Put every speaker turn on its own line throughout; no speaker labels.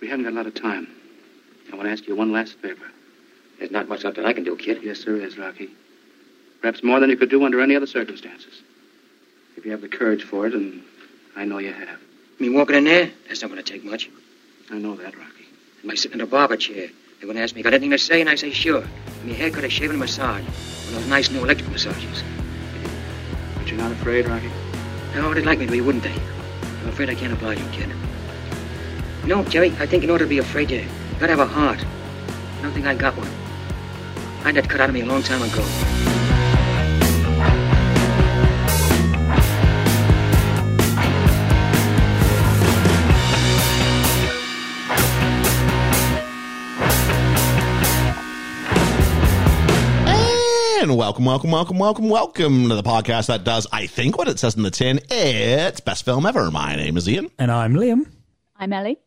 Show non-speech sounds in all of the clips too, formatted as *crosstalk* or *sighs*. We haven't got a lot of time. I want to ask you one last favor.
There's not much something I can do, kid.
Yes, there is, Rocky. Perhaps more than you could do under any other circumstances. If you have the courage for it, and I know you have.
Me walking in there? That's not going to take much.
I know that, Rocky.
And my sitting in a barber chair. They're going to ask me, got anything to say? And I say, sure. And my haircut, a shave, and a massage. One of those nice new electric massages.
But you're not afraid, Rocky?
No, they'd like me to be, wouldn't they? I'm afraid I can't oblige you, kid. No, Jerry, I think in order to be afraid, you gotta have a heart. I don't think I got one. I had that cut out of me a long time ago.
And welcome, welcome, welcome, welcome, welcome to the podcast that does, I think, what it says in the tin. It's best film ever. My name is Ian.
And I'm Liam.
I'm Ellie.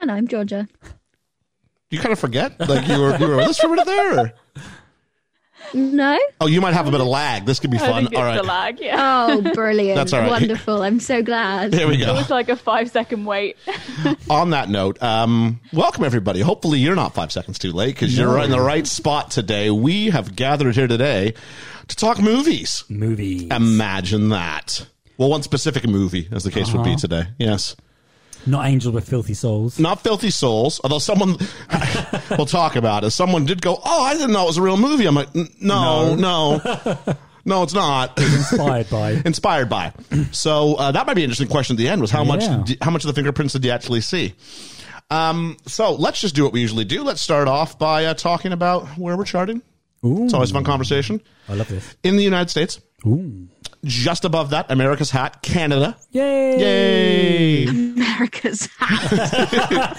And I'm Georgia.
You kind of forget, like you were you were with us for a minute there. or-
No?
Oh, you might have a bit of lag. This could be
I
fun.
think it's
All
the
right,
lag, yeah. *laughs*
Oh, brilliant.
*laughs* That's all right.
Wonderful. I'm so glad.
*laughs* here we go.
It's like a five second wait.
On that note, um, welcome everybody. Hopefully, you're not five seconds too late because you're in the right spot today. We have gathered here today to talk movies.
Movie.
Um, Imagine that. Well, one specific movie, as the case would
Uh-huh.
be today. Yes.
Not Angels with Filthy Souls.
Not Filthy Souls, although someone, *laughs* we'll talk about it. Someone did go, Oh, I didn't know it was a real movie. I'm like, "N- No, no, no, it's not. *laughs*
Inspired by.
Inspired by. So uh, that might be an interesting question at the end was how
Yeah.
much, d- how much of the fingerprints did you actually see? Um, so let's just do what we usually do. Let's start off by uh, talking about where we're charting.
Ooh,
It's always a fun conversation.
I love this.
In the United States,
Ooh.
just above that, America's hat, Canada.
Yay!
Yay!
America's hat.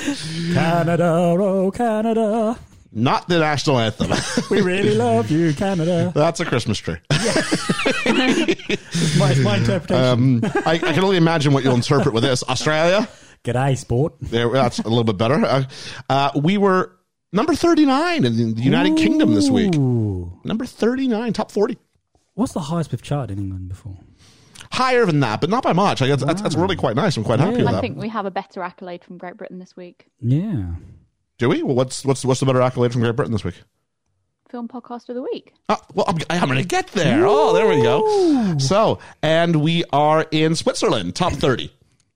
Canada, oh Canada.
Not the national anthem. *laughs*
We really love you, Canada.
That's a Christmas tree.
It's my, it's
Um,
my interpretation.
I, I can only imagine what you'll interpret with this. Australia,
G'day, sport.
there, that's a little bit better. Uh, uh, we were number 39 in the United Kingdom this week.
Ooh.
Number 39, top 40.
What's the highest we've charted in England before?
Higher than that, but not by much. Like, that's, that's, that's really quite nice. I'm quite happy with
I
that.
think we have a better accolade from Great Britain this week.
Yeah.
Do we? Well, what's, what's, what's the better accolade from Great Britain this week?
Film podcast of the week.
Oh, well, I'm, I'm going to get there. Oh, there we go. So, and we are in Switzerland, top 30.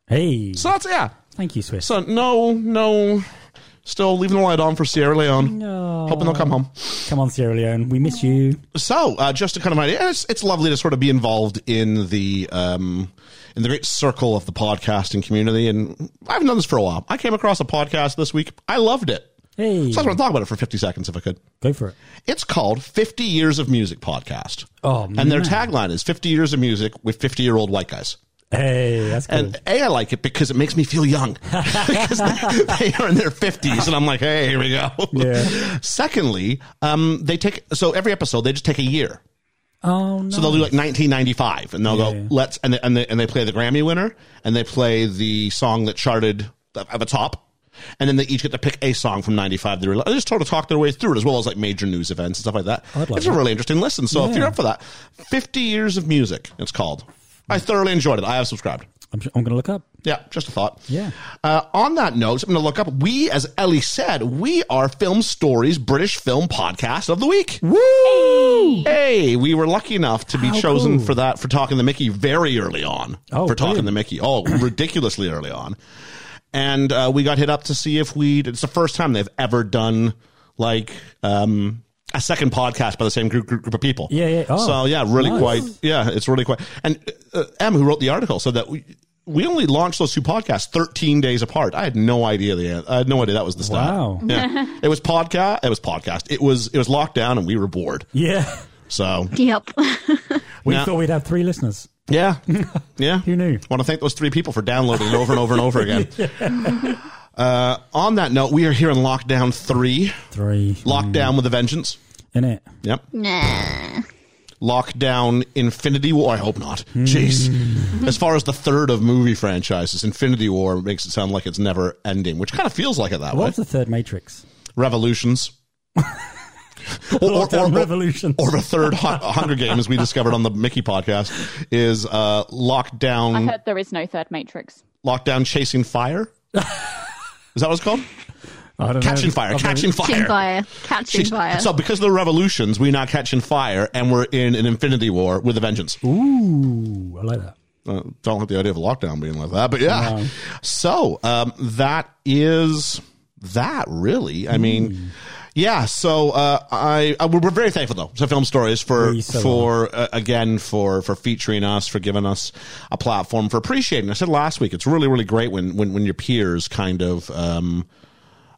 Hey.
So that's, yeah.
Thank you, Swiss.
So, no, no. Still leaving the light on for Sierra Leone.
No.
Hoping they'll come home.
Come on, Sierra Leone. We miss you.
so uh, just to kind of idea, it's, it's lovely to sort of be involved in the um, in the great circle of the podcasting community, and I haven't done this for a while. I came across a podcast this week. I loved it. So
Hey.
I just want to talk about it for fifty seconds, if I could.
Go for it.
It's called 50 Years of Music Podcast.
Oh,
and their
man.
tagline is 50 Years of Music with 50 year old white guys.
Hey, that's good.
And A, I like it because it makes me feel
*laughs*
young. because they, they are in their 50s, and I'm like, hey, here we go.
Yeah.
*laughs* Secondly, um, they take, so every episode, they just take a year.
oh, no.
So they'll do like 1995, and they'll
Yeah.
go let's and they, and they and they play the Grammy winner, and they play the song that charted at the top, and then they each get to pick a song from 95. They rela- they just sort of talk their way through it as well as like major news events and stuff like that.
I'd like
it's a
that.
really interesting listen. So if
Yeah.
you're up for that, 50 years of music, it's called. I thoroughly enjoyed it. I have subscribed.
I'm, I'm going to look up.
Yeah, just a thought.
Yeah.
Uh, on that note, I'm going to look up. We, as Ellie said, we are Film Stories British Film Podcast of the Week. Woo! Hey, we were lucky enough to be
How
chosen
cool.
for that for talking the Mickey very early on.
Oh,
for talking
brilliant.
the Mickey, oh, *clears throat* ridiculously early on, and uh, we got hit up to see if we. It's the first time they've ever done like. um a second podcast by the same group, group, group of people.
Yeah, yeah. Oh,
so yeah, really
nice.
quite yeah, it's really quite. And uh, M, who wrote the article, said that we, we only launched those two podcasts 13 days apart. I had no idea the I had no idea that was the stat.
Wow.
Yeah, *laughs* it was podcast. It was podcast. It was it was lockdown, and we were bored.
Yeah.
So
Yep.
We
Now-
thought we'd have three listeners. *laughs*
yeah, yeah.
Who knew?
Want to thank those three people for downloading it over and over and over
*laughs*
again. Uh, on that note, we are here in lockdown three.
Three.
Lockdown with a vengeance.
In it.
Yep.
nah.
Lockdown Infinity War. I hope not.
Hmm.
Jeez. as far as the third of movie franchises, Infinity War makes it sound like it's never ending, which kind of feels like it that
What
way.
was the third Matrix? *laughs*
Revolutions. or, or,
Lockdown Revolutions.
or the third Hu- Hunger Games we discovered on the Mickey podcast is uh,
I
Lockdown
Uh, heard there is no third Matrix.
Lockdown Chasing Fire. Is that what it's called?
I don't
Catching
know.
fire.
I've never-
Catching fire.
Catching fire. Catching
She's-
fire.
So because of the revolutions, we're now catching fire, and we're in an infinity war with a vengeance.
Ooh, I like that.
Uh, don't like the idea of a lockdown being like that, but yeah. So um, that is that really. I mean, yeah. So uh, I, I we're very thankful though to Film Stories for
We so
for uh, again for for featuring us, for giving us a platform, for appreciating. I said last week, it's really really great when when when your peers kind of. Um,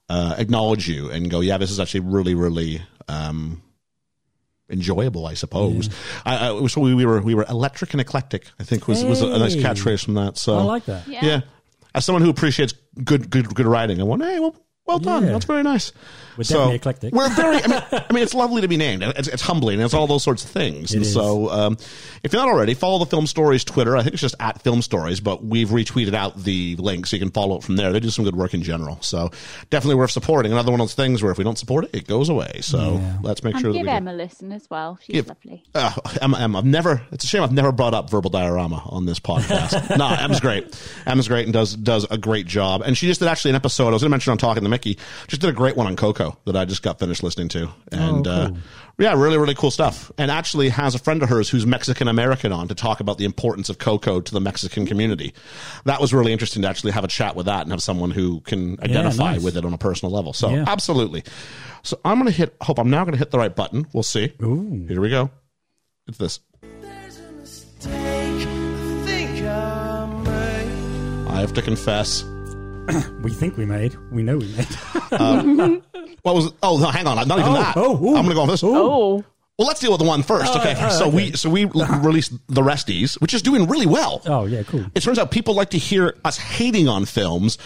uh, acknowledge you and go, yeah, this is actually really, really um, enjoyable, I suppose. I, I, so we, we were we were electric and eclectic. I think was was a, nice
Hey.
catchphrase from that. So
I like that.
Yeah. as someone who appreciates good good good writing, I went, hey, well, well done.
Yeah.
That's very nice.
We're definitely eclectic.
We're very.
*laughs*
I mean, I mean, it's lovely to be named. It's, it's humbling. It's all those sorts of things. and
is.
so, um, if you're not already, follow the Film Stories Twitter. I think it's just at Film Stories, but we've retweeted out the link so you can follow it from there. They do some good work in general. So definitely worth supporting. Another one of those things where if we don't support it, it goes away. So
Yeah.
let's make
And
sure that we
give
do.
Em a listen as well. She's
Give-
lovely.
Uh, Em, Em, I've never. It's a shame I've never brought up verbal diorama on this podcast. no, Em's great. Em's great and does does a great job. And she just did actually an episode. I was going to mention on talking to Mickey. Just did a great one on Coco that I just got finished listening to. And uh, yeah, really really cool stuff. And actually has a friend of hers who's Mexican American on to talk about the importance of Coco to the Mexican community. That was really interesting to actually have a chat with that and have someone who can identify
nice.
with it on a personal level. So
Yeah.
absolutely. So I'm going to hit. Hope I'm now going to hit the right button. We'll see. Here we go. It's this.
There's a mistake I think I made.
I have to confess.
We think we made. We know we made. *laughs*
What was? Oh no, hang on. Not even
Oh,
that.
oh, ooh. Uh,
I'm gonna go on this.
Oh,
Well, let's deal with the one first. okay. so we so we released the resties, which is doing really well.
Uh-huh. Oh yeah, cool.
It turns out people like to hear us hating on films.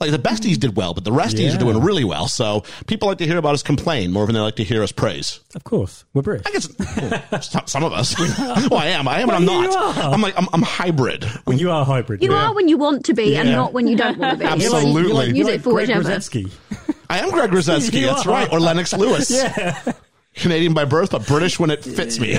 Like the besties did well, but the resties
Yeah.
are doing really well. So people like to hear about us complain more than they like to hear us praise.
Of course, we're British.
I guess well, *laughs* some some of us. well, I am. I am, and I'm
Well, you
not.
are.
I'm like I'm, I'm hybrid.
Well, you are hybrid.
you are when you want to be and
Yeah.
not when you
*laughs*
don't want to be.
You're like-
Absolutely.
you're like-
Use
you're
it
like
for
Greg
whichever.
Rosinski.
I am Greg Rosinski.
You
That's
are.
right. Or Lennox
*laughs*
Lewis. Canadian by birth, but British when it fits me.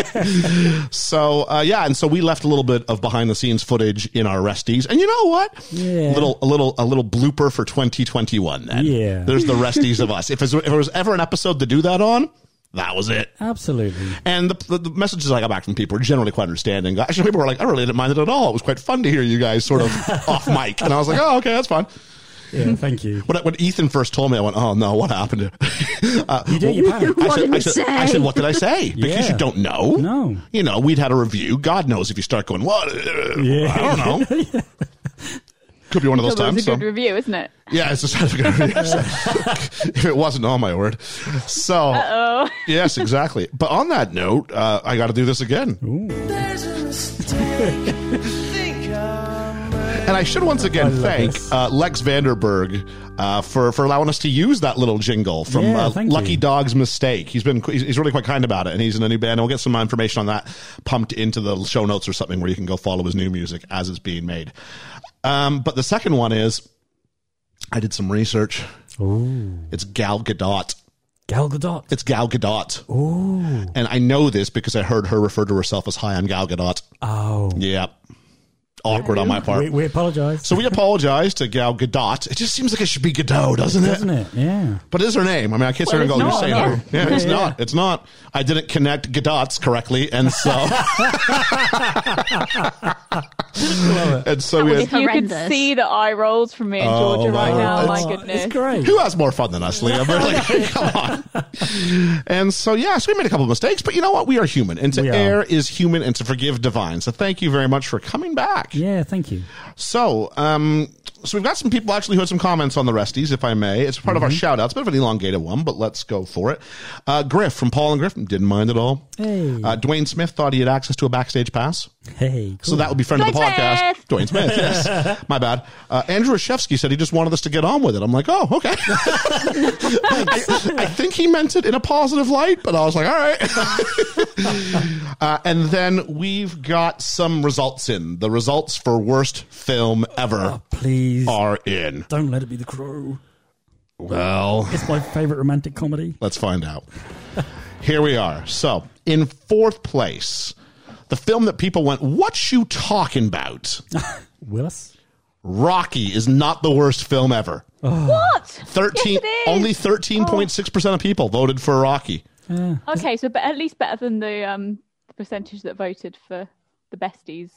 *laughs* So uh, yeah, and so we left a little bit of behind the scenes footage in our resties, and you know what?
Yeah.
Little a little a little blooper for 2021. Then
Yeah.
there's the resties of us. If, it's- if there was ever an episode to do that on, that was it.
Absolutely.
And the, the, the messages I got back from people were generally quite understanding. Actually, people were like, "I really didn't mind it at all. It was quite fun to hear you guys
*laughs*
sort of off mic." And I was like, "Oh, okay, that's fine."
Yeah. Thank you.
When, I- when Ethan first told me, I went, "Oh no, what happened?" *laughs* uh,
You do.
*laughs*
You panic.
What
I said,
did
I,
we
said,
say?
I said, what did I say?
*laughs*
Because
Yeah.
you don't know.
No.
You know, we'd had a review. God knows if you start going, what? *laughs* Uh,
*laughs* Yeah.
I don't know. Could be one of those
that was a
times. so-
good review, isn't it?
yeah, it's just a good
*laughs*
review. *laughs* So- if it wasn't, oh my word. So,
Oh,
yes, exactly. But on that note, uh, I got to do this again.
There's a mistake I think I made.
And I should once again
love
thank
this.
uh, Lex Vanderberg uh, for for allowing us to use that little jingle from
Yeah,
uh,
thank
Lucky
you.
Dog's Mistake. He's been he's he's really quite kind about it, and he's in a new band. And we'll get some information on that pumped into the show notes or something where you can go follow his new music as it's being made. Um, but the second one is I did some research. It's Gal Gadot.
Gal Gadot.
It's Gal Gadot. Ooh. And I know this because I heard her refer to herself as "Hi, I'm Gal Gadot."
Oh.
Yeah, awkward on my part.
We, we apologise.
So we apologize to Gal Gadot. It just seems like it should be Gadot, doesn't it?
doesn't it?
*laughs*
Yeah.
But it is her name. I mean, I can't sit here and
Well,
go, you're
it's
saying
not,
her. Yeah, it's not. It's not. I didn't connect Gadots correctly. And so. and so we
was
had,
if you could
horrendous.
see the eye rolls from me and
Oh,
Georgia right
wow.
now, my
It's-
goodness.
It's great.
Who has more fun than us, Liam? Really? Come on. And so, yeah, so we made a couple of mistakes, but you know what? We are human. And to
We are.
err is human and to forgive divine. So thank you very much for coming back.
Yeah. Thank you.
So, um, so we've got some people actually who had some comments on the resties, if I may. It's part of our shout out. It's a bit of an elongated one, but let's go for it. Uh, Griff from Paul and Griff didn't mind at all.
Hey.
Uh, Dwayne Smith thought he had access to a backstage pass.
Hey.
So that would be friend of the
Dwayne
podcast.
Smith!
Dwayne Smith, yes. My bad. Uh, Andrew Shevsky said he just wanted us to get on with it. I'm like, oh, okay. *laughs* I, I think he meant it in a positive light, but I was like, all right. uh, and then we've got some results in. The results for worst film ever
Oh. Please.
are in.
Don't let it be the crow.
Well,
It's my favourite romantic comedy.
let's find out. Here we are. So, in fourth place, the film that people went, What you talking about?
Willis.
Rocky is not the worst film ever.
What?
13
Yes, it is.
only 13.6% of people voted for Rocky.
Okay, so but at least better than the um percentage that voted for the besties.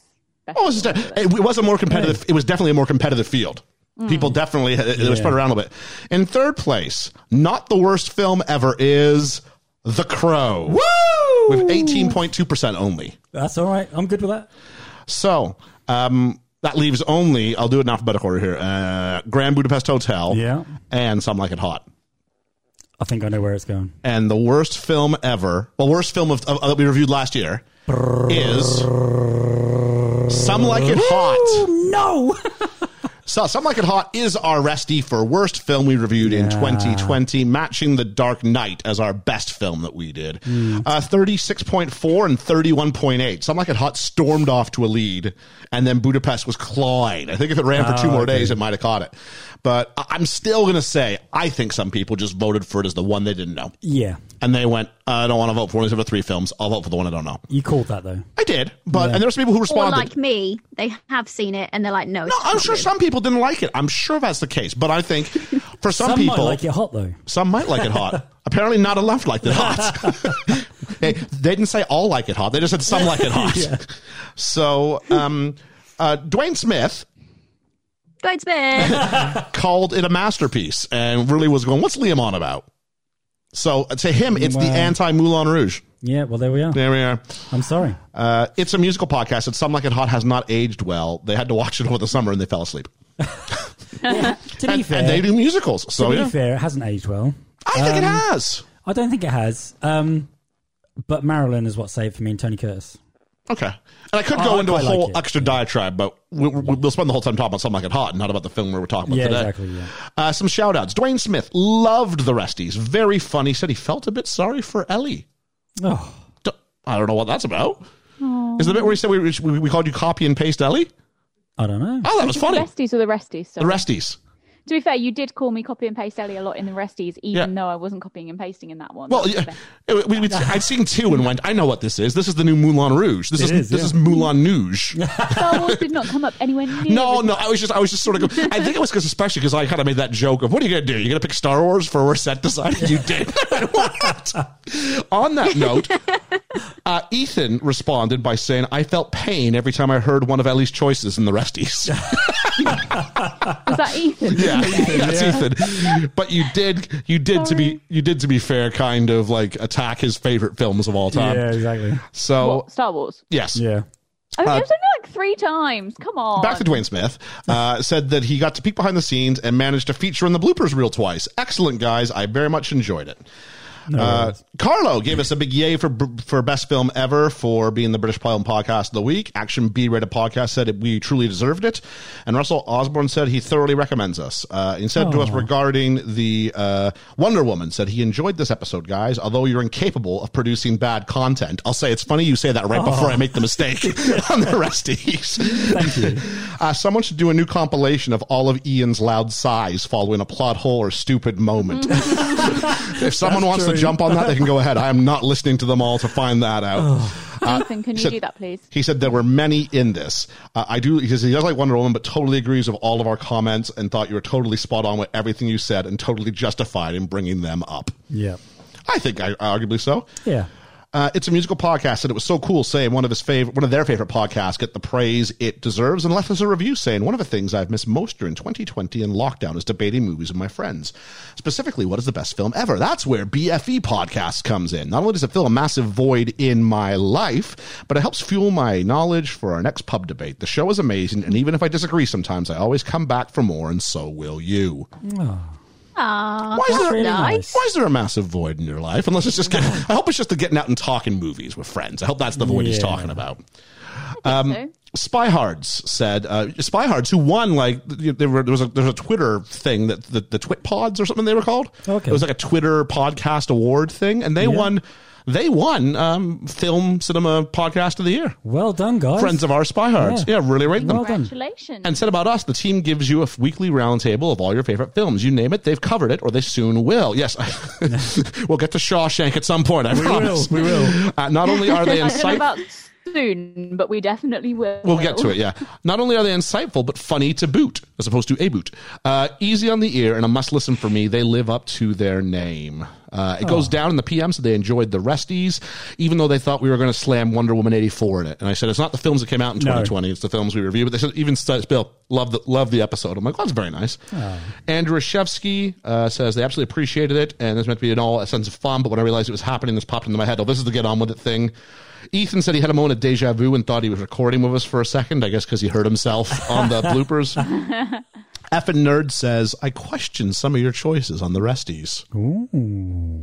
Best
Oh, it's just a- it was a more competitive. It was definitely a more competitive field.
Mm.
People definitely it was spread around a bit. In third place, not the worst film ever is The Crow. Woo! With eighteen point two percent only.
That's all right. I'm good with that.
So um, that leaves only. I'll do it in alphabetical order here. Uh, Grand Budapest Hotel.
Yeah.
And Some Like It Hot.
I think I know where it's going.
And the worst film ever. Well, worst film of, of, that we reviewed last year is Some Like It Hot.
No.
So, Some Like It Hot is our restee for worst film we reviewed in 2020, matching The Dark Knight as our best film that we did. Uh, 36.4 and 31.8. Some Like It Hot stormed off to a lead, and then Budapest was clawing. I think if it ran for two more days, it might have caught it. But I- I'm still going to say, I think some people just voted for it as the one they didn't know.
yeah.
And they went, "Uh, I don't want to vote for one of these other three films. I'll vote for the one I don't know.
You called that though.
I did, but, and there were some people who
Or
responded.
like me, they have seen it and they're like, no.
No,
it's
I'm
not
sure
good.
some people didn't like it. I'm sure that's the case. But I think for some,
Some
people,
might like it hot though.
some might like it
*laughs*
hot. Apparently, not a left liked it hot. hey, they didn't say all like it hot. They just said some like it
*laughs*
hot. So, um, uh, Dwayne Smith *laughs*
Dwight Smith.
called it a masterpiece and really was going, "What's Liam on about?" So to him, it's the
Wow.
anti Moulin Rouge.
Yeah. Well, there we are.
There we are.
I'm sorry.
Uh, it's a musical podcast. It's some like it hot has not aged well. They had to watch it over the summer and they fell asleep.
To be
And,
fair,
and they do musicals. So
to be
yeah,
fair, Um, it hasn't aged well.
I think it has.
I don't think it has. Um, but Marilyn is what saved for me and Tony Curtis.
Okay. And I could
Oh,
go
I
into a
quite like
whole
it.
extra diatribe, but we, we, we'll spend the whole time talking about something like it hot and not about the film we were talking about
Yeah,
today.
exactly, yeah.
Uh, some shout outs. Dwayne Smith loved the Resties. Very funny. Said he felt a bit sorry for Ellie.
Oh,
D- I don't know what that's about. Is the bit where he said we, we, we called you copy and paste Ellie?
I don't know.
Oh, that was
The
funny.
besties or the resties?
The
Sorry.
Resties.
to be fair, you did call me copy and paste Ellie a lot in the resties, even
Yeah.
though I wasn't copying and pasting in that one.
Well,
That's
yeah,
fair.
we, we, we- I'd seen two and went, I know what this is. This is the new Moulin Rouge. This is
It is,
this
yeah.
is Moulin Rouge.
Star Wars did not come up anywhere near.
No,
as
no, I was just, I was just sort of. Go- I think it was because, especially because I kind of made that joke of, "What are you going to do? You're going to pick Star Wars for worst set design?" You did. *laughs* what? On that note, uh, Ethan responded by saying, "I felt pain every time I heard one of Ellie's choices in the
*laughs*
resties." *laughs*
Was that Ethan?
yeah, *laughs* that's Ethan. But you did, you did to be, you did to be fair, kind of like attack his favorite films of all time.
yeah, exactly.
So
What, Star Wars.
yes,
Yeah.
I mean,
Uh,
it was only like three times. Come on.
Back to Dwayne Smith, uh, said that he got to peek behind the scenes and managed to feature in the bloopers reel twice. Excellent, guys. I very much enjoyed it. Uh, Carlo gave us a big yay for for best film ever for being the British Film Podcast of the Week. Action B rated podcast said we truly deserved it, and Russell Osborne said he thoroughly recommends us. Uh, he said to us regarding the uh, Wonder Woman said he enjoyed this episode, guys. Although you're incapable of producing bad content, I'll say it's funny you say that right before I make the *laughs* mistake on the resties. Thank you. *laughs* Uh, someone should do a new compilation of all of Ian's loud sighs following a plot hole or stupid *laughs* moment. If someone wants to
true.
jump on that, they can go ahead. I am not listening to them all to find that out.
Ethan, can you
said-
do that, please?
He said there were many in this. Uh, I do because he does like Wonder Woman, but totally agrees with all of our comments and thought you were totally spot on with everything you said and totally justified in bringing them up.
Yeah.
I think I, arguably so.
Yeah.
Uh, it's a musical podcast, and it was so cool saying one of his favorite, one of their favorite podcasts get the praise it deserves, and left us a review saying one of the things I've missed most during 2020 and lockdown is debating movies with my friends. Specifically, what is the best film ever? That's where BFE podcast comes in. Not only does it fill a massive void in my life, but it helps fuel my knowledge for our next pub debate. The show is amazing, and even if I disagree sometimes, I always come back for more, and so will you.
Aw,
Why is, there,
really nice.
why is there a massive void in your life? Unless it's just getting, I hope it's just the getting out and talking movies with friends. I hope that's the void he's
Yeah.
talking about. um,
so.
Spyhards said, uh, Spyhards who won like you- they were there was a there's a Twitter thing that the, the Twit Pods or something they were called.
Okay.
it was like a Twitter podcast award thing, and they won. They won um, film cinema podcast of the year.
Well done, guys.
Friends of our Spyhards, yeah,
Yeah.
really rate them.
Well done.
Congratulations.
And said about us, the team gives you a f- weekly roundtable of all your favorite films. You name it, they've covered it, or they soon will. Yes, *laughs* we'll get to Shawshank at some point. I
We will.
promise.
We will.
Uh, not only are they
*laughs* I don't know
insightful.
about soon, but we definitely will. Oh,
We'll get to it, yeah. Not only are they insightful, but funny to boot, as opposed to a boot. Uh, easy on the ear and a must listen for me. They live up to their name. Uh, it
Oh.
goes down in the PM, so they enjoyed the resties, even though they thought we were going to slam Wonder Woman 84 in it. And I said, it's not the films that came out in
No.
2020, it's the films we reviewed. But they said, even st- Bill, love the, love the episode. I'm like, well, that's very nice. Andrew Shevsky uh, says they absolutely appreciated it, and it's meant to be an all a sense of fun, but when I realized it was happening, this popped into my head. Oh, this is the get on with it thing. Ethan said he had a moment of deja vu and thought he was recording with us for a second, I guess because he heard himself on the bloopers. F and Nerd says, I question some of your choices on the resties.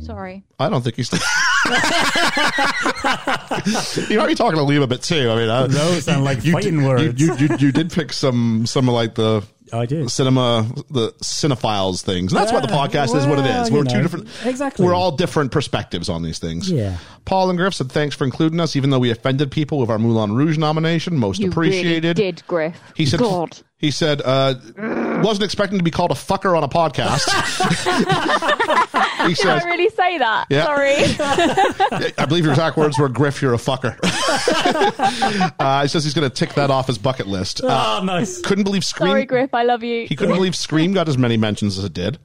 Sorry.
I don't think he's. *laughs* you might be talking to leave a bit too. I mean, uh, I,
Those sound like *laughs*
you,
fighting
you-
words.
You, you, you did pick some some of like the
I did.
cinema the cinephiles things. And that's what the
Yeah,
podcast is. What it
well,
is.
you
We're two
know,
different.
exactly.
We're all different perspectives on these things.
Yeah.
Paul and Griff said thanks for including us, even though we offended people with our Moulin Rouge nomination. Most
You really
appreciated.
did, Griff.
He said.
God.
He said, uh, wasn't expecting to be called a fucker on a
*laughs*
podcast. he
Did
says,
I really say that?
Yeah.
Sorry.
I believe your exact words were, Griff, you're a fucker. *laughs* uh, he says he's going to tick that off his bucket list. Uh,
Oh, nice.
couldn't believe Scream.
*laughs* Sorry, Griff. I love you.
He couldn't believe Scream got as many mentions as it did.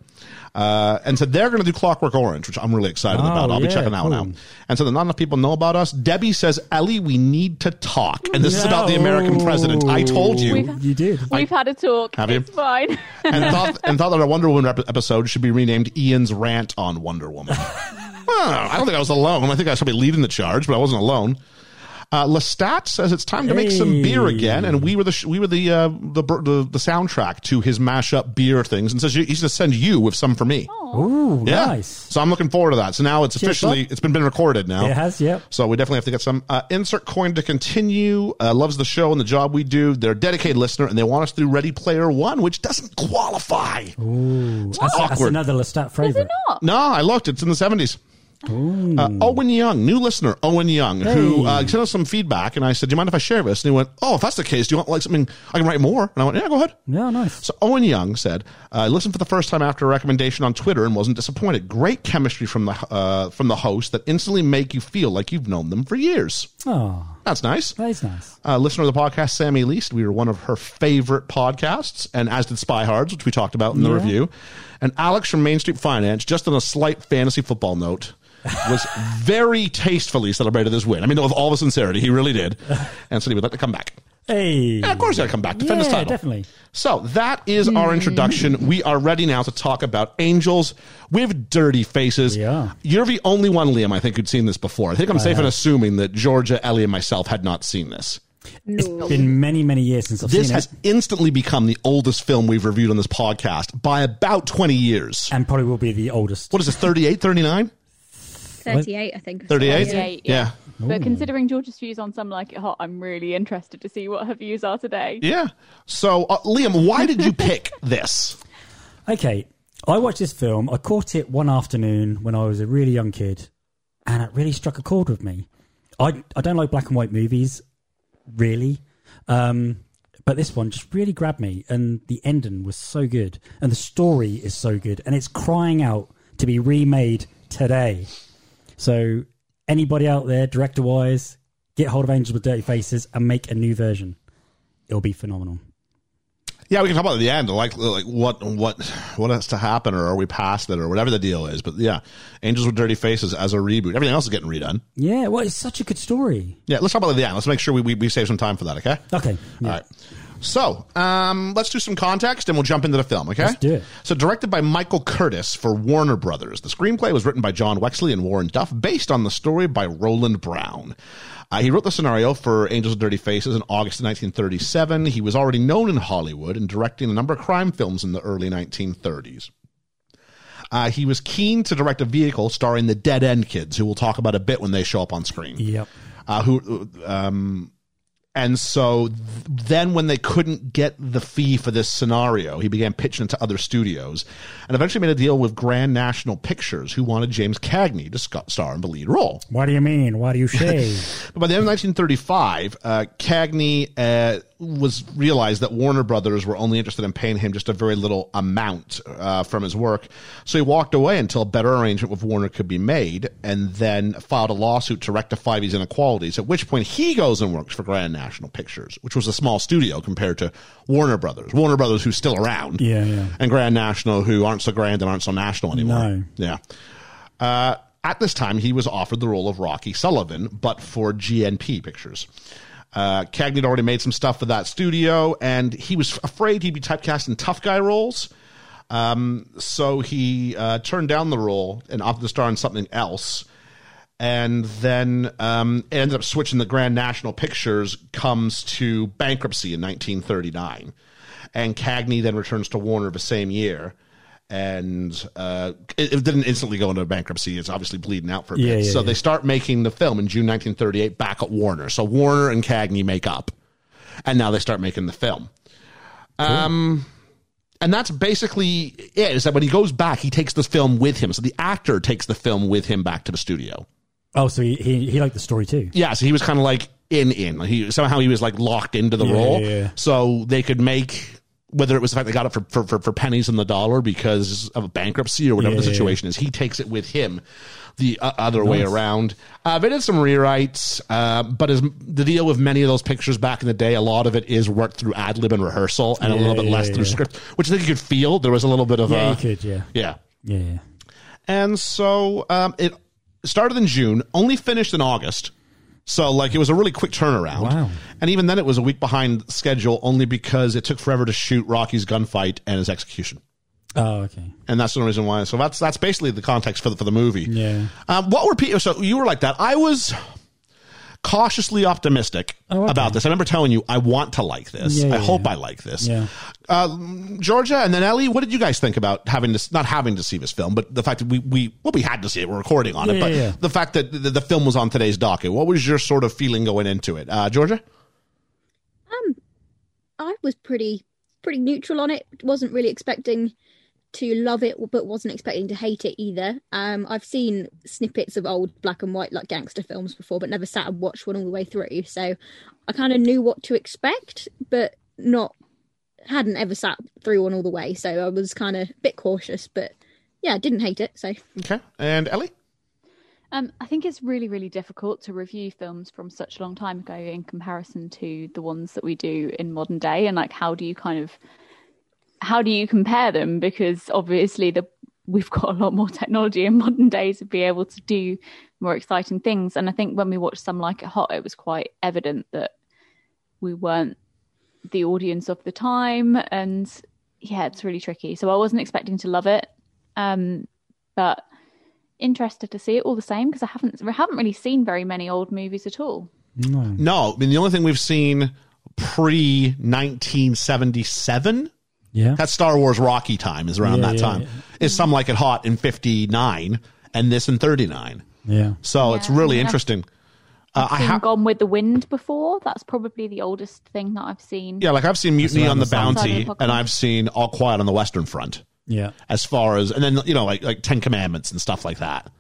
Uh, and said they're going to do Clockwork Orange, which I'm really excited
Oh,
about. I'll be
yeah,
checking that one out.
cool.
And so that not enough people know about us. Debbie says, Ellie, we need to talk. And this is about the American president. I told you.
We've-
You did.
We've had a talk.
Have you?
It's *laughs* fine.
and thought and thought that our Wonder Woman rep- episode should be renamed Ian's rant on Wonder
*laughs*
Woman. Huh, I don't think I was alone. I think I was probably leading the charge, but I wasn't alone. Uh, Lestat says it's time to make some beer
Hey.
again, and we were the sh- we were the, uh, the br- the the soundtrack to his mashup beer things, and says he's going to send you with some for me.
Ooh,
yeah,
nice.
so I'm looking forward to that. So now it's
Cheers,
officially
bud.
it's been been recorded now.
It has, yep.
So we definitely have to get some. Uh, insert coin to continue. Uh, loves the show and the job we do. They're a dedicated listener and they want us to do Ready Player One, which doesn't qualify.
That's, that's
Awkward.
another Lestat
Is it
favourite.
not?
No, I looked. It's in the 70s. Uh, Owen Young, new listener, Owen Young, who uh, sent us some feedback, and I said, "Do you mind if I share this?" And he went, "Oh, if that's the case, do you want like something I can write more?" And I went, "Yeah, go ahead."
Yeah, nice.
So Owen Young said, "I listened for the first time after a recommendation on Twitter and wasn't disappointed. Great chemistry from the uh, from the host that instantly make you feel like you've known them for years.
Oh,
That's nice."
that is nice.
Uh, listener of the podcast, Sammy Least, we were one of her favorite podcasts, and as did Spy Hards, which we talked about in the review. And Alex from Main Street Finance, just on a slight fantasy football note,
*laughs*
was very tastefully celebrated this win. I mean, with all the sincerity, he really did. And said he would like to come back.
Hey.
Yeah, of course, he'll come back. Defend his
Yeah,
title.
definitely. Mm.
So that is our introduction. We are ready now to talk about angels with dirty faces.
We are.
You're the only one, Liam, I think, who'd seen this before. I think I'm safe in assuming that Georgia, Ellie, and myself had not seen this.
It's been many, many years since I've
This
seen
has
it.
instantly become the oldest film we've reviewed on this podcast by about 20 years.
And probably will be the oldest.
What is this, 38, 39?
38, I think.
38?
38,
Yeah.
yeah. But considering George's views on Some Like It Hot, I'm really interested to see what her views are today.
Yeah. So, uh, Liam, why did you pick *laughs* this?
Okay, I watched this film. I caught it one afternoon when I was a really young kid, and it really struck a chord with me. I I don't like black and white movies, really, um, but this one just really grabbed me, and the ending was so good, and the story is so good, and it's crying out to be remade today. So, anybody out there, director wise, get hold of Angels with Dirty Faces and make a new version. It'll be phenomenal.
Yeah, we can talk about it at the end, like like what what what has to happen, or are we past it, or whatever the deal is. But yeah, Angels with Dirty Faces as a reboot. Everything else is getting redone.
Yeah, well, it's such a good story.
Yeah, let's talk about it at the end. Let's make sure we, we, we save some time for that. Okay.
Okay. yeah.
All right. So um, let's do some context and we'll jump into the film, okay?
Let's do it.
So, directed by Michael Curtis for Warner Brothers, the screenplay was written by John Wexley and Warren Duff, based on the story by Roland Brown. Uh, he wrote the scenario for Angels with Dirty Faces in August of 1937. He was already known in Hollywood and directing a number of crime films in the early 1930s. Uh, he was keen to direct a vehicle starring the Dead End Kids, who we'll talk about a bit when they show up on screen
Yep.
uh, who um, and so th- then when they couldn't get the fee for this scenario he began pitching it to other studios and eventually made a deal with grand national pictures who wanted james cagney to sc- star in the lead role
What do you mean? What do you say?
but by the end of 1935 uh, cagney uh, was realized that Warner Brothers were only interested in paying him just a very little amount uh, from his work. So he walked away until a better arrangement with Warner could be made, and then filed a lawsuit to rectify these inequalities. At which point he goes and works for Grand National Pictures, which was a small studio compared to Warner Brothers. Warner Brothers, who's still around,
Yeah, yeah.
and Grand National, who aren't so grand and aren't so national anymore.
No.
Yeah. Uh, at this time, he was offered the role of Rocky Sullivan, but for GNP Pictures. Uh, Cagney had already made some stuff for that studio, and he was afraid he'd be typecast in tough guy roles. Um, so he uh, turned down the role and opted to star in something else. And then um, ended up switching the Grand National Pictures, comes to bankruptcy in 1939. And Cagney then returns to Warner the same year. And uh, it, it didn't instantly go into bankruptcy. It's obviously bleeding out for a bit.
Yeah, yeah,
so
yeah.
they start making the film in June 1938 back at Warner. So Warner and Cagney make up. And now they start making the film and that's basically it is that when he goes back he takes the film with him so the actor takes the film with him back to the studio
*laughs* Oh, so he, he, he liked the story too.
yeah so he was kind of like in in Like, he somehow he was like locked into the
Yeah,
role
yeah, yeah.
so they could make whether it was the fact they got it for, for, for, for pennies on the dollar because of bankruptcy or whatever
Yeah,
the
yeah,
situation is, he takes it with him the uh, other way around. Uh, they did some rewrites, uh, but as the deal with many of those pictures back in the day, a lot of it is worked through ad lib and rehearsal and a
Yeah,
little bit
yeah,
less through
yeah.
script, which I think you could feel. There was a little bit of
Yeah,
a.
you could, yeah.
Yeah.
Yeah, yeah.
And so um, it started in June, only finished in August. So like it was a really quick turnaround.
Wow.
And even then it was a week behind schedule only because it took forever to shoot Rocky's gunfight and his execution.
Oh, okay.
And that's the reason why. So that's that's basically the context for the for the movie.
Yeah.
Um, what were people? So you were like that. I was cautiously optimistic
Oh, okay.
about this. I remember telling you, I want to like this.
Yeah,
I
yeah,
hope
yeah.
I like this.
Yeah.
Uh, Georgia and then Ellie, what did you guys think about having to not having to see this film, but the fact that we we well we had to see it, we're recording on it,
Yeah,
but
yeah, yeah.
the fact that the, the film was on today's docket, what was your sort of feeling going into it, uh, Georgia?
I was pretty pretty neutral on it. Wasn't really expecting to love it, but wasn't expecting to hate it either. Um, I've seen snippets of old black and white like gangster films before, but never sat and watched one all the way through. So I kind of knew what to expect, but not hadn't ever sat through one all the way. So I was kind of a bit cautious, but yeah, didn't hate it. So
Okay, and Ellie,
Um, I think it's really, really difficult to review films from such a long time ago in comparison to the ones that we do in modern day. And like, how do you kind of, how do you compare them? Because obviously, the we've *laughs* got a lot more technology in modern day to be able to do more exciting things. And I think when we watched some like it hot, it was quite evident that we weren't the audience of the time. And yeah, it's really tricky. So I wasn't expecting to love it, um, but interested to see it all the same because I haven't I haven't really seen very many old movies at all.
No.
no, I mean the only thing we've seen pre nineteen seventy seven.
Yeah.
That's Star Wars Rocky time is around
Yeah,
that
yeah,
time.
yeah.
Is some like it hot in fifty nine and this in thirty nine.
Yeah.
So it's really
yeah.
interesting. Uh, I
Seen
have
Gone with the Wind before. That's probably the oldest thing that I've seen.
yeah, like I've seen Mutiny
around
on the
the same time.
Bounty,
Cyberpunk.
and I've seen All Quiet on the Western Front.
Yeah.
as far as and then you know like like Ten Commandments and stuff like that.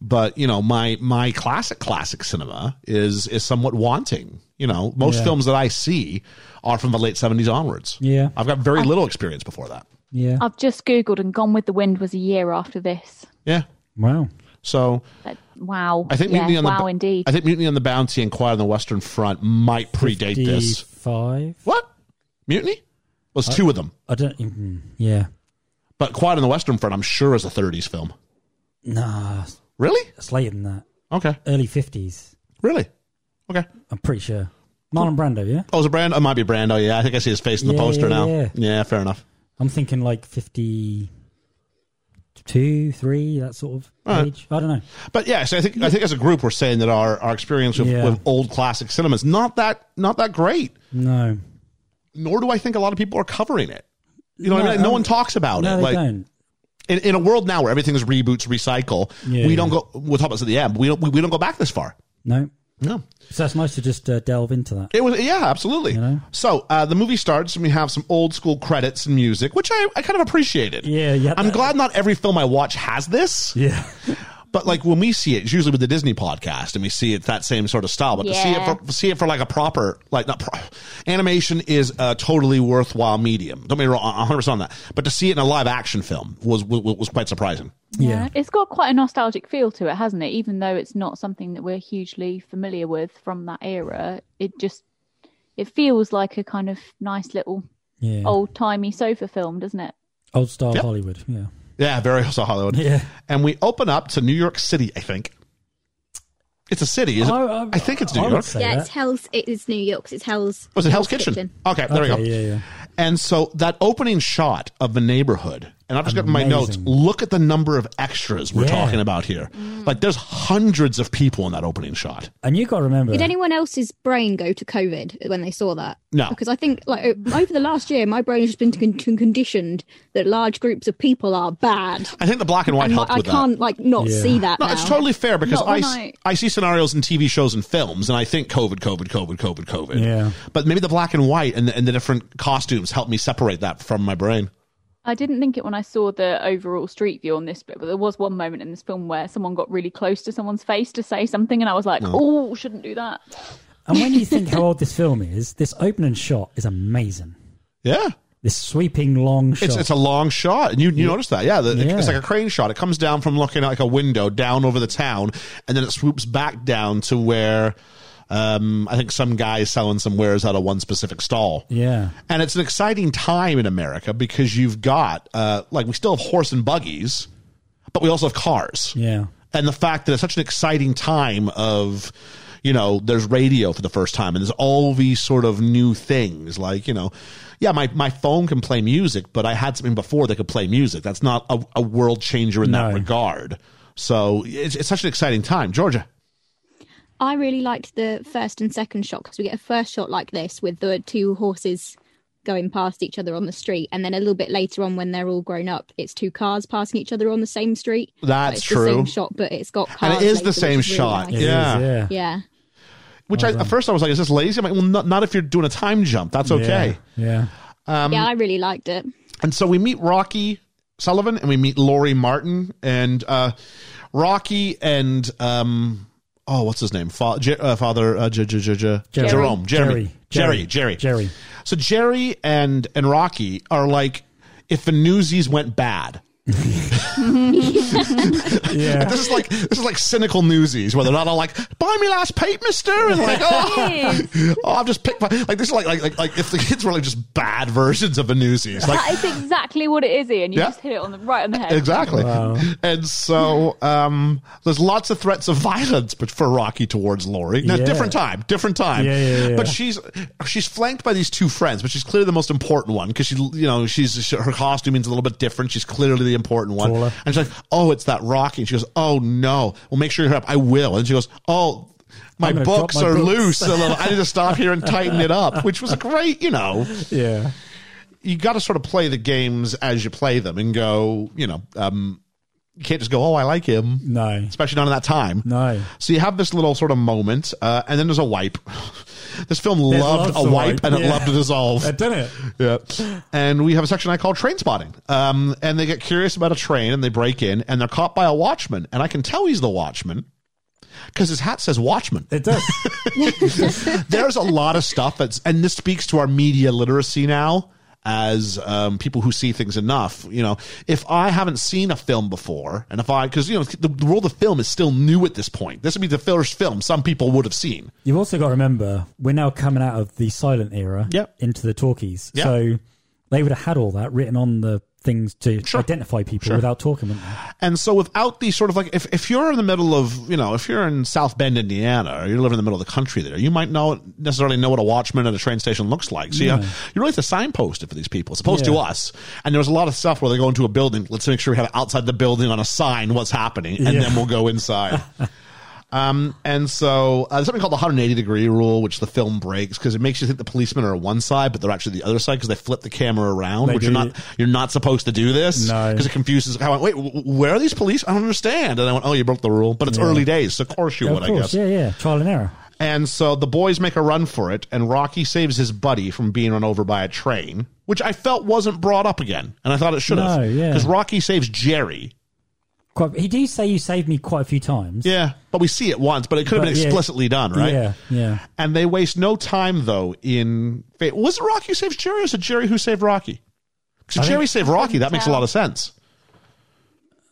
But you know my my classic classic cinema is is somewhat wanting. You know most
Yeah.
films that I see are from the late seventies onwards.
Yeah.
I've got very little experience before that.
Yeah.
I've just googled and Gone with the Wind was a year after this.
Yeah,
Wow.
so
But wow,
I think
yeah,
Mutiny on the
wow
Bo-
indeed.
I think Mutiny on the Bounty and Quiet on the Western Front might predate this.
Five.
What Mutiny? Well,
Uh,
it's two of them,
I don't. mm, Yeah.
but Quiet on the Western Front, I'm sure, is a thirties film.
Nah.
Really?
It's later than that.
Okay,
Early fifties.
really? Okay.
I'm pretty sure. Marlon Brando. Yeah.
Oh, is it Brando? It might be Brando. Yeah, I think I see his face in the
Yeah,
poster
yeah,
now.
yeah.
yeah, fair enough.
I'm thinking like fifty-two, three, that sort of
Alright.
age. I don't know.
But yeah, so I think I think as a group we're saying that our, our experience with,
Yeah.
with old classic cinema is not that not that great.
No.
Nor do I think a lot of people are covering it. You know, what I
No,
mean? Like, no
um,
one talks about
No,
it.
they
Like
don't.
In, in a world now where everything is reboots, recycle,
Yeah,
we don't
yeah.
go. We'll talk about this at the end. But we don't. We, we don't go back this far.
No.
No.
So it's nice to just uh, delve into that.
It was yeah, absolutely.
know?
So uh, the movie starts and we have some old school credits and music, which I, I kind of appreciated.
Yeah, yeah.
I'm glad not every film I watch has this.
Yeah.
But like when we see it, it's usually with the Disney podcast, and we see it's that same sort of style. But to see
Yeah.
it for, see it for like a proper like not pro- animation is a totally worthwhile medium. Don't be wrong, one hundred percent on that. But to see it in a live action film was was, was quite surprising.
Yeah.
It's got quite a nostalgic feel to it, hasn't it? Even though it's not something that we're hugely familiar with from that era, it just it feels like a kind of nice little
Yeah.
old timey sofa film, doesn't it?
Old style
Yep.
Hollywood. Yeah.
Yeah, very *laughs* also Hollywood.
Yeah.
And we open up to New York City. I think it's a city. Is it? I, think it's New
I would
York.
say
yeah,
that.
it's Hell's. It is New York. 'cause It's Hell's.
Was it Hell's Kitchen? Okay, there
okay,
we go.
Yeah, yeah.
And so that opening shot of the neighborhood, and I've just got my
Amazing.
notes. Look at the number of extras we're
Yeah.
talking about here. Like, there's hundreds of people in that opening shot.
And you got to remember.
Did anyone else's brain go to COVID when they saw that?
No.
Because I think, like, o- over the last year, my brain has been con- conditioned that large groups of people are bad.
I think the black and white
And, like,
helped
I
with
can't, like, not
Yeah.
see that
that. No,
now.
it's totally fair because
Not
I,
when
s-
I-
I see scenarios in TV shows and films, and I think COVID, COVID, COVID, COVID, COVID.
Yeah.
But maybe the black and white and the, and the different costumes helped me separate that from my brain.
I didn't think it when I saw the overall street view on this bit, but there was one moment in this film where someone got really close to someone's face to say something, and I was like, "Oh, shouldn't do that."
And when you think how
*laughs*
old this film is, this opening shot is amazing.
Yeah.
This sweeping long shot.
It's, it's a long shot, and you, you notice that, yeah, the,
Yeah.
It's like a crane shot. It comes down from looking at like a window down over the town, and then it swoops back down to where um, I think some guy is selling some wares out of one specific stall.
yeah.
And it's an exciting time in America because you've got uh, like we still have horse and buggies, but we also have cars
Yeah.
and the fact that it's such an exciting time of you know there's radio for the first time and there's all these sort of new things like you know yeah my, my phone can play music but i had something before that could play music that's not a, a world changer in that
No.
regard so it's, it's such an exciting time georgia
I really liked the first and second shot because we get a first shot like this with the two horses going past each other on the street, and then a little bit later on when they're all grown up, it's two cars passing each other on the same street. So
That's
it's
true.
The same shot, but it's got cars.
and it is
later,
the
which
same
really
shot
nice.
It is,
yeah.
yeah.
Yeah.
which I, at first i was like is this lazy i'm like well not, not if you're doing a time jump that's okay
Yeah.
Um,
yeah, I really liked it.
And so we meet Rocky Sullivan and we meet Laurie Martin and uh, Rocky and um, oh, what's his name? Fa- J- uh, Father uh, J- J- J- J-
Jerry.
Jerome, Jeremy, Jerry,
Jerry. Jerry.
Jerry, So Jerry and and Rocky are like if the Newsies went bad. *laughs*
Yeah.
This is like this is like cynical newsies where they're not all like buy me last paint, Mister, and *laughs* like oh, oh I've just picked my like this is like like like like if the kids were like just bad versions of the newsies like
That is exactly what it is, Ian. You
Yeah.
just hit it on the right on the head.
Exactly. And so um, there's lots of threats of violence but for Rocky towards Lori. Now,
Yeah.
different time, different time.
Yeah, yeah, yeah.
But she's she's flanked by these two friends, but she's clearly the most important one because she, you know, she's her costuming's a little bit different. She's clearly the important one.
Taller.
And she's like, "Oh, it's that Rocky." And she goes, "Oh no, well make sure you're up. I will." And she goes, "Oh." My
I'm gonna drop
books
my
are
books." *laughs*
loose. a little. I need to stop here and tighten it up, which was a great, you know
Yeah.
you got to sort of play the games as you play them and go, you know, um, you can't just go, oh, I like him,
No.
especially not in that time.
No.
So you have this little sort of moment, uh, and then there's a wipe. *laughs* this film loved
loves
a
of
wipe,
wipe,
and it
yeah.
loved to dissolve.
That done it.
*laughs* yeah. And we have a section I call train spotting. Um, and they get curious about a train and they break in and they're caught by a watchman. And I can tell he's the watchman because his hat says watchman
It
*laughs*
does.
there's a lot of stuff that's and this speaks to our media literacy now as um, people who see things enough you know if i haven't seen a film before and if i because you know the, the world of film is still new at this point this would be the first film some people would have seen
You've also got to remember we're now coming out of the silent era
Yep.
into the talkies.
Yep.
So they would have had all that written on the things to
Sure.
identify people
Sure.
without talking, wouldn't they?
and so without these sort of like if, if you're in the middle of you know if you're in south bend indiana or you live in the middle of the country there you might not necessarily know what a watchman at a train station looks like so you, you really have to signpost it for these people as opposed to
Yeah.
us and there's a lot of stuff where they go into a building let's make sure we have outside the building on a sign what's happening and
Yeah.
then we'll go
*laughs*
inside Um, and so uh, there's something called the 180 degree rule, which the film breaks because it makes you think the policemen are one side, but they're actually the other side because they flip the camera around,
They
which
do.
you're not you're not supposed to do this
No.
because it confuses. I went, wait, w- w- where are these police? I don't understand. And I went, oh, you broke the rule, but it's early days, so of course you
Yeah,
would, I
of course.
guess.
Yeah, yeah. Trial and error.
And so the boys make a run for it, and Rocky saves his buddy from being run over by a train, which I felt wasn't brought up again, and I thought it should have
No, yeah.
because Rocky saves Jerry.
Quite, he do say you saved me quite a few times.
Yeah, but we see it once, but it could have
But,
been
yeah.
explicitly done, right?
Yeah, yeah.
And they waste no time though in fa- was it Rocky who saves Jerry or was it Jerry who saved Rocky?
I
Because
think-
Jerry saved Rocky, that makes a
tell.
lot of sense.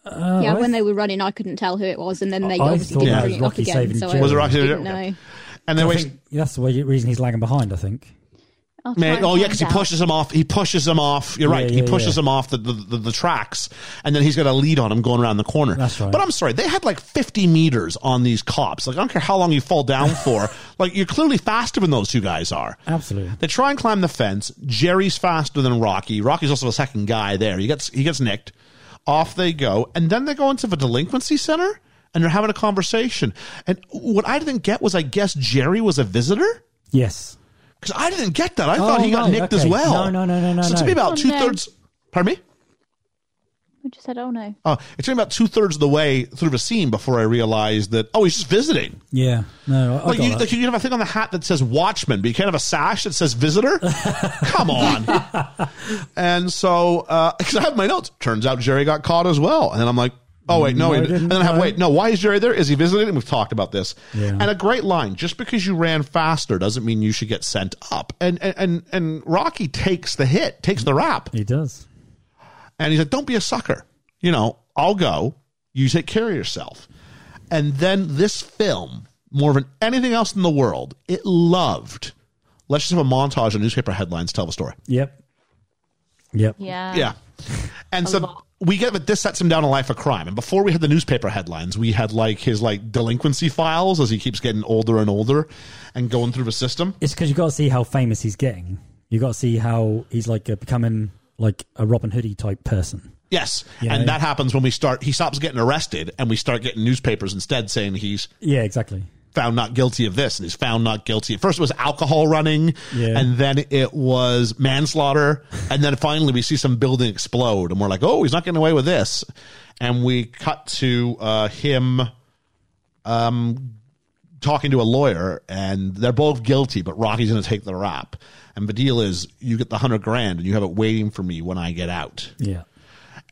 yeah,
I
when they were running, I couldn't tell who it was, and then they
I
obviously
thought
didn't
that
bring
was
it up
Rocky
again.
saving
So I
Jerry. Was
it Rocky saving
Didn't
Jerry?
know.
And they
I
waste
think that's the way, reason he's lagging behind. I think.
I'll try
Man,
and
oh yeah,
find
because he
out.
pushes him off. He pushes him off. You're
Yeah,
right. he
yeah,
pushes
yeah.
him off the, the, the, the tracks, and then he's got a lead on him going around the corner.
That's right.
But I'm sorry, they had like 50 meters on these cops. Like I don't care how long you fall down *laughs* for. like you're clearly faster than those two guys are.
Absolutely.
They try and climb the fence. Jerry's faster than Rocky. Rocky's also the second guy there. He gets he gets nicked. Off they go, and then they go into the delinquency center, and they're having a conversation. And what I didn't get was, I guess Jerry was a visitor.
Yes.
Because I didn't get that. I thought he got
Oh, right,
nicked as
okay.
well.
No, no, no, no, no,
So it took
no.
me about
Oh,
two
no.
thirds. Pardon me.
I just said, oh no.
Oh, it took me about two thirds of the way through the scene before I realized that oh, he's just visiting.
Yeah. No. I, I
Like
got
you,
that.
like you have a thing on the hat that says Watchman, but you can't have a sash that says
*laughs*
Visitor. Come on. and so, because I have my notes, turns out Jerry got caught as well, and then I'm like. Oh wait, no,
No,
he
he
didn't.
didn't,
and then I have
no.
wait, no, why is Jerry there? Is he visiting? And we've talked about this.
Yeah.
And a great line: just because you ran faster doesn't mean you should get sent up. And and and, and Rocky takes the hit, takes the rap.
he does.
And he's like, don't be a sucker. You know, I'll go. You take care of yourself. And then this film, more than anything else in the world, it loved. Let's just have a montage of newspaper headlines tell the story.
Yep. Yep.
Yeah.
Yeah. And so
Oh. lot.
we get but this sets him down a life of crime. And before we had the newspaper headlines, we had like his like delinquency files as he keeps getting older and older and going through the system.
It's because you got to see how famous he's getting. You got to see how he's like uh, becoming like a Robin Hoodie type person.
Yes.
Yeah.
and that happens when we start he stops getting arrested and we start getting newspapers instead saying he's
Yeah, exactly.
found not guilty of this and he's found not guilty. At first it was alcohol running
Yeah.
and then it was manslaughter and then finally we see some building explode and we're like, "Oh, he's not getting away with this." And we cut to uh, him um talking to a lawyer and they're both guilty, but Rocky's going to take the rap. And the deal is you get the 100 grand and you have it waiting for me when I get out.
Yeah.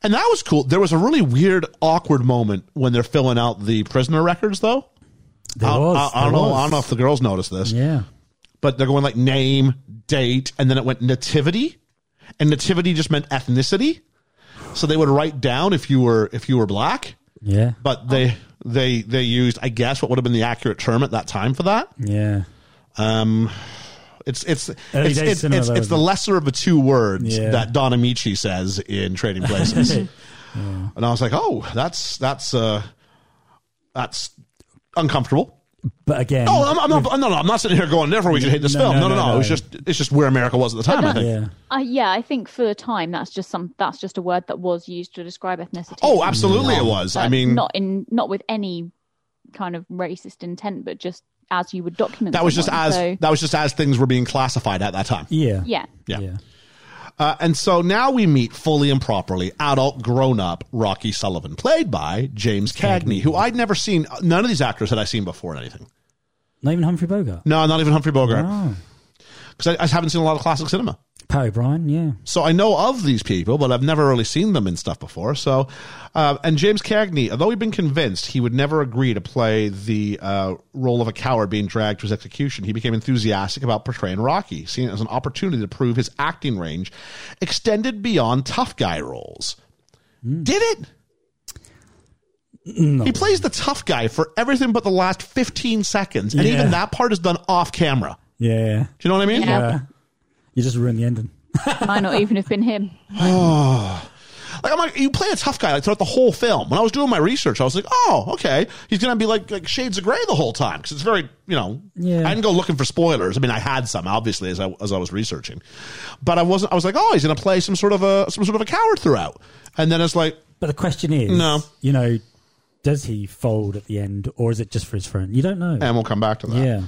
And that was cool. There was a really weird awkward moment when they're filling out the prisoner records though.
There
I,
was.
I- I don't
there
know. I
was.
don't know if the girls noticed this,
Yeah.
but they're going like name, date, and then it went nativity, and nativity just meant ethnicity. So they would write down if you were if you were black,
Yeah.
but they they they used I guess what would have been the accurate term at that time for that.
Yeah.
It's it's it's
Early
it's,
days
it's,
cinema,
it's,
though,
the
isn't it?
lesser of the two words
Yeah.
that Don Amici says in Trading
*laughs*
Places, *laughs* and I was like, oh, that's that's uh that's uncomfortable.
But again,
Oh, I'm, I'm not, no, no, I'm not sitting here going, therefore we should hate this
No,
film. No, no,
no,
no.
no,
It was
no.
just, it's just where America was at the time, I think.
yeah.
Uh, yeah, I think for the time that's just some that's just a word that was used to describe ethnicity.
Oh, absolutely it was. I
But
mean,
not in not with any kind of racist intent, but just as you would document.
that was just
someone.
as,
So,
that was just as things were being classified at that time.
Yeah.
yeah.
Yeah.
Yeah.
Uh, and so now we meet fully and properly adult grown up Rocky Sullivan, played by James Cagney, who I'd never seen. None of these actors had I seen before in anything.
Not even Humphrey Bogart.
No, not even Humphrey Bogart.
Oh.
Because I, I haven't seen a lot of classic cinema.
Pat O'Brien. Yeah.
So I know of these people, but I've never really seen them in stuff before. So, uh, and James Cagney, although he'd been convinced he would never agree to play the uh, role of a coward being dragged to his execution, he became enthusiastic about portraying Rocky, seeing it as an opportunity to prove his acting range extended beyond tough guy roles. Did it? He plays the tough guy for everything but the last 15 seconds, and
Yeah.
even that part is done off camera.
Yeah.
Do you know what I mean?
Yeah.
Uh, you just ruined the ending.
Might not even have been him.
Like I'm like, you play a tough guy like throughout the whole film. When I was doing my research, I was like, oh, okay, he's gonna be like like Shades of Grey the whole time because it's very you know.
Yeah.
I didn't go looking for spoilers. I mean, I had some obviously as I as I was researching, but I wasn't. I was like, oh, he's gonna play some sort of a some sort of a coward throughout, and then it's like,
But the question is,
No.
you know, does he fold at the end, or is it just for his friend? You don't know.
and we'll "Eh, come back to that.
yeah.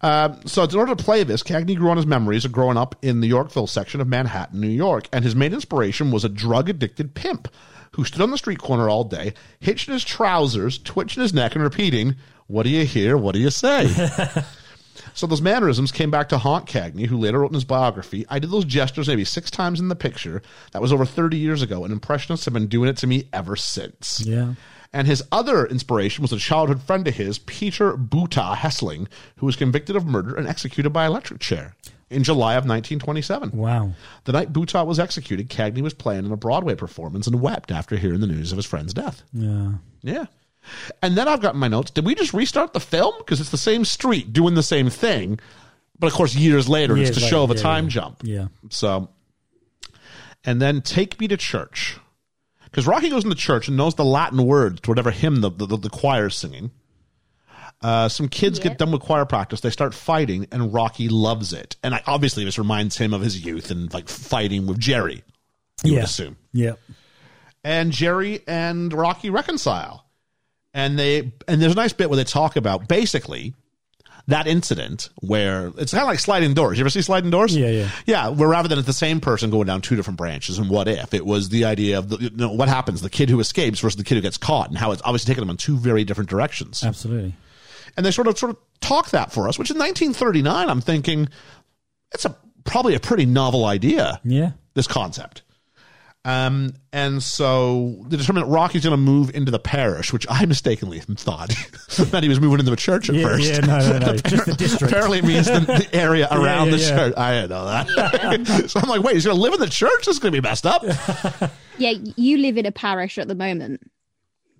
Um, So, in order to play this, Cagney grew on his memories of growing up in the Yorkville section of Manhattan, New York, and his main inspiration was a drug addicted pimp who stood on the street corner all day, hitching his trousers, twitching his neck, and repeating, What do you hear? What do you say? so, those mannerisms came back to haunt Cagney, who later wrote in his biography, I did those gestures maybe six times in the picture. That was over 30 years ago, and Impressionists have been doing it to me ever since.
Yeah.
And his other inspiration was a childhood friend of his, Peter Buta Hessling, who was convicted of murder and executed by electric chair in July of 1927.
Wow.
The night Buta was executed, Cagney was playing in a Broadway performance and wept after hearing the news of his friend's death.
Yeah.
Yeah. And then I've got in my notes. Did we just restart the film? Because it's the same street doing the same thing. But of course, years later,
Years
it's to
later,
show of a
yeah,
time
yeah.
jump.
Yeah.
So, and then take me to church. Because Rocky goes into church and knows the Latin words to whatever hymn the, the, the choir is singing. Uh, some kids get
Yep.
done with choir practice. They start fighting, and Rocky loves it. And I, obviously, this reminds him of his youth and like fighting with Jerry, you
yeah.
would assume
Yeah.
and Jerry and Rocky reconcile. And they and there's a nice bit where they talk about basically that incident where it's kind of like sliding doors. You ever see sliding doors?
Yeah, yeah.
Yeah, where rather than it's the same person going down two different branches and what if it was the idea of the, you know, what happens the kid who escapes versus the kid who gets caught and how it's obviously taken them in two very different directions.
Absolutely.
And they sort of sort of talk that for us, which in 1939 I'm thinking it's a probably a pretty novel idea
Yeah.
this concept. Um, and so they determined that Rocky's going to move into the parish, which I mistakenly thought *laughs* that he was moving into a church at
Yeah,
first.
yeah,
*laughs*
no, no, no. Just the district.
Apparently, it means the,
*laughs*
the area around
yeah,
the
yeah.
church. I didn't know that.
*laughs*
so I'm like, wait, he's going to live in the church? This is going to be messed up.
Yeah, you live in a parish at the moment.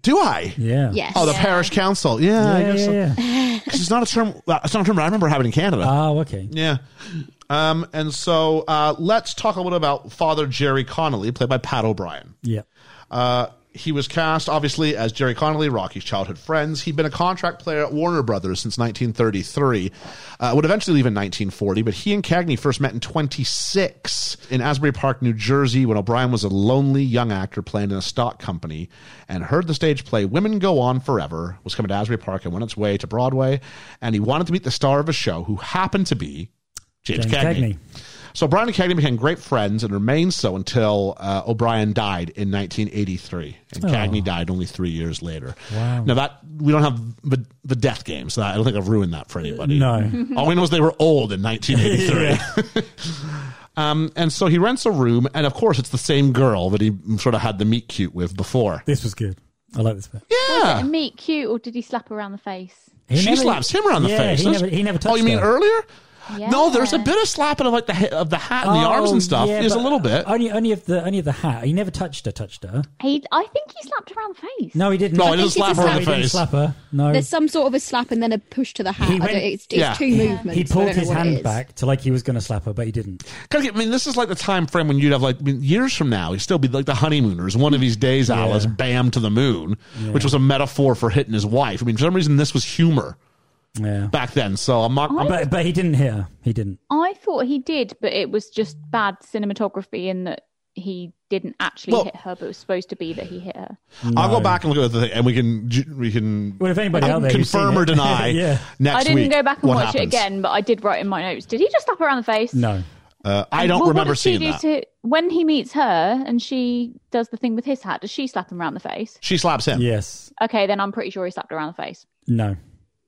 Do I?
Yeah.
Yes.
Oh, the parish council. Yeah, I
Yeah,
guess so.
yeah, yeah.
'Cause it's not a term. well, It's not a term I remember having in Canada. *laughs*
Oh, okay.
Yeah. Um, and so uh, let's talk a little bit about Father Jerry Connolly, played by Pat O'Brien.
Yeah.
Uh, he was cast, obviously, as Jerry Connolly, Rocky's childhood friends. He'd been a contract player at Warner Brothers since 1933, uh, would eventually leave in 1940, but he and Cagney first met in 26 in Asbury Park, New Jersey, when O'Brien was a lonely young actor playing in a stock company and heard the stage play Women Go On Forever was coming to Asbury Park and went its way to Broadway, and he wanted to meet the star of a show who happened to be James,
James
Cagney.
Cagney.
So Brian and Cagney became great friends and remained so until uh, O'Brien died in 1983, and Cagney died only three years later.
Oh. Wow.
Now that we don't have the, the death game, so I don't think I've ruined that for anybody.
No.
*laughs* All we know is they were old in 1983. *laughs* um, and so he rents a room, and of course it's the same girl that he sort of had the meet cute with before.
This was good. I like this bit.
Yeah.
And meet cute, or did he slap around the face?
He
she
never-
slaps him around the
yeah,
face.
He
That's-
never, he never touched
oh, you mean
her.
earlier? No, there's a
Yeah.
bit of slapping of like the he- of the hat and the arms
Oh,
and stuff.
yeah,
there's a
but
little bit.
Only, only of the only of the hat. He never touched her. Touched her.
He, I think he slapped around the face.
No, he didn't.
No, he
think
doesn't
it's
slap
just
her
No,
in
he
the
didn't
face.
slap her. No,
There's some sort of a slap and then a push to the hat.
He
I
went-
don't, it's it's
yeah.
two movements.
he
I don't
pulled
know
his
what it
hand
is.
back to like he was going to slap her, but he didn't.
Kinda get- I mean, this is like the time frame when you'd have like I mean, years from now, he'd still be like the honeymooners. One of these days, Alice, bam to the moon, which was a metaphor for hitting his wife. I mean, for some reason, this was humor
Yeah,
back then. So I'm not. I'm-
but but he didn't hit her. He didn't.
I thought he did, but it was just bad cinematography in that he didn't actually
Well-
hit her, but it was supposed to be that he hit her.
I'll go back and look at the thing, and we can ju- we can
Well, if anybody out there who's
confirm
seen
or
it- *laughs*
deny.
yeah.
next
I didn't
week
go back and
what
watch it
happens.
again, but I did write in my notes. Did he just slap her around the face?
No.
Uh, I don't
Well, what
remember
does she
seeing
do
that.
To, when he meets her and she does the thing with his hat, does she slap him around the face?
she slaps him.
Yes.
Okay, then I'm pretty sure he slapped her around the face.
No.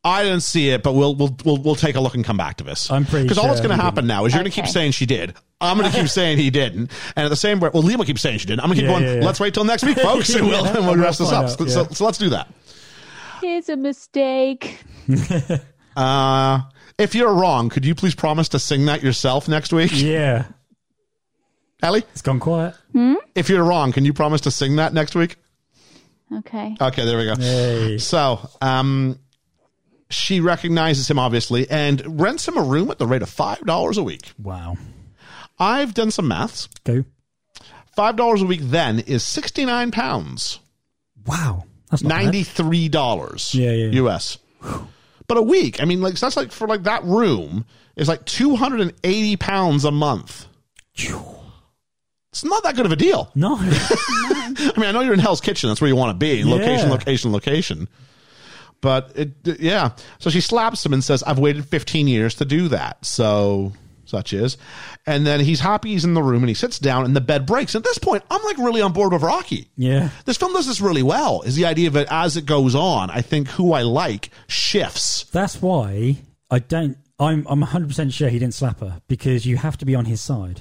I didn't see it, but we'll we'll we'll, we'll take a look and come back to this.
I'm pretty
because all
sure
that's going
he
to happen now is you're going to keep
Okay.
saying she did. I'm going to keep saying he didn't, and at the same rate, well, Liam will keep saying she did. I'm going to keep
Yeah,
going.
yeah, yeah.
Let's wait till next week, folks, and we'll
Yeah,
and we'll
*laughs* we'll
wrap this
find
up.
out,
so,
yeah.
so let's do that.
Here's a mistake.
Uh, if you're wrong, could you please promise to sing that yourself next week,
Yeah.
Ellie?
It's gone quiet.
If you're wrong, can you promise to sing that next week?
Okay.
Okay, there we go.
Hey.
So, um, she recognizes him obviously and rents him a room at the rate of five dollars a week.
Wow.
I've done some maths.
Go.
Five dollars a week then is sixty nine pounds,
Wow. That's not bad.
ninety three dollars
Yeah, yeah.
U.S. But a week, I mean, like so that's like for like that room is like two hundred and eighty pounds a month. It's not that good of a deal.
No.
I mean, I know you're in Hell's Kitchen; that's where you want to be. Location,
Yeah.
location, location. But it, yeah. So she slaps him and says, "I've waited 15 years to do that." So such is. And then he's happy he's in the room, and he sits down, and the bed breaks. At this point, I'm like really on board with Rocky.
yeah.
This film does this really well. Is the idea that as it goes on, I think who I like shifts.
That's why I don't. I'm I'm 100 percent sure he didn't slap her because you have to be on his side.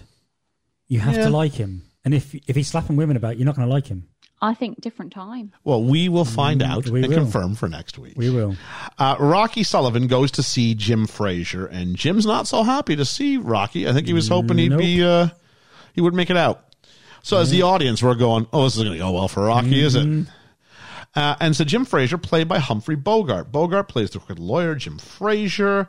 You have
Yeah.
to like him, and if if he's slapping women about, you're not going to like him.
I think different time.
Well, we will find out
Mm, we
and
will.
confirm for next week.
We will.
Uh, Rocky Sullivan goes to see Jim Frazier, and Jim's not so happy to see Rocky. I think he was hoping he'd be uh, he would make it out. So as the audience, we're going, "Oh, this is going to go well for Rocky, is it?" Uh, and so Jim Frazier, played by Humphrey Bogart. Bogart plays the crooked lawyer, Jim Frazier,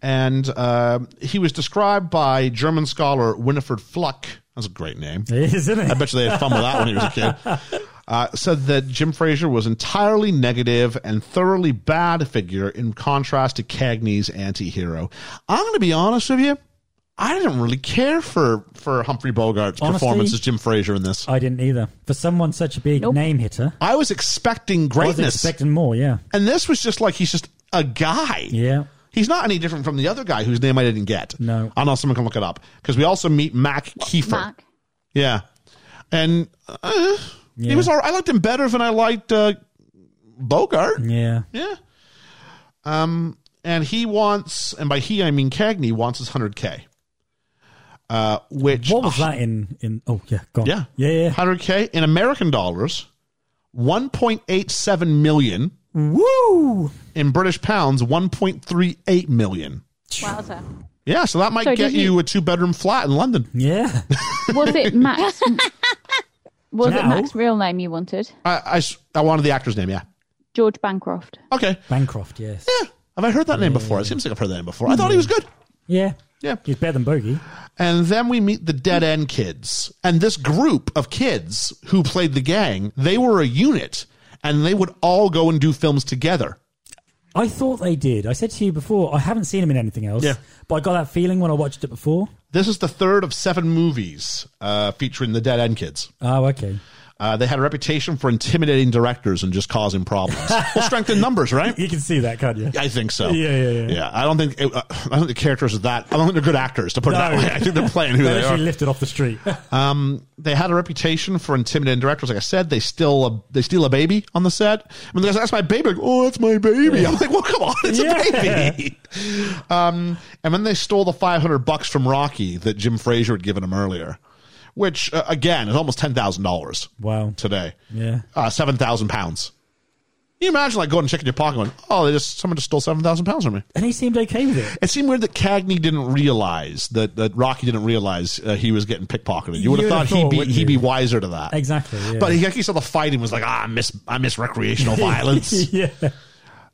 and uh, he was described by German scholar Winifred Fluck. That's a great name.
Isn't it?
I bet you they had fun with that when he was a kid. Uh, said that Jim Frazier was entirely negative and thoroughly bad figure in contrast to Cagney's anti-hero. I'm going to be honest with you. I didn't really care for, for Humphrey Bogart's
Honestly? uh,
performance as Jim Frazier in this.
I didn't either. For someone such a big
Nope.
name hitter,
I was expecting
I was
greatness.
expecting more. Yeah,
and this was just like, he's just a guy.
yeah.
He's not any different from the other guy whose name I didn't get.
No.
I don't know if someone can look it up. Because we also meet Mac Kiefer.
Mac.
Yeah, and uh, he
Yeah.
was. All right. I liked him better than I liked uh, Bogart.
Yeah.
Yeah. Um, and he wants, and by he I mean Cagney wants his hundred k. Uh, which
What was that in? In oh yeah, gone.
Yeah,
yeah, yeah.
hundred k in American dollars, one point eight seven million.
Woo!
In British pounds, one point three eight million.
Wowza.
Yeah, so that might
So did
get you
he-
a two bedroom flat in London.
Yeah, *laughs*
Was it *laughs* Max? was it
Now-
Max's real name you wanted?
I, I s- I wanted the actor's name. Yeah.
George Bancroft.
Okay.
Bancroft. Yes.
Yeah. Have I heard that name before? It seems like I've heard that name before. I thought he was good.
Mm. Yeah.
Yeah.
He's better than Bogey.
And then we meet the Dead End Kids. And this group of kids who played the gang, they were a unit and they would all go and do films together.
I thought they did. I said to you before, I haven't seen him in anything else.
Yeah.
But I got that feeling when I watched it before.
This is the third of seven movies uh, featuring the Dead End Kids.
Oh, okay.
Uh, they had a reputation for intimidating directors and just causing
*laughs*
problems. well, strength in numbers, right?
You can see that, can't you?
I think so.
Yeah, yeah, yeah.
I don't think it, uh, I don't think the characters are that. I don't think they're good actors. To put it that
No.
way, I think they're playing
*laughs*
who
They
they are.
literally lifted off
*laughs*
the street.
they had a reputation for intimidating directors. Like I said, they steal a they steal a baby on the set. I mean, the guys, that's my baby. Like, oh, that's my baby. *laughs* I'm like, well, come on, it's
Yeah.
a baby. *laughs* Um, and then they stole the 500 bucks from Rocky that Jim Frazier had given him earlier, which uh, again is almost ten thousand dollars
wow.
today.
Yeah.
uh, seven thousand pounds. Can You imagine like going and checking your pocket, going, oh, they just someone just stole seven thousand pounds from me.
And he seemed okay with it.
It seemed weird that Cagney didn't realize that, that Rocky didn't realize uh, he was getting pickpocketed. You would have
You'd
thought,
have thought,
he'd be
wouldn't
he'd be
you?
wiser to that.
Exactly. Yeah.
But he actually saw the fighting was like, ah, I miss I miss *laughs* recreational violence.
*laughs* yeah.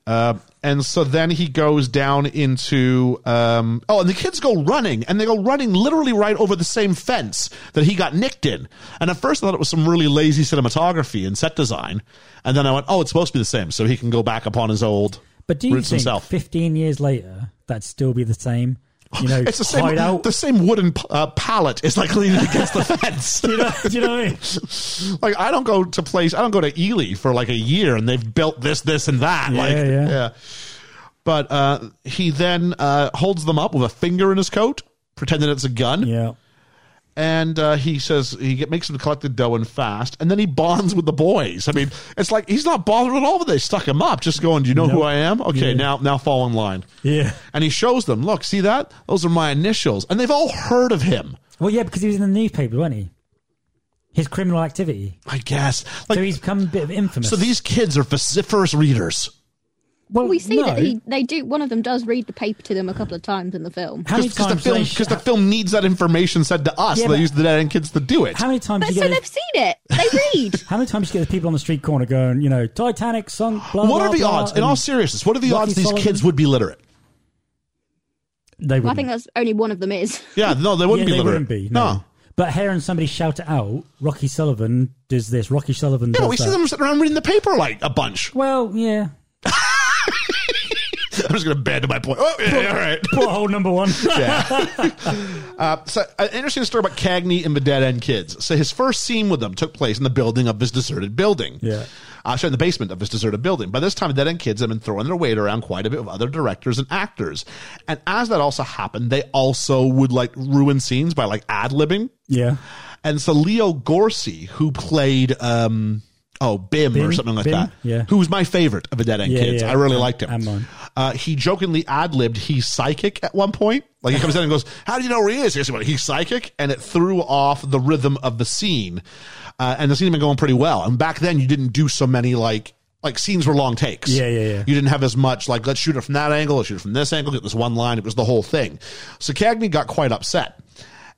and so then he goes down into um oh, and the kids go running, and they go running literally right over the same fence that he got nicked in. And at first I thought it was some really lazy cinematography and set design. And then I went, Oh, it's supposed to be the same, so he can go back upon his old
But do you
roots
think
himself.
15 years later, that'd still be the same?
*laughs*
You know,
it's the same.
hideout?
The same wooden uh, pallet is like leaning against
*laughs*
the fence.
do, you know, *laughs* do you know what I mean?
*laughs* like I don't go to place I don't go to Ely for like a year and they've built this this and that
Yeah,
like
yeah.
but uh, he then uh, holds them up with a finger in his coat pretending it's a gun
Yeah.
and uh, he says he get, makes them collect the dough and fast and then he bonds with the boys I mean it's like he's not bothered at all but they stuck him up just going do you know who
No.
I am okay
Yeah.
now now fall in line
Yeah.
and he shows them look see that those are my initials and they've all heard of him
Well, yeah, because he was in the newspaper, wasn't he? His criminal activity.
I guess like
so he's become a bit of infamous.
so these kids are vociferous readers.
Well,
we see
no.
that he they do one of them does read the paper to them a couple of times in the film.
How many
because the
times? do
film
they
because
sh-
the film needs that information said to us.
Yeah,
they
but-
use the dead end kids to do it.
How many times?
But
do
so
you get
they've seen it. They
*laughs*
read.
How many times do you get the people on the street corner going, you know, Titanic sunk, blah,
what
blah,
are the
blah,
odds? In
and
all seriousness, what are the
Lucky
odds these
Sullivan?
kids would be literate?
They
I
wouldn't.
think that's only one of them is.
Yeah, no, they
yeah,
wouldn't
they
be literate.
wouldn't be. No.
no.
But hearing somebody shout it out, Rocky Sullivan does this, Rocky Sullivan
Yeah,
does
but we
that.
see them sitting around reading the paper like a bunch. *laughs*
Well, yeah.
I'm just going to abandon my point. Oh, yeah, all right.
Pothole number one.
*laughs* Uh, So, an interesting story about Cagney and the Dead End Kids. So, his first scene with them took place in the building of his deserted building.
Yeah.
Uh, sorry, in the basement of his deserted building. By this time, the Dead End Kids have been throwing their weight around quite a bit with other directors and actors. And as that also happened, they also would like ruin scenes by like ad libbing.
*laughs* yeah.
And so Leo Gorsey, who played um, Oh, Bim, or
Bim?
something like
Bim?
that.
Yeah.
Who was my favorite of the Dead End
Yeah,
Kids.
yeah.
I really liked him.
And mine.
Uh, he jokingly ad libbed he's psychic at one point. Like he comes in and goes, How do you know where he is? Here's what he's psychic. And it threw off the rhythm of the scene. Uh, and the scene had been going pretty well. And back then, you didn't do so many like. Like scenes were long takes.
Yeah, yeah, yeah.
You didn't have as much like let's shoot it from that angle, let's shoot it from this angle, get this one line. It was the whole thing. So Cagney got quite upset,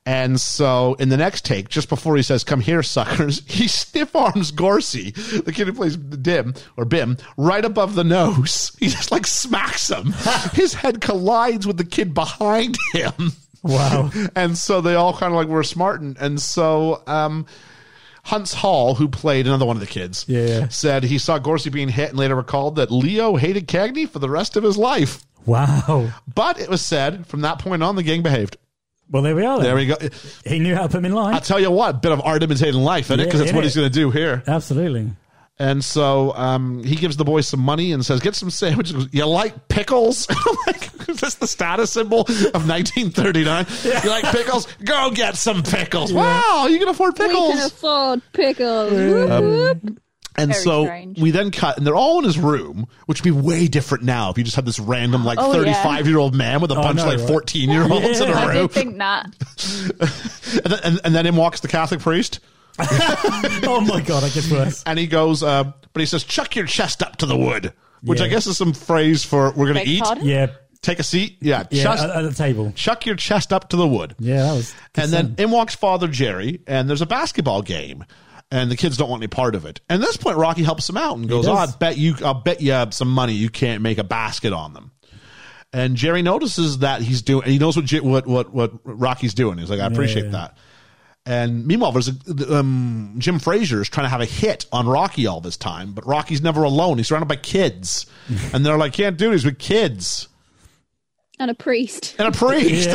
and so in the next take, just before he says, Come here, suckers, *laughs* he stiff arms Gorsey, the kid who plays Dim or Bim, right above the nose. *laughs* He just like smacks him. His head collides with the kid behind him. *laughs*
Wow.
And so they all kind of like were smart. And, and so um, Hunts Hall, who played another one of the kids,
Yeah, yeah.
said he saw Gorsey being hit and later recalled that Leo hated Cagney for the rest of his life.
Wow.
But it was said from that point on, the gang behaved.
Well, there we are. Then.
There we go.
He knew how to put him in line.
I'll tell you what, bit of art imitating life, isn't it?
Yeah,
Because that's
isn't
what he's
it?
going to do here.
Absolutely.
And so um, he gives the boy some money and says, "Get some sandwiches." He goes, You like pickles? *laughs* I'm like, is this the status symbol of 1939? You like pickles? Go get some pickles! Wow, you can afford
We can
pickles.
afford pickles. Whoop,
Um,
whoop.
and
Very
so
strange.
we then cut, and they're all in his room, which would be way different now if you just had this random like
Oh, yeah.
35 year old man with a bunch
know,
of like
Oh, right?
14 year olds in a
I
room,
did think that.
*laughs*
*laughs*
and, then, and, and then in walks the Catholic priest. *laughs*
Oh my god, it gets worse.
and he goes, uh, but he says, "Chuck your chest up to the wood," which
Yeah.
I guess is some phrase for "we're going
Beg
to eat."
pardon?
Yeah,
Take a seat. Yeah,
yeah, uh,
chest-
at, at the table.
chuck your chest up to the wood.
Yeah, that was.
And then in walks Father Jerry, and there's a basketball game, and the kids don't want any part of it. And at this point, Rocky helps him out and goes, "Oh, I
does.
bet you, I'll bet you some money you can't make a basket on them." And Jerry notices that he's doing, and he knows what J- what what what Rocky's doing. He's like, "I appreciate
yeah.
that." And meanwhile, there's a, um, Jim Frazier is trying to have a hit on Rocky all this time, but Rocky's never alone. He's surrounded by
*laughs*
kids, and they're like, "Can't do it." He's with kids
And a priest.
and a priest.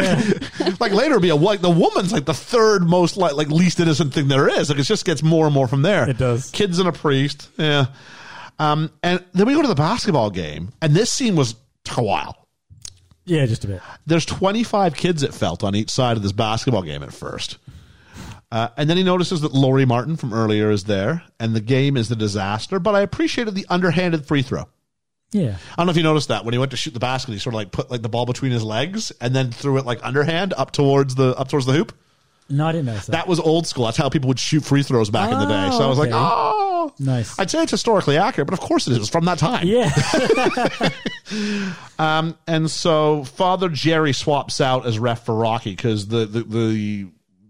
*laughs* like later, it'll be a like the woman's like the third most like like least innocent thing there is. Like it just gets more and more from there.
It does.
Kids and a priest. Yeah. Um, and then we go to the basketball game, and this scene was took a while.
yeah, just a bit.
There's 25 kids it felt on each side of this basketball game at first. Uh, and then he notices that Laurie Martin from earlier is there, and the game is the disaster. But I appreciated the underhanded free throw.
Yeah,
I don't know if you noticed that when he went to shoot the basket, he sort of like put like the ball between his legs and then threw it like underhand up towards the up towards the hoop.
no, I didn't notice that.
That was old school. That's how people would shoot free throws back in the day. So I was like,
okay.
oh,
Nice.
I'd say it's historically accurate, but of course it is. It's from that time. Um,
yeah, *laughs*
And so Father Jerry swaps out as ref for Rocky because the the. the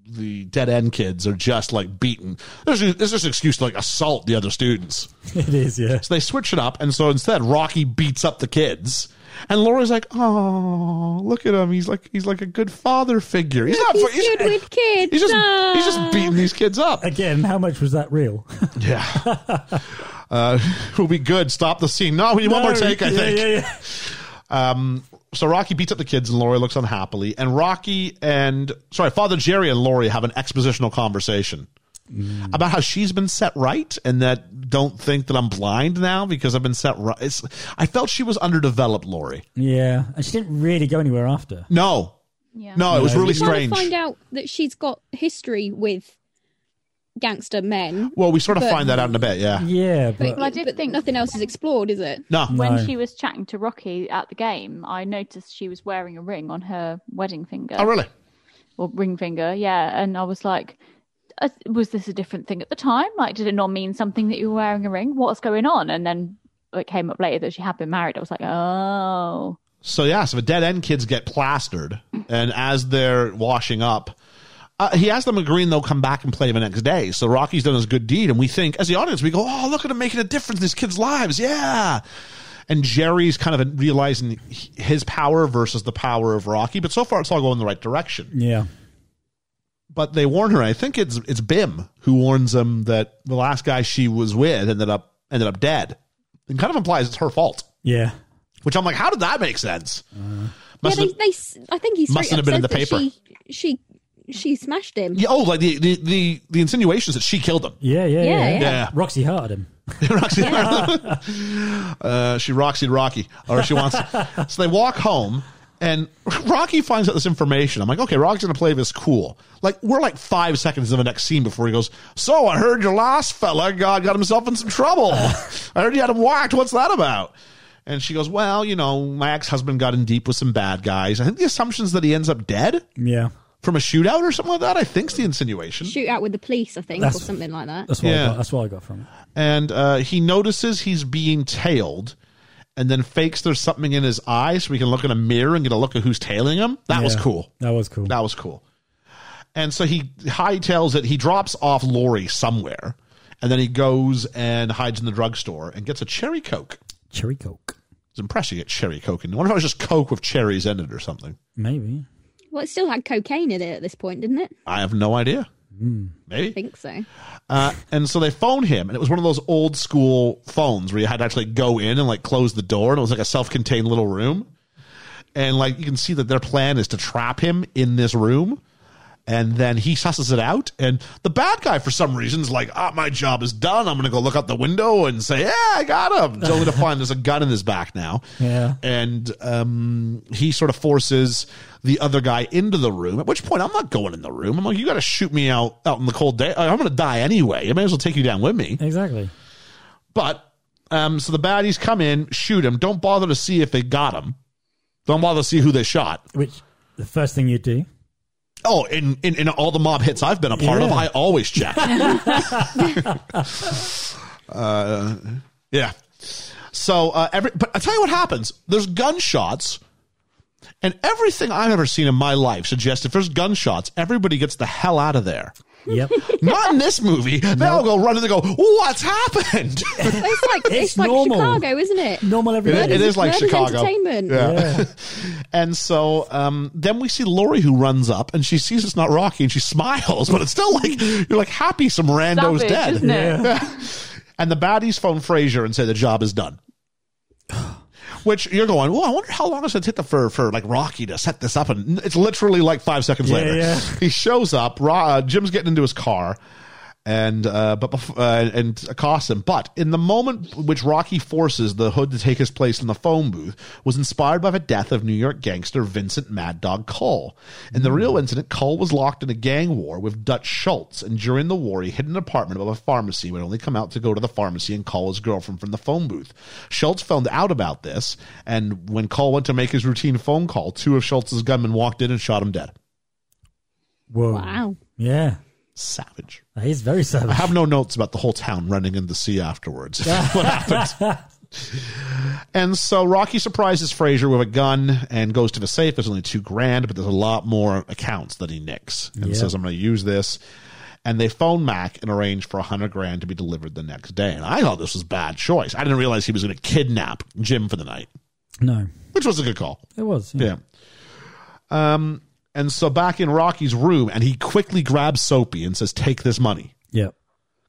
the dead end kids are just like beaten. There's, there's just an excuse to like assault the other students.
it is. Yeah,
So they switch it up, and so instead, Rocky beats up the kids, and Laura's like, "Oh, look at him! He's like he's like a good father figure. He's not.
He's
he's,
good with kids.
he's just
ah.
he's just beating these kids *laughs* up.
again, how much was that real?
Yeah, uh, *laughs* we'll be good. Stop the scene. No, we need *laughs* one more take. I
yeah,
think.
Yeah, yeah.
Um, so Rocky beats up the kids, and Laurie looks unhappily. And Rocky and sorry, Father Jerry and Laurie have an expositional conversation about how she's been set right, and that don't think that I'm blind now because I've been set right. It's, I felt she was underdeveloped, Laurie.
Yeah, and she didn't really go anywhere after.
No,
Yeah.
no, it was
No.
really
We're
strange.
trying to find out that she's got history with gangster men.
Well, we sort of
but-
find that out in a bit. Yeah,
Yeah, but
But,
Well, I did
but
think-
nothing else is explored, is it?
no,
When
No.
she was chatting to Rocky at the game, I noticed she was wearing a ring on her wedding finger.
oh really?
or ring finger, yeah. And I was like, uh, was this a different thing at the time? Like, did it not mean something that you were wearing a ring? What's going on? And then it came up later that she had been married. I was like, oh,
So yeah, so the dead end kids get plastered, and as they're washing up, uh, he has them agreeing they'll come back and play the next day. So Rocky's done his good deed, and we think as the audience we go, oh look at him making a difference in these kids' lives, yeah. And Jerry's kind of realizing his power versus the power of Rocky, but so far it's all going the right direction.
yeah,
but they warn her. I think it's it's Bim who warns them that the last guy she was with ended up ended up dead, and kind of implies it's her fault.
yeah.
Which I'm like, how did that make sense?
Yeah,
Must
they,
have-
they, s- I think he's
mustn't have been in the paper.
She, she, she smashed him.
yeah, oh, like the, the the the insinuations that she killed him.
Yeah, yeah, yeah,
Yeah,
yeah.
yeah.
Roxy hearted him.
Roxy, uh, she Roxy Rocky, or she wants. so they walk home, And Rocky finds out this information. I'm like, okay, Rocky's going to play this cool. Like, we're like five seconds in the next scene before he goes, So I heard your last fella got, got himself in some trouble. I heard you had him whacked. What's that about? And she goes, Well, you know, my ex husband got in deep with some bad guys. I think the assumption's that he ends up dead
Yeah.
from a shootout or something like that. I think's the insinuation.
Shoot out with the police, I think, or
That's-
something like that.
That's what
Yeah.
I got. That's what I got from it.
and uh, he notices he's being tailed and then fakes there's something in his eye so we can look in a mirror and get a look at who's tailing him. That was
Yeah.
cool.
That was cool.
That was cool. And so he hightails it. He drops off Lori somewhere and then he goes and hides in the drugstore and gets a cherry Coke.
Cherry Coke.
It's impressive you get cherry Coke. And I wonder if it was just Coke with cherries in it or something.
Maybe.
Well, it still had cocaine in it at this point, didn't it?
I have no idea.
I
Maybe.
think so.
Uh, and so they phone him, and it was one of those old school phones where you had to actually go in and like close the door, and it was like a self contained little room. And like you can see that their plan is to trap him in this room, and then he susses it out. And the bad guy, for some reason, is like, "Ah, my job is done. I'm gonna go look out the window and say, yeah, I got him." Only to find there's a gun in his back now.
Yeah.
And um, he sort of forces the other guy into the room. At which point, I'm not going in the room. I'm like, you got to shoot me out out in the cold day. I'm going to die anyway. I may as well take you down with me.
Exactly.
But um, so the baddies come in, shoot him. Don't bother to see if they got him. Don't bother to see who they shot.
Which the first thing you do.
Oh, in, in, in all the mob hits I've been a part of,
Yeah.
I always check. uh, yeah. So uh, every, but I tell you what happens. There's gunshots, and everything I've ever seen in my life suggests if there's gunshots, everybody gets the hell out of there. *laughs*
Yep.
Not in this movie. They all go run and they go, "What's happened?" *laughs*
But it's like it's,
It's
like
normal.
Chicago, isn't it?
Normal every
It-
day.
it is like
Murder's
Chicago.
Entertainment.
Yeah.
And so um, then we see Lori who runs up and she sees it's not Rocky and she smiles, but it's still like you're like happy some rando's
Savage,
dead.
isn't it?
and the baddies phone Frazier and say the job is
*sighs*
done. Which you're going, well, I wonder how long it's going to take for, for like Rocky to set this up. And it's literally like five seconds
Yeah,
later. *laughs*
yeah.
He shows up, Ra- uh, Jim's getting into his car and uh, but bef- uh, and accosts him. But in the moment which Rocky forces the hood to take his place in the phone booth was inspired by the death of New York gangster Vincent Mad Dog Cole. In the real incident, Cole was locked in a gang war with Dutch Schultz, and during the war, he hid in an apartment above a pharmacy. Would only come out to go to the pharmacy and call his girlfriend from the phone booth. Schultz found out about this, and when Cole went to make his routine phone call, two of Schultz's gunmen walked in and shot him dead.
Whoa.
Wow.
Yeah.
Savage.
That is very savage.
I
*laughs*
have no notes about the whole town running in the sea afterwards. *laughs* what happened? and so Rocky surprises Frazier with a gun and goes to the safe. There's only two grand, but there's a lot more accounts that he nicks and
Yeah.
says, "I'm going to use this." And they phone Mac and arrange for a hundred grand to be delivered the next day. And I thought this was a bad choice. I didn't realize he was going to kidnap Jim for the night,
No.
which was a good call.
It was. Yeah.
Yeah. Um, and so back in Rocky's room, and he quickly grabs Soapy and says, "Take this money."
Yep.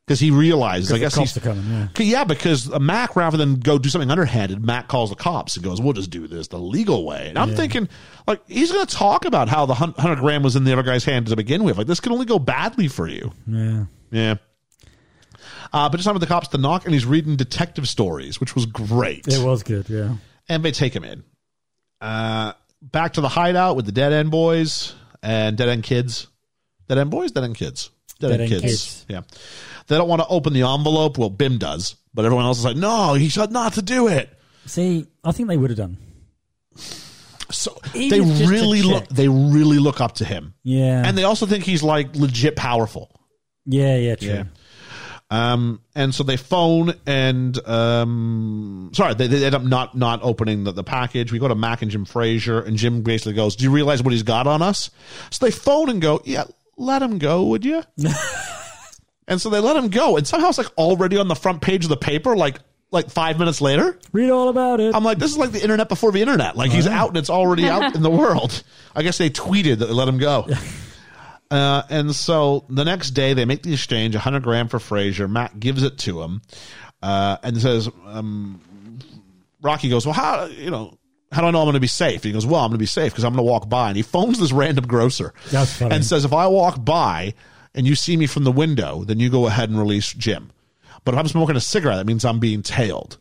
because he realizes, I
The
guess
cops
he's
are coming. Yeah.
Okay, yeah, because uh, Mac, rather than go do something underhanded, Mac calls the cops and goes, "We'll just do this the legal way." And I'm thinking, like, he's going to talk about how the hun- hundred grand was in the other guy's hand to begin with. Like, this can only go badly for you.
Yeah.
Yeah. Uh, but just time for the cops to knock, and he's reading detective stories, which was great. *laughs*
It was good. Yeah.
And they take him in. Uh, back to the hideout with the Dead End Boys and Dead End Kids. Dead End Boys, Dead End Kids. Dead, End, kids. Yeah. They don't want to open the envelope. Well, Bim does, but everyone else is like, no, he said not to do it.
See, I think they would have done.
So
Even just
they
to
really look
check.
they really look up to him.
Yeah.
And they also think he's like legit powerful.
yeah. Yeah. True.
Yeah. Um, and so they phone and um, sorry, they, they end up not not opening the, the package. We go to Mac and Jim Frazier, and Jim basically goes, "Do you realize what he's got on us?" So they phone and go, "Yeah, let him go, would you?" and so they let him go, and somehow it's like already on the front page of the paper, like like five minutes later.
Read all about it. *laughs*
I'm like, this is like the internet before the internet. Like he's out and it's already out in the world. I guess they tweeted that they let him go. Uh, and so the next day they make the exchange, 100 grand for Frazier. Matt gives it to him uh, and says, um, Rocky goes, well, how, you know, how do I know I'm going to be safe? And he goes, well, I'm going to be safe because I'm going to walk by. And he phones this random grocer
That's funny.
and says, if I walk by and you see me from the window, then you go ahead and release Jim. But if I'm smoking a cigarette, that means I'm being tailed.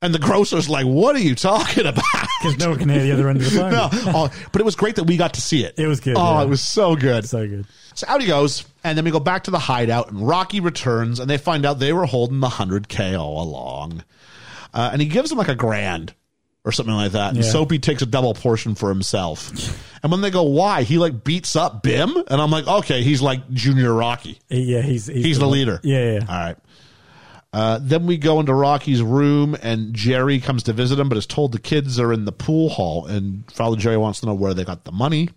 And the grocer's like, "What are you talking *laughs* about?"
because no one can hear the other end of the
*laughs*
phone.
No. Oh, but it was great that we got to see it.
It was good,
Oh,
yeah.
it was so good.
So good.
So out he goes, and then we go back to the hideout, and Rocky returns, and they find out they were holding the 100K all along. Uh, and he gives them like a grand or something like that. And
Yeah.
Soapy takes a double portion for himself. and when they go, why? He like beats up Bim, and I'm like, okay, he's like Junior Rocky.
He- yeah, he's he's,
He's the
one-
leader.
Yeah, yeah, yeah.
All right. Uh, then we go into Rocky's room, and Jerry comes to visit him, but is told the kids are in the pool hall, and Father Jerry wants to know where they got the money.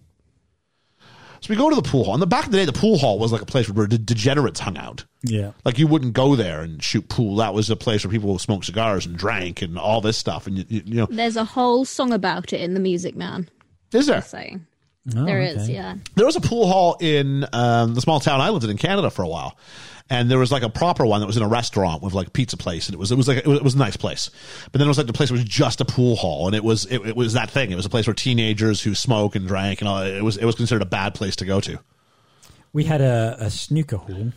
So we go to the pool hall. In the back of the day, the pool hall was like a place where de- degenerates hung out.
yeah.
Like you wouldn't go there and shoot pool. That was a place where people smoked cigars and drank and all this stuff. And you, you, you know,
There's a whole song about it in The Music Man.
is there?
So
Oh,
there is,
okay.
yeah.
there was a pool hall in um, the small town I lived in in Canada for a while, and there was like a proper one that was in a restaurant with like a pizza place, and it was it was like it was, it was a nice place. But then it was like the place was just a pool hall, and it was it, it was that thing. It was a place where teenagers who smoke and drank and all it was it was considered a bad place to go to.
We had a, a snooker hall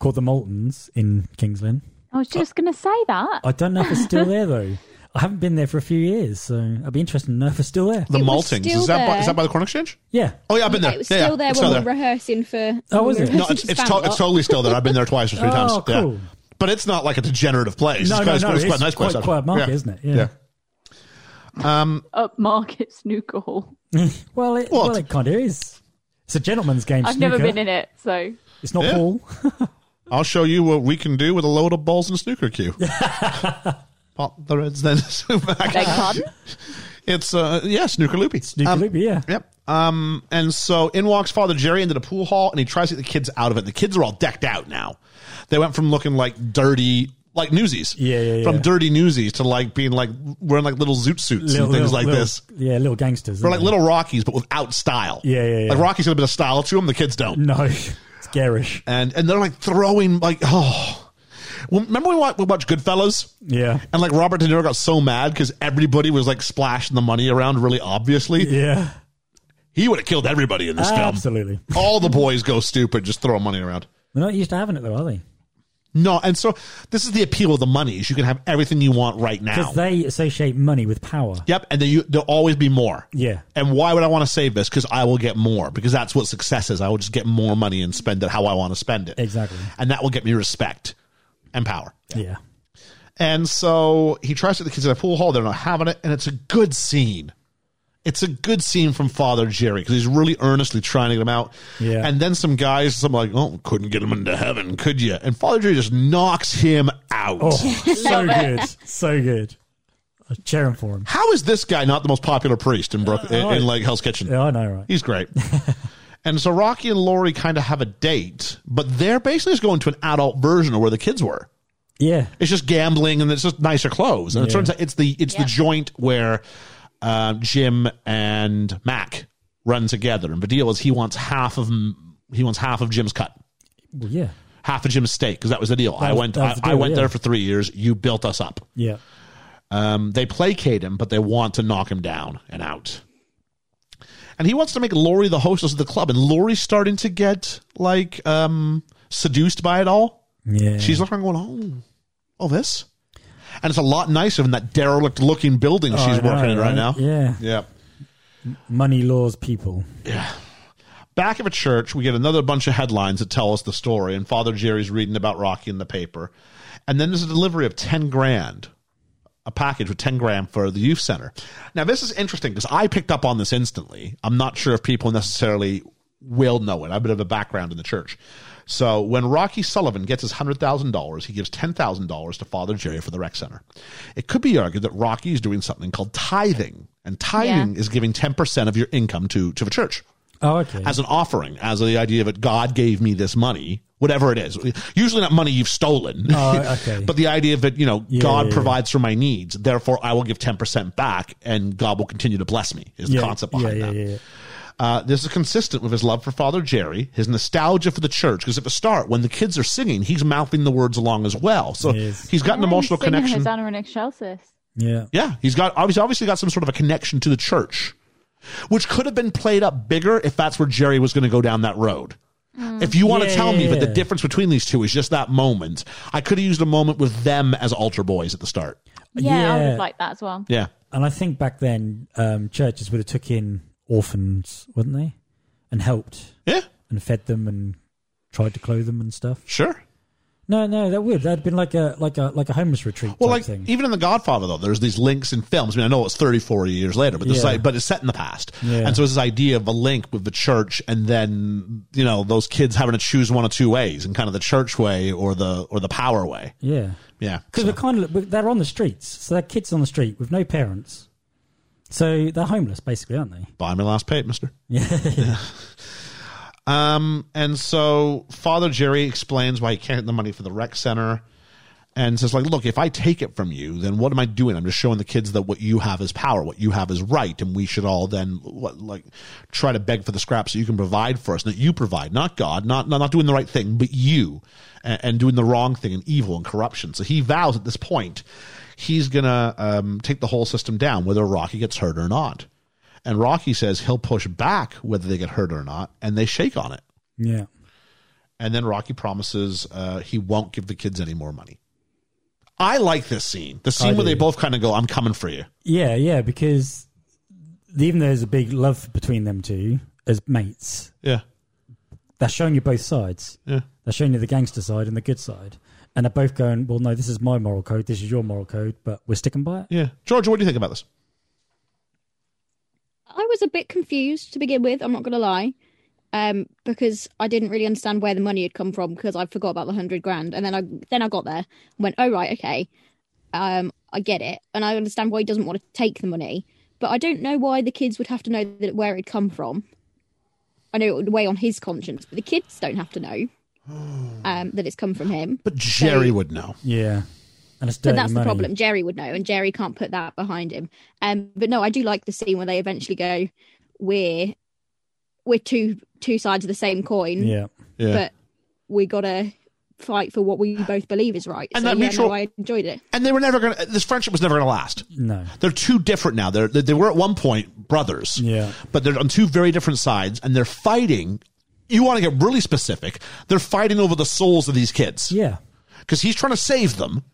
called the Moultons in Kingsland.
I was just going to say that.
I don't know if it's
*laughs*
still there though. I haven't been there for a few years, so I'd be interested to know if it's still there.
The
It was
Maltings
still
is that by,
there.
is that by the Corn Exchange?
Yeah,
Oh yeah, I've been there.
It was
Yeah, yeah,
still there
it's
when
still
we were
there.
rehearsing for.
Oh, was
we were
it?
No,
rehearsing
it's
for
it's, to-
Spandau.
it's totally still there. I've been there twice or three
*laughs*
times.
Oh,
Yeah.
cool.
But it's not like a degenerative place.
No,
it's
no,
quite,
no,
It's quite
it's
a nice place.
quite quiet
Yeah.
market,
Um,
isn't it? Yeah.
Upmarket snooker hall.
Well, it,
Well,
well, it kind of is. It's a gentleman's game.
I've
snooker.
never been in it, so
It's not
Yeah.
pool.
I'll show you what we can do with a load of balls and snooker
*laughs*
cue. Pop the reds, then zoom back.
beg *laughs* pardon.
It's uh, yeah, snooker loopy.
Snooker
Um,
loopy, yeah.
Yep. Um, and so in walks Father Jerry into the pool hall, and he tries to get the kids out of it. The kids are all decked out now. They went from looking like dirty, like newsies,
Yeah, yeah,
from
yeah.
dirty newsies to like being like wearing like little zoot suits and things like
little-
this.
Yeah, little gangsters.
They're
aren't
like little Rockies, but without style.
Yeah, yeah, yeah.
Like Rockies got a bit of style to them. The kids don't
they? No, it's garish.
and and they're like throwing like oh. Well, remember we watched, we watched Goodfellas,
Yeah.
and like Robert De Niro got so mad because everybody was like splashing the money around really obviously.
Yeah,
He would have killed everybody in this film.
absolutely.
All the boys go stupid, just throw money around.
They're not used to having it though, are they?
No, and so this is the appeal of the money is you can have everything you want right now.
Because they associate money with power.
yep, and then you there'll always be more.
Yeah.
And why would I want to save this? Because I will get more. Because that's what success is. I will just get more money and spend it how I want to spend it.
Exactly.
And that will get me respect and power.
Yeah.
And so he tries to get the kids in a pool hall. They're not having it. And it's a good scene. It's a good scene from Father Jerry because he's really earnestly trying to get him out.
Yeah.
And then some guys, some like, oh, couldn't get him into heaven, could you? And Father Jerry just knocks him out.
Oh,
*laughs*
so good. So good. I'm cheering for him.
How is this guy not the most popular priest in Brook in, in like Hell's Kitchen?
Uh, Yeah, I know, right?
He's
*laughs*
great. and so Rocky and Lori kind of have a date, but they're basically just going to an adult version of where the kids were.
Yeah.
It's just gambling and it's just nicer clothes. And it
Yeah.
turns out it's the it's the
Yeah.
joint where uh, Jim and Mac run together. And the deal is he wants half of m- he wants half of Jim's cut,
Well, yeah.
half of Jim's steak because that was the deal. I
was-
went
that
I,
was the
I
deal,
went
yeah.
there for three years. You built us up.
Yeah.
Um, they placate him, but they want to knock him down and out. And he wants to make Lori the hostess of the club, and Lori's starting to get like um, seduced by it all.
Yeah.
She's looking around going, oh, oh, this? And it's a lot nicer than that derelict looking building
Oh,
she's
I know,
working in right now.
Yeah.
Yeah.
Money laws people.
Back of a church, we get another bunch of headlines that tell us the story, and Father Jerry's reading about Rocky in the paper. And then there's a delivery of 10 grand, a package with 10 grand for the youth center. Now, this is interesting because I picked up on this instantly. I'm not sure if people necessarily will know it. I have a bit of a background in the church. So when Rocky Sullivan gets his $100,000, he gives $10,000 to Father Jerry for the rec center. It could be argued that Rocky is doing something called tithing, and tithing
Yeah.
is giving 10% of your income to, to the church
Oh, okay.
as an offering, as the idea that God gave me this money, whatever it is. Usually not money you've stolen, *laughs*
Oh, okay.
but the idea that, you know,
Yeah,
God
yeah, yeah.
provides for my needs. Therefore, I will give 10% back and God will continue to bless me is the
yeah.
concept behind
yeah,
that.
yeah, yeah,
Uh, this is consistent with his love for Father Jerry, his nostalgia for the church. Because at the start, when the kids are singing, he's mouthing the words along as well. So
Yes.
he's got an
Yeah,
emotional
he's singing
connection.
Hosanna in Excelsis.
yeah.
Yeah, he's got obviously obviously got some sort of a connection to the church, which could have been played up bigger if that's where Jerry was going to go down that road. If you want to
Mm. Yeah,
tell me
yeah,
that the
yeah.
difference between these two is just that moment, I could have used a moment with them as altar boys at the start.
Yeah, I would
Yeah.
have liked that as well.
Yeah.
And I think back then, um, churches would have took in orphans, wouldn't they? And helped
Yeah.
and fed them and tried to clothe them and stuff.
Sure.
No, no, that would that'd been like a like a like a homeless retreat
Well,
type
like
thing.
even in The Godfather, though, there's these links in films. I mean, I know it's 30, 40 years later, but this
Yeah.
but it's set in the past,
Yeah.
and so it's this idea of a link with the church, and then you know those kids having to choose one of two ways, and kind of the church way or the or the power way.
yeah,
Yeah,
because we're kind of they're on the streets, so they're kids on the street with no parents, so they're homeless basically, aren't they?
buy my last paint, Mister. Yeah. um, and so Father Jerry explains why he can't get the money for the rec center, and says like, "Look, if I take it from you, then what am I doing? I'm just showing the kids that what you have is power, what you have is right, and we should all then what like try to beg for the scraps that you can provide for us, and that you provide, not God, not not, not doing the right thing, but you, and, and doing the wrong thing and evil and corruption." So he vows at this point. He's gonna um, take the whole system down, whether Rocky gets hurt or not. And Rocky says he'll push back whether they get hurt or not, and they shake on it.
Yeah,
And then Rocky promises uh, he won't give the kids any more money. I like this scene. The scene
I
where
do.
they both kind of go, I'm coming for you.
yeah, yeah. Because even though there's a big love between them two as mates,
Yeah.
they're showing you both sides.
Yeah.
They're showing you the gangster side and the good side, and they're both going, "Well, no, this is my moral code. This is your moral code, but we're sticking by it."
Yeah. Georgia, what do you think about this?
I was a bit confused to begin with, I'm not going to lie, um, because I didn't really understand where the money had come from because I forgot about the hundred grand, and then I then I got there and went, oh right, okay, um, I get it, and I understand why he doesn't want to take the money, but I don't know why the kids would have to know that where it come from. I know it would weigh on his conscience, but the kids don't have to know um, that it's come from him.
But Jerry
So-
would know.
Yeah, and it's dirty
But that's
money.
the problem. Jerry would know, and Jerry can't put that behind him. Um, but no, I do like the scene where they eventually go, "We're we're two two sides of the same coin,
Yeah,
Yeah.
but we gotta fight for what we both believe is right."
And
so
that
yeah,
mutual-
no, I enjoyed it.
and they were never going to, this friendship was never going to last.
no,
They're too different now. They're, they, they were at one point brothers.
Yeah.
But they're on two very different sides and they're fighting. You want to get really specific. They're fighting over the souls of these kids.
yeah,
because he's trying to save them,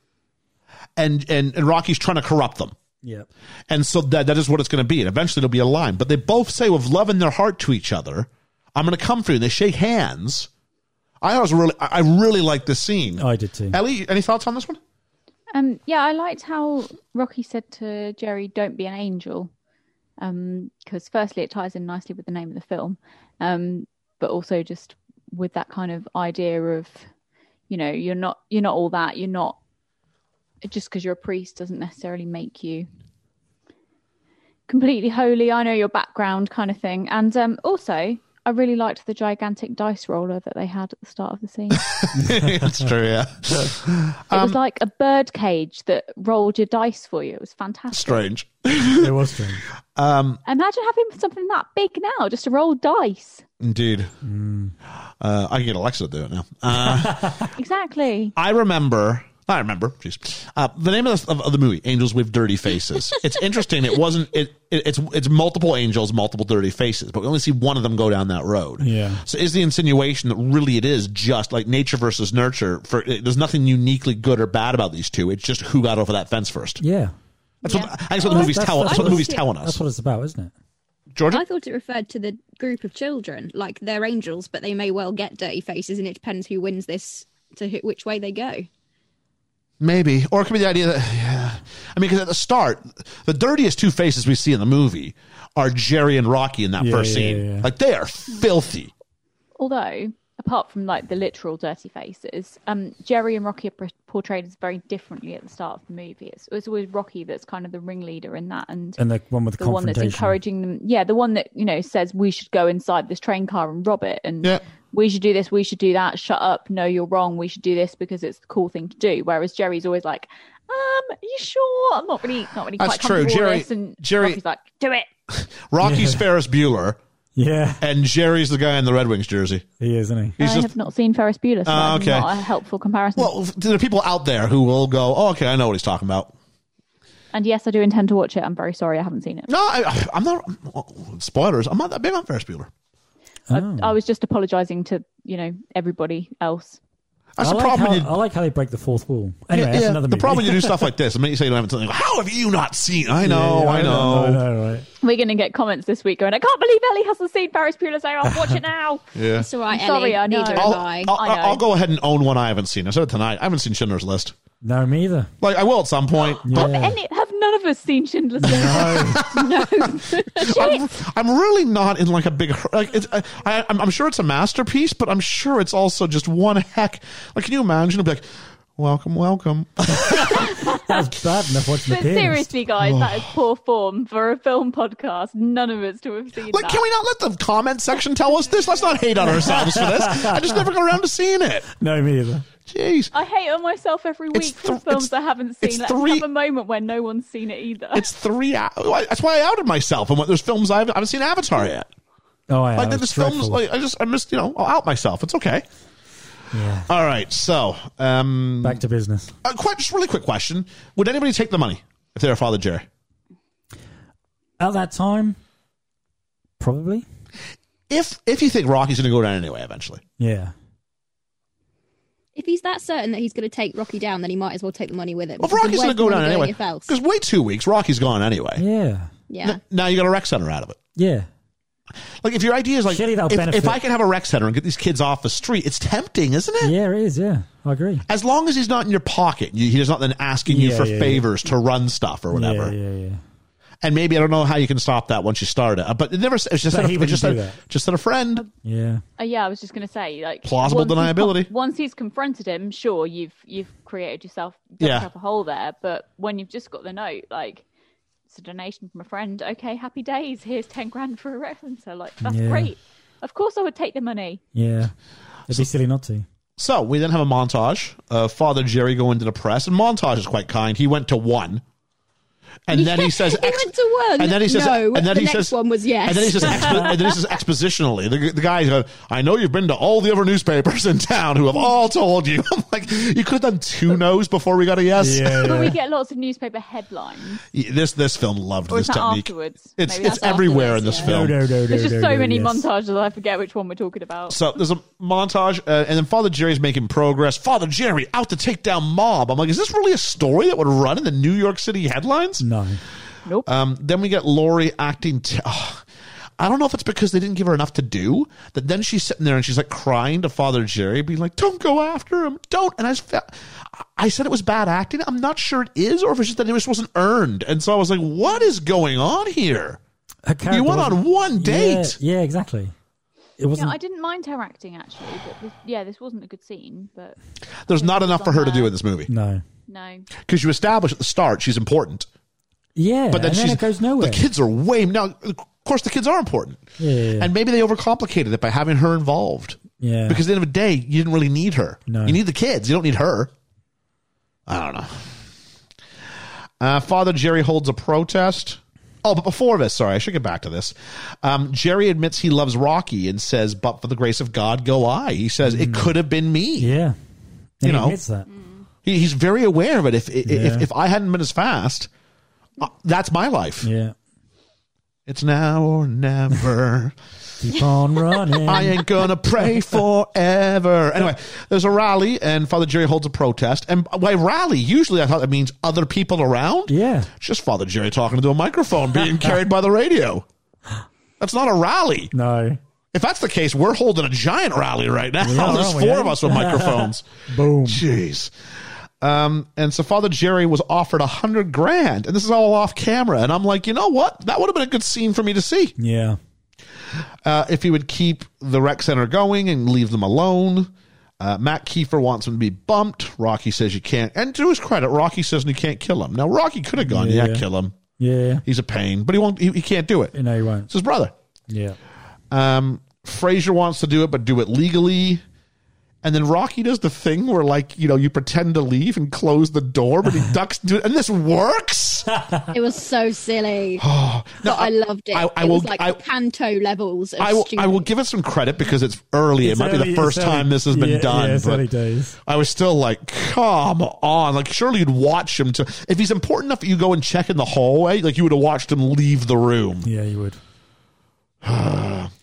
and and and Rocky's trying to corrupt them,
yeah,
and so that that is what it's going to be, and eventually it'll be a line. But they both say with love in their heart to each other, "I'm going to come for you." And they shake hands. I always really, I I really like this scene.
I did too.
Ellie, any thoughts on this one? *laughs*
Um, yeah, I liked how Rocky said to Jerry, "Don't be an angel," because firstly, it ties in nicely with the name of the film, um, but also just with that kind of idea of, you know, you're not you're not all that. You're not just because you're a priest doesn't necessarily make you completely holy. I know your background, kind of thing, and um, also. I really liked the gigantic dice roller that they had at the start of the scene.
That's true. Yeah,
It was like a bird cage that rolled your dice for you. It was fantastic.
strange.
it was strange.
Imagine having something that big now, just to roll dice.
Indeed. Uh, I can get Alexa to do it now.
Exactly.
I remember. I remember. Jeez. Uh, the name of the, of the movie, "Angels with Dirty
*laughs*
Faces." It's interesting. It wasn't. It, it it's it's multiple angels, multiple dirty faces, but we only see one of them go down that road.
Yeah.
So is the insinuation that really it is just like nature versus nurture? For it, there's nothing uniquely good or bad about these two. It's just who got over that fence first.
Yeah,
That's what, I think that's what the movies
That's-
tell. That's, what the
that's-
movies telling
that's
us.
what it's about, isn't it?
Georgia.
I thought it referred to the group of children, like they're angels, but they may well get dirty faces, and it depends who wins this to who, which way they go.
Maybe, or it could be the idea that, yeah. I mean, because at the start, the dirtiest two faces we see in the movie are Jerry and Rocky in that
Yeah,
first
yeah,
scene.
yeah, yeah.
Like they are filthy.
Although, apart from like the literal dirty faces, um, Jerry and Rocky are pr- portrayed as very differently at the start of the movie. It's, it's always Rocky that's kind of the ringleader in that, and
And the one with the,
the one that's
confrontation.
encouraging them. Yeah, the one that you know says we should go inside this train car and rob it, and
Yeah.
we should do this, we should do that. Shut up! No, you're wrong. We should do this because it's the cool thing to do. Whereas Jerry's always like, "Um, you sure? I'm not really, not really
That's
quite comfortable
true,
with
Jerry-
This. And
Jerry-
Rocky's like, "Do it."
Rocky's Ferris Bueller,
yeah,
and Jerry's the guy in the Red Wings jersey.
he is, isn't he?
I
just-
have not seen Ferris Bueller, so
Ah,
that's
okay.
not a helpful comparison.
Well, f- there are people out there who will go, "Oh, okay, I know what he's talking about."
and yes, I do intend to watch it. I'm very sorry, I haven't seen it.
No, I, I'm not. Spoilers. I'm not that big on Ferris Bueller.
Oh.
I, I was just apologising to you know everybody else.
That's
I,
the
like
problem.
how,
when you-
I like how they break the fourth wall. Anyway,
Yeah,
that's
yeah.
another
the
movie.
problem *laughs*
*laughs*
you do stuff like this. I mean, you say you don't have something. Like, How have you not seen? I know,
Yeah,
Oh, I know.
I know, right?
We're going to get comments this week going, I can't believe Ellie hasn't seen Paris Bueller's Day Off. Watch it now.
*laughs* Yeah.
It's all right,
I'm sorry,
Ellie.
I know.
Neither
I'll-
have
I'll,
I.
I'll,
I know.
I'll go ahead and own one I haven't seen. I said it tonight. I haven't seen Schindler's List.
No, me either.
Like I will at some point.
Have,
Yeah.
any, have none of us seen Schindler's List? *laughs*
*laughs* I'm, I'm really not in like a big hur- like. It's, I, I, I'm I'm sure it's a masterpiece, but I'm sure it's also just one heck. Like, can you imagine? It'd be like, welcome, welcome.
That's bad enough watching
*laughs*
the
But
pianist.
seriously, guys, that
Oh.
is poor form for a film podcast. None of us to have seen
Like,
that.
can we not let the comment section tell us this? Let's not hate on ourselves for this. I just never got around to seeing it.
No, me either.
Jeez.
I hate on myself every
It's
week for
th-
films
it's-
I haven't
it's
seen. Let's
three-
have a moment where no one's seen it either.
It's three hours. That's why I outed myself. And what there's films I haven't, I haven't seen Avatar yet.
Oh, yeah.
Like
that
there's
was
films.
dreadful.
Like I just I missed. You know, I'll out myself. It's okay.
yeah.
All right. So, um,
Back to business.
uh, quite just really quick question: Would anybody take the money if they were Father Jerry?
At that time, probably.
If if you think Rocky's going to go down anyway eventually,
Yeah.
If he's that certain that he's going to take Rocky down, then he might as well take the money with him.
well, if Rocky's going to go down anyway, because
Because
wait two weeks, Rocky's gone anyway.
Yeah.
yeah,
N- now you got a rec center out of it.
Yeah.
Like if your idea is like,
Surely that'll
if,
benefit.
if I can have a rec center and get these kids off the street, it's tempting, isn't it?
Yeah, it is. Yeah. I agree.
As long as he's not in your pocket, you, he's not then asking you
Yeah,
for
yeah, yeah.
favors to run stuff or whatever.
Yeah, yeah, yeah.
And maybe I don't know how you can stop that once you start it, Uh, but it never. It's just
But
that
he
a,
wouldn't
just,
do
a,
that.
just that a friend.
Yeah.
Uh, yeah, I was just going to say, like
Plausible
once he's con-
deniability.
once he's confronted him, sure, you've you've created yourself, dug
Yeah.
yourself a hole there. But when you've just got the note, like it's a donation from a friend. Okay, happy days. Here's ten grand for a referencer. Like that's
Yeah.
great. Of course, I would take the money.
Yeah. It'd be silly not to.
So we then have a montage of Father Jerry going to the press, and montage is quite kind. He went to one, and then
*laughs*
he says,
he went to one.
and then he says,
no.
and then
the
he
next
says,
one was yes.
and then he says, expo- and then he says expositionally. The, the guy's going, I know you've been to all the other newspapers in town who have all told you. *laughs* I'm like, you could have done two no's before we got a yes. *laughs*
But we get lots of newspaper headlines.
This this film loved
Or is
this
that
technique.
afterwards?
It's
Maybe
it's
that's
everywhere in
afterwards,
this
yeah.
No,
film.
no, no, no.
There's just
no,
so
no,
many
yes.
montages. I forget which one we're talking about.
So there's a montage, uh, and then Father Jerry's making progress. Father Jerry out to take down mob. I'm like, is this really a story that would run in the New York City headlines?
No.
nope.
Um, then we get Lori acting. T- oh, I don't know if it's because they didn't give her enough to do that. Then she's sitting there and she's like crying to Father Jerry, being like, "Don't go after him, don't." And I just felt, I said it was bad acting. I'm not sure it is, or if it's just that it was wasn't earned. And so I was like, "What is going on here?"
Her character
You went
wasn't-
on one date.
Yeah, yeah, exactly. It
yeah,
wasn't.
I didn't mind her acting actually, but this, yeah, this wasn't a good scene. But
There's not enough for her to do in this movie
no.
no,
because you establish at the start she's important.
Mm. Yeah.
but then,
and
she's,
then it goes nowhere.
The kids are way now. Of course, the kids are important,
Yeah, yeah, yeah.
and maybe they overcomplicated it by having her involved.
Yeah.
because at the end of the day, you didn't really need her.
No.
you need the kids. You don't need her. I don't know. Uh, Father Jerry holds a protest. Oh, but before this, sorry, I should get back to this. Um, Jerry admits he loves Rocky and says, "But for the grace of God, go I." He says, "It could have been me."
Mm. Yeah.
You
And
know.
he admits that.
Mm.
He, he's very aware of it. If,
Yeah.
if if I hadn't been as fast, uh, that's my life.
*laughs*
Yeah.
It's now or never.
Keep on running.
I ain't gonna pray forever. Anyway, there's a rally, and Father Jerry holds a protest. And by rally, usually I thought that means other people around.
Yeah.
It's just Father Jerry talking to a microphone being carried by the radio. That's not a rally.
No.
If that's the case, we're holding a giant rally right now.
are,
There's
aren't we,
four of
eh? *laughs*
us with microphones.
Boom.
Jeez. Um, and so Father Jerry was offered a hundred grand, and this is all off camera. And I'm like, you know what? That would have been a good scene for me to see
Yeah.
uh, if he would keep the rec center going and leave them alone. Uh, Matt Kiefer wants him to be bumped. Rocky says you can't. And to his credit, Rocky says you can't kill him. Now Rocky could have gone, yeah,
Yeah.
kill him.
Yeah.
He's a pain, but he won't. He, he can't do it.
You know he
It's
won't.
his brother.
Yeah.
Um, Frazier wants to do it, but do it legally. And then Rocky does the thing where, like, you know, you pretend to leave and close the door,
*laughs*
but he ducks into it, and this works.
it was so silly.
*gasps* No,
*laughs* I loved it.
I, I
it
will.
was like
I,
Canto levels. Of
I will,
stupid.
I will give it some credit because it's early.
It's
it might be
early-
the first
it's early-
time this has been
yeah,
done.
yeah, it's
but
early days.
I was still like, come on. Like, surely you'd watch him to. If he's important enough that you go and *sighs* check in the hallway, like, you would have watched him leave the room.
Yeah, you would.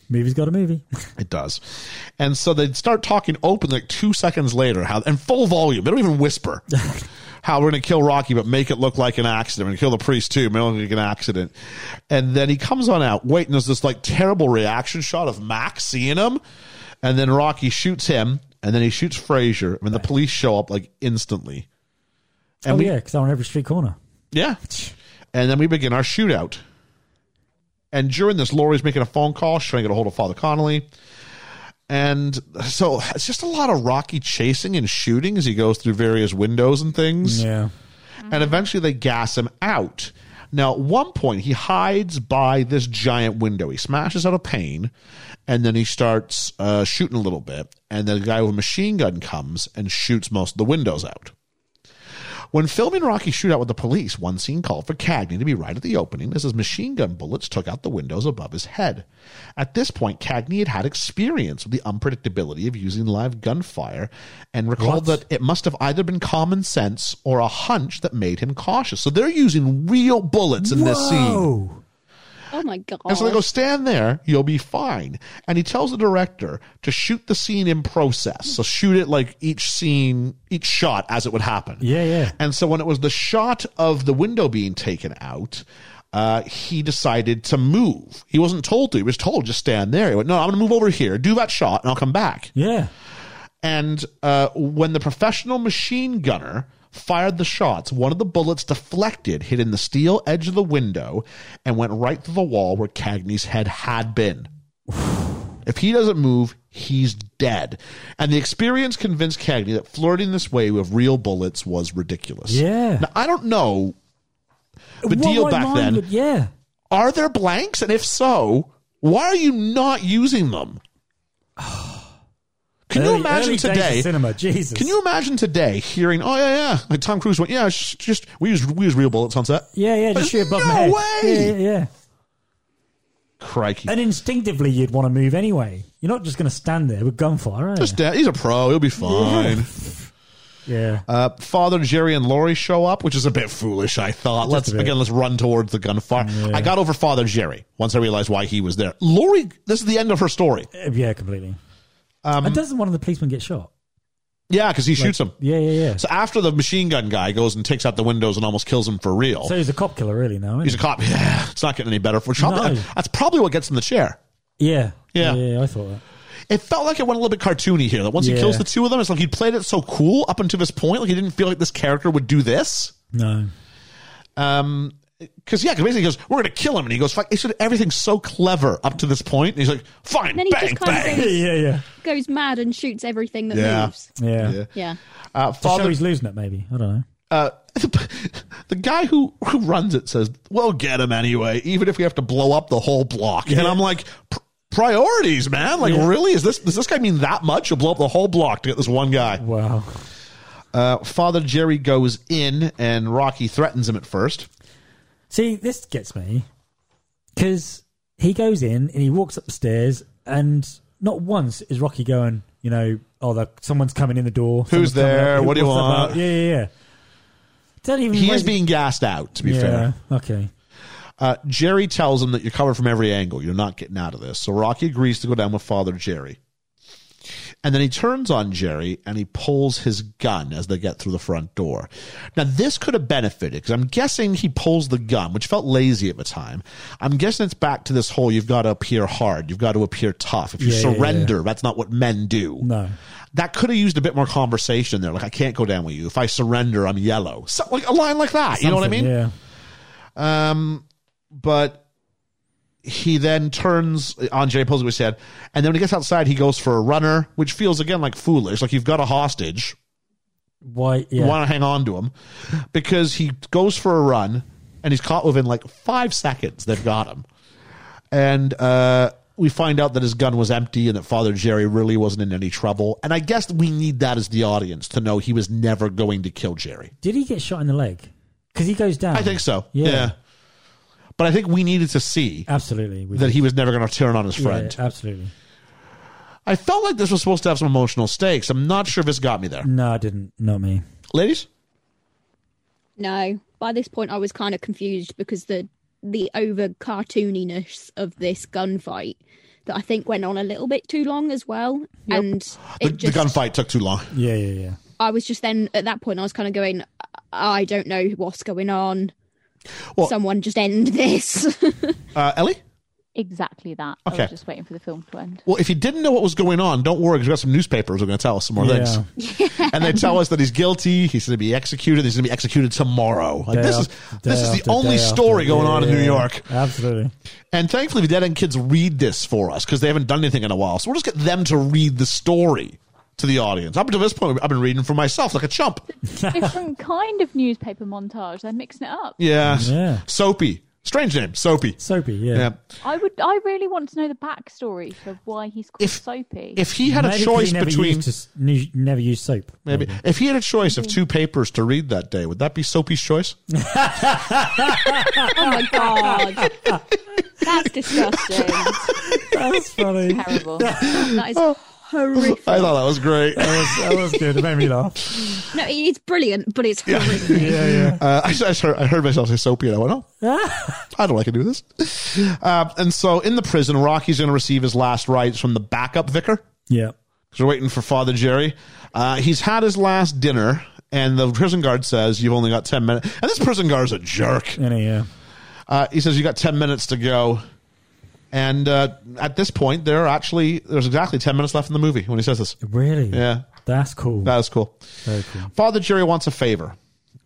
Movie's got a movie.
It does. And so they'd start talking openly like two seconds later, how and full volume. They don't even *laughs* whisper. how we're gonna kill Rocky, but make it look like an accident. We're gonna kill the priest too, make it look like an accident. And then he comes on out, wait, and there's this like terrible reaction shot of Max seeing him, and then Rocky shoots him, and then he shoots Frazier, and the police show up like instantly. And
oh
we
yeah, because they're on every street corner.
yeah. And then we begin our shootout. And during this, Laurie's making a phone call. She's trying to get a hold of Father Connolly. And so it's just a lot of Rocky chasing and shooting as he goes through various windows and things.
Yeah.
And eventually they gas him out. Now, at one point, he hides by this giant window. He smashes out a pane and then he starts uh, shooting a little bit. And then the guy with a machine gun comes and shoots most of the windows out. When filming Rocky Shootout with the police, one scene called for Cagney to be right at the opening as his machine gun bullets took out the windows above his head. At this point, Cagney had had experience with the unpredictability of using live gunfire and recalled
What?
that it must have either been common sense or a hunch that made him cautious. So they're using real bullets in this scene.
Whoa.
Oh my god.
And so they go, stand there, you'll be fine. And he tells the director to shoot the scene in process. So shoot it like each scene, each shot as it would happen.
Yeah, yeah.
And so when it was the shot of the window being taken out, uh, he decided to move. He wasn't told to. He was told just stand there. He went, no, I'm going to move over here, do that shot, and I'll come back.
Yeah.
And uh, when the professional machine gunner fired the shots, one of the bullets deflected, hitting the steel edge of the window, and went right through the wall where Cagney's head had been. If he doesn't move, he's dead. And the experience convinced Cagney that flirting this way with real bullets was ridiculous.
Yeah.
Now, I don't know. The
Well,
deal
my
back
mind
then.
would- yeah.
Are there blanks? And if so, why are you not using them? *sighs* Can you
Early-
imagine
early days of
today?
cinema, Jesus.
Can you imagine today hearing, oh yeah, yeah, like Tom Cruise went, yeah, sh- just we use we use real bullets on set.
Yeah, yeah.
There's
Just shoot above
no
my head.
way!
Yeah, yeah, yeah.
Crikey,
And instinctively, you'd want to move anyway. You're not just going to stand there with gunfire, are you?
just uh, he's a pro, he'll be fine.
yeah.
Uh, Father Jerry and Laurie show up, which is a bit foolish. I thought. Let's
a bit.
again, let's run towards the gunfire. I got over Father Jerry once I realized why he was there. Laurie, this is the end of her story.
Uh, yeah, completely.
um,
and doesn't one of the policemen get shot?
Yeah, because he shoots him.
Yeah, yeah, yeah.
So after the machine gun guy goes and takes out the windows and almost kills him for real,
So he's a cop killer, really, now.
he's
Isn't
a cop. Yeah, it's not getting any better. For
No.
that's probably what gets him the chair.
he? Yeah.
Yeah.
yeah. I thought that.
It felt like it went a little bit cartoony here. That once he
Yeah.
kills the two of them, it's like he played it so cool up until this point. Like he didn't feel like this character would do this.
No.
Because yeah, because basically he goes, "We're gonna kill him," and he goes, "Fuck!" He said everything's so clever up to this point, and he's like, "Fine,
And then he
bang,
just kind of
bang."
*laughs* Yeah, yeah, yeah.
goes mad and shoots everything that
Yeah.
moves.
Yeah.
Yeah.
Yeah.
Uh,
To show
father,
he's losing it, maybe. I don't know.
uh, *laughs* the guy who who runs it says, "We'll get him anyway, even if we have to blow up the whole block." And I'm like. "Pr- Priorities, man. Like, really? Is this does this guy mean that much? You'll blow up the whole block to get this one guy.
Wow.
Uh, Father Jerry goes in, and Rocky threatens him at first.
See, this gets me because he goes in and he walks upstairs, and not once is Rocky going, you know, oh, the, someone's coming in the door.
Who's
someone's coming
there?
up,
What do you
what's that
want?
about? Yeah, yeah, yeah. Don't even
He is
raise-
being gassed out, to be
Yeah.
fair.
Okay.
Uh, Jerry tells him that you're covered from every angle. You're not getting out of this. So Rocky agrees to go down with Father Jerry. And then he turns on Jerry and he pulls his gun as they get through the front door. Now, this could have benefited because I'm guessing he pulls the gun, which felt lazy at the time. I'm guessing it's back to this whole you've got to appear hard, you've got to appear tough. If you
Yeah, yeah, yeah.
surrender, that's not what men do.
No.
That could have used a bit more conversation there. Like, I can't go down with you. If I surrender, I'm yellow. So, like a line like that. you know what I
Something,
mean?
Yeah.
but he then turns on Jerry pulls what we said, and then when he gets outside, he goes for a runner, which feels again like foolish. Like you've got a hostage,
Why?
you
Yeah.
want to hang on to him, because he goes for a run and he's caught within like five seconds. They've got him, and uh, we find out that his gun was empty and that Father Jerry really wasn't in any trouble. And I guess we need that as the audience to know he was never going to kill Jerry.
Did he get shot in the leg? Because he goes down.
I think so.
Yeah.
yeah. But I think we needed to see
Absolutely. We
that he was never going to turn on his
yeah,
friend.
absolutely.
I felt like this was supposed to have some emotional stakes. I'm not sure if this got me there.
No, I didn't. Not me.
Ladies?
No. By this point I was kind of confused because the the over cartooniness of this gunfight that I think went on a little bit too long as well.
Yep.
And
The,
it
the
just,
gunfight took too long.
Yeah, yeah, yeah.
I was just then at that point I was kind of going, I don't know what's going on.
Well-
Someone just end this.
Uh, Ellie?
Exactly that. I
Okay.
was just waiting for the film to
*laughs*
end.
Well, if you didn't know what was going on, don't worry, because we got some newspapers who are going to tell us some more
Yeah.
things. and they tell us that he's guilty. He's going to be executed. He's going to be executed tomorrow. Like,
Day
this is
after-
this
day
is the
after
only
day after-
story going
yeah,
on in
yeah,
New
yeah.
York.
Absolutely.
And thankfully, the Dead End Kids read this for us because they haven't done anything in a while. So we'll just get them to read the story to the audience. Up until this point, I've been reading for myself like a chump.
Different kind of newspaper montage. They're mixing it up.
Yeah.
Yeah.
Soapy. Strange name. Soapy.
Soapy, yeah.
Yeah.
I would. I really want to know the backstory for why he's called
If-
Soapy.
If he had
Maybe
a
'cause
choice
he never
between.
used to s- nu- never used soap.
Maybe if he had a choice of two papers to read that day, would that be Soapy's choice?
*laughs* oh my *laughs* god,
that's disgusting.
*laughs*
That's funny.
Terrible.
that is
Oh,
horrific.
I thought that was *laughs* great.
That was, that was good. It made me laugh.
No, it's brilliant, but it's horrific.
oh. Yeah, yeah.
Uh, I, just- I, just heard, I heard myself say soapy, and I went, "Oh, I don't like to do this." Um, and so, in the prison, Rocky's going to receive his last rites from the backup vicar
Yeah.
because we're waiting for Father Jerry. Uh, he's had his last dinner, and the prison guard says, "You've only got ten minutes." And this prison guard is a jerk.
Any, yeah.
Uh, he says, "You got ten minutes to go." And uh, at this point, there are actually there's exactly ten minutes left in the movie when he says this.
Really?
Yeah,
That's cool.
that was cool.
Very cool.
Father Jerry wants a favor.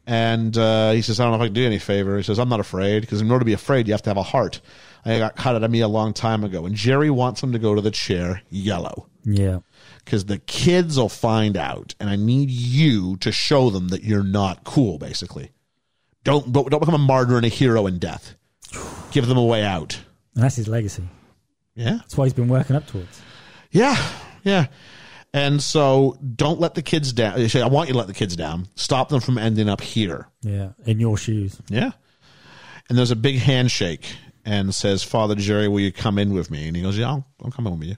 And uh, he says, I don't know if I can do any favor. He says, I'm not afraid, because in order to be afraid, you have to have a heart. I got cut out of me a long time ago. And Jerry wants him to go to the chair yellow,
Yeah.
because the kids will find out. And I need you to show them that you're not cool, basically. Don't, don't don't become a martyr and a hero in death. Give them a way out.
And that's his legacy.
Yeah.
That's what he's been working up towards.
Yeah, yeah. And so don't let the kids down. They say, I want you to let the kids down. Stop them from ending up here.
Yeah. In your shoes.
Yeah. And there's a big handshake and says, Father Jerry, will you come in with me? And he goes, Yeah, I'll, I'll come in with you.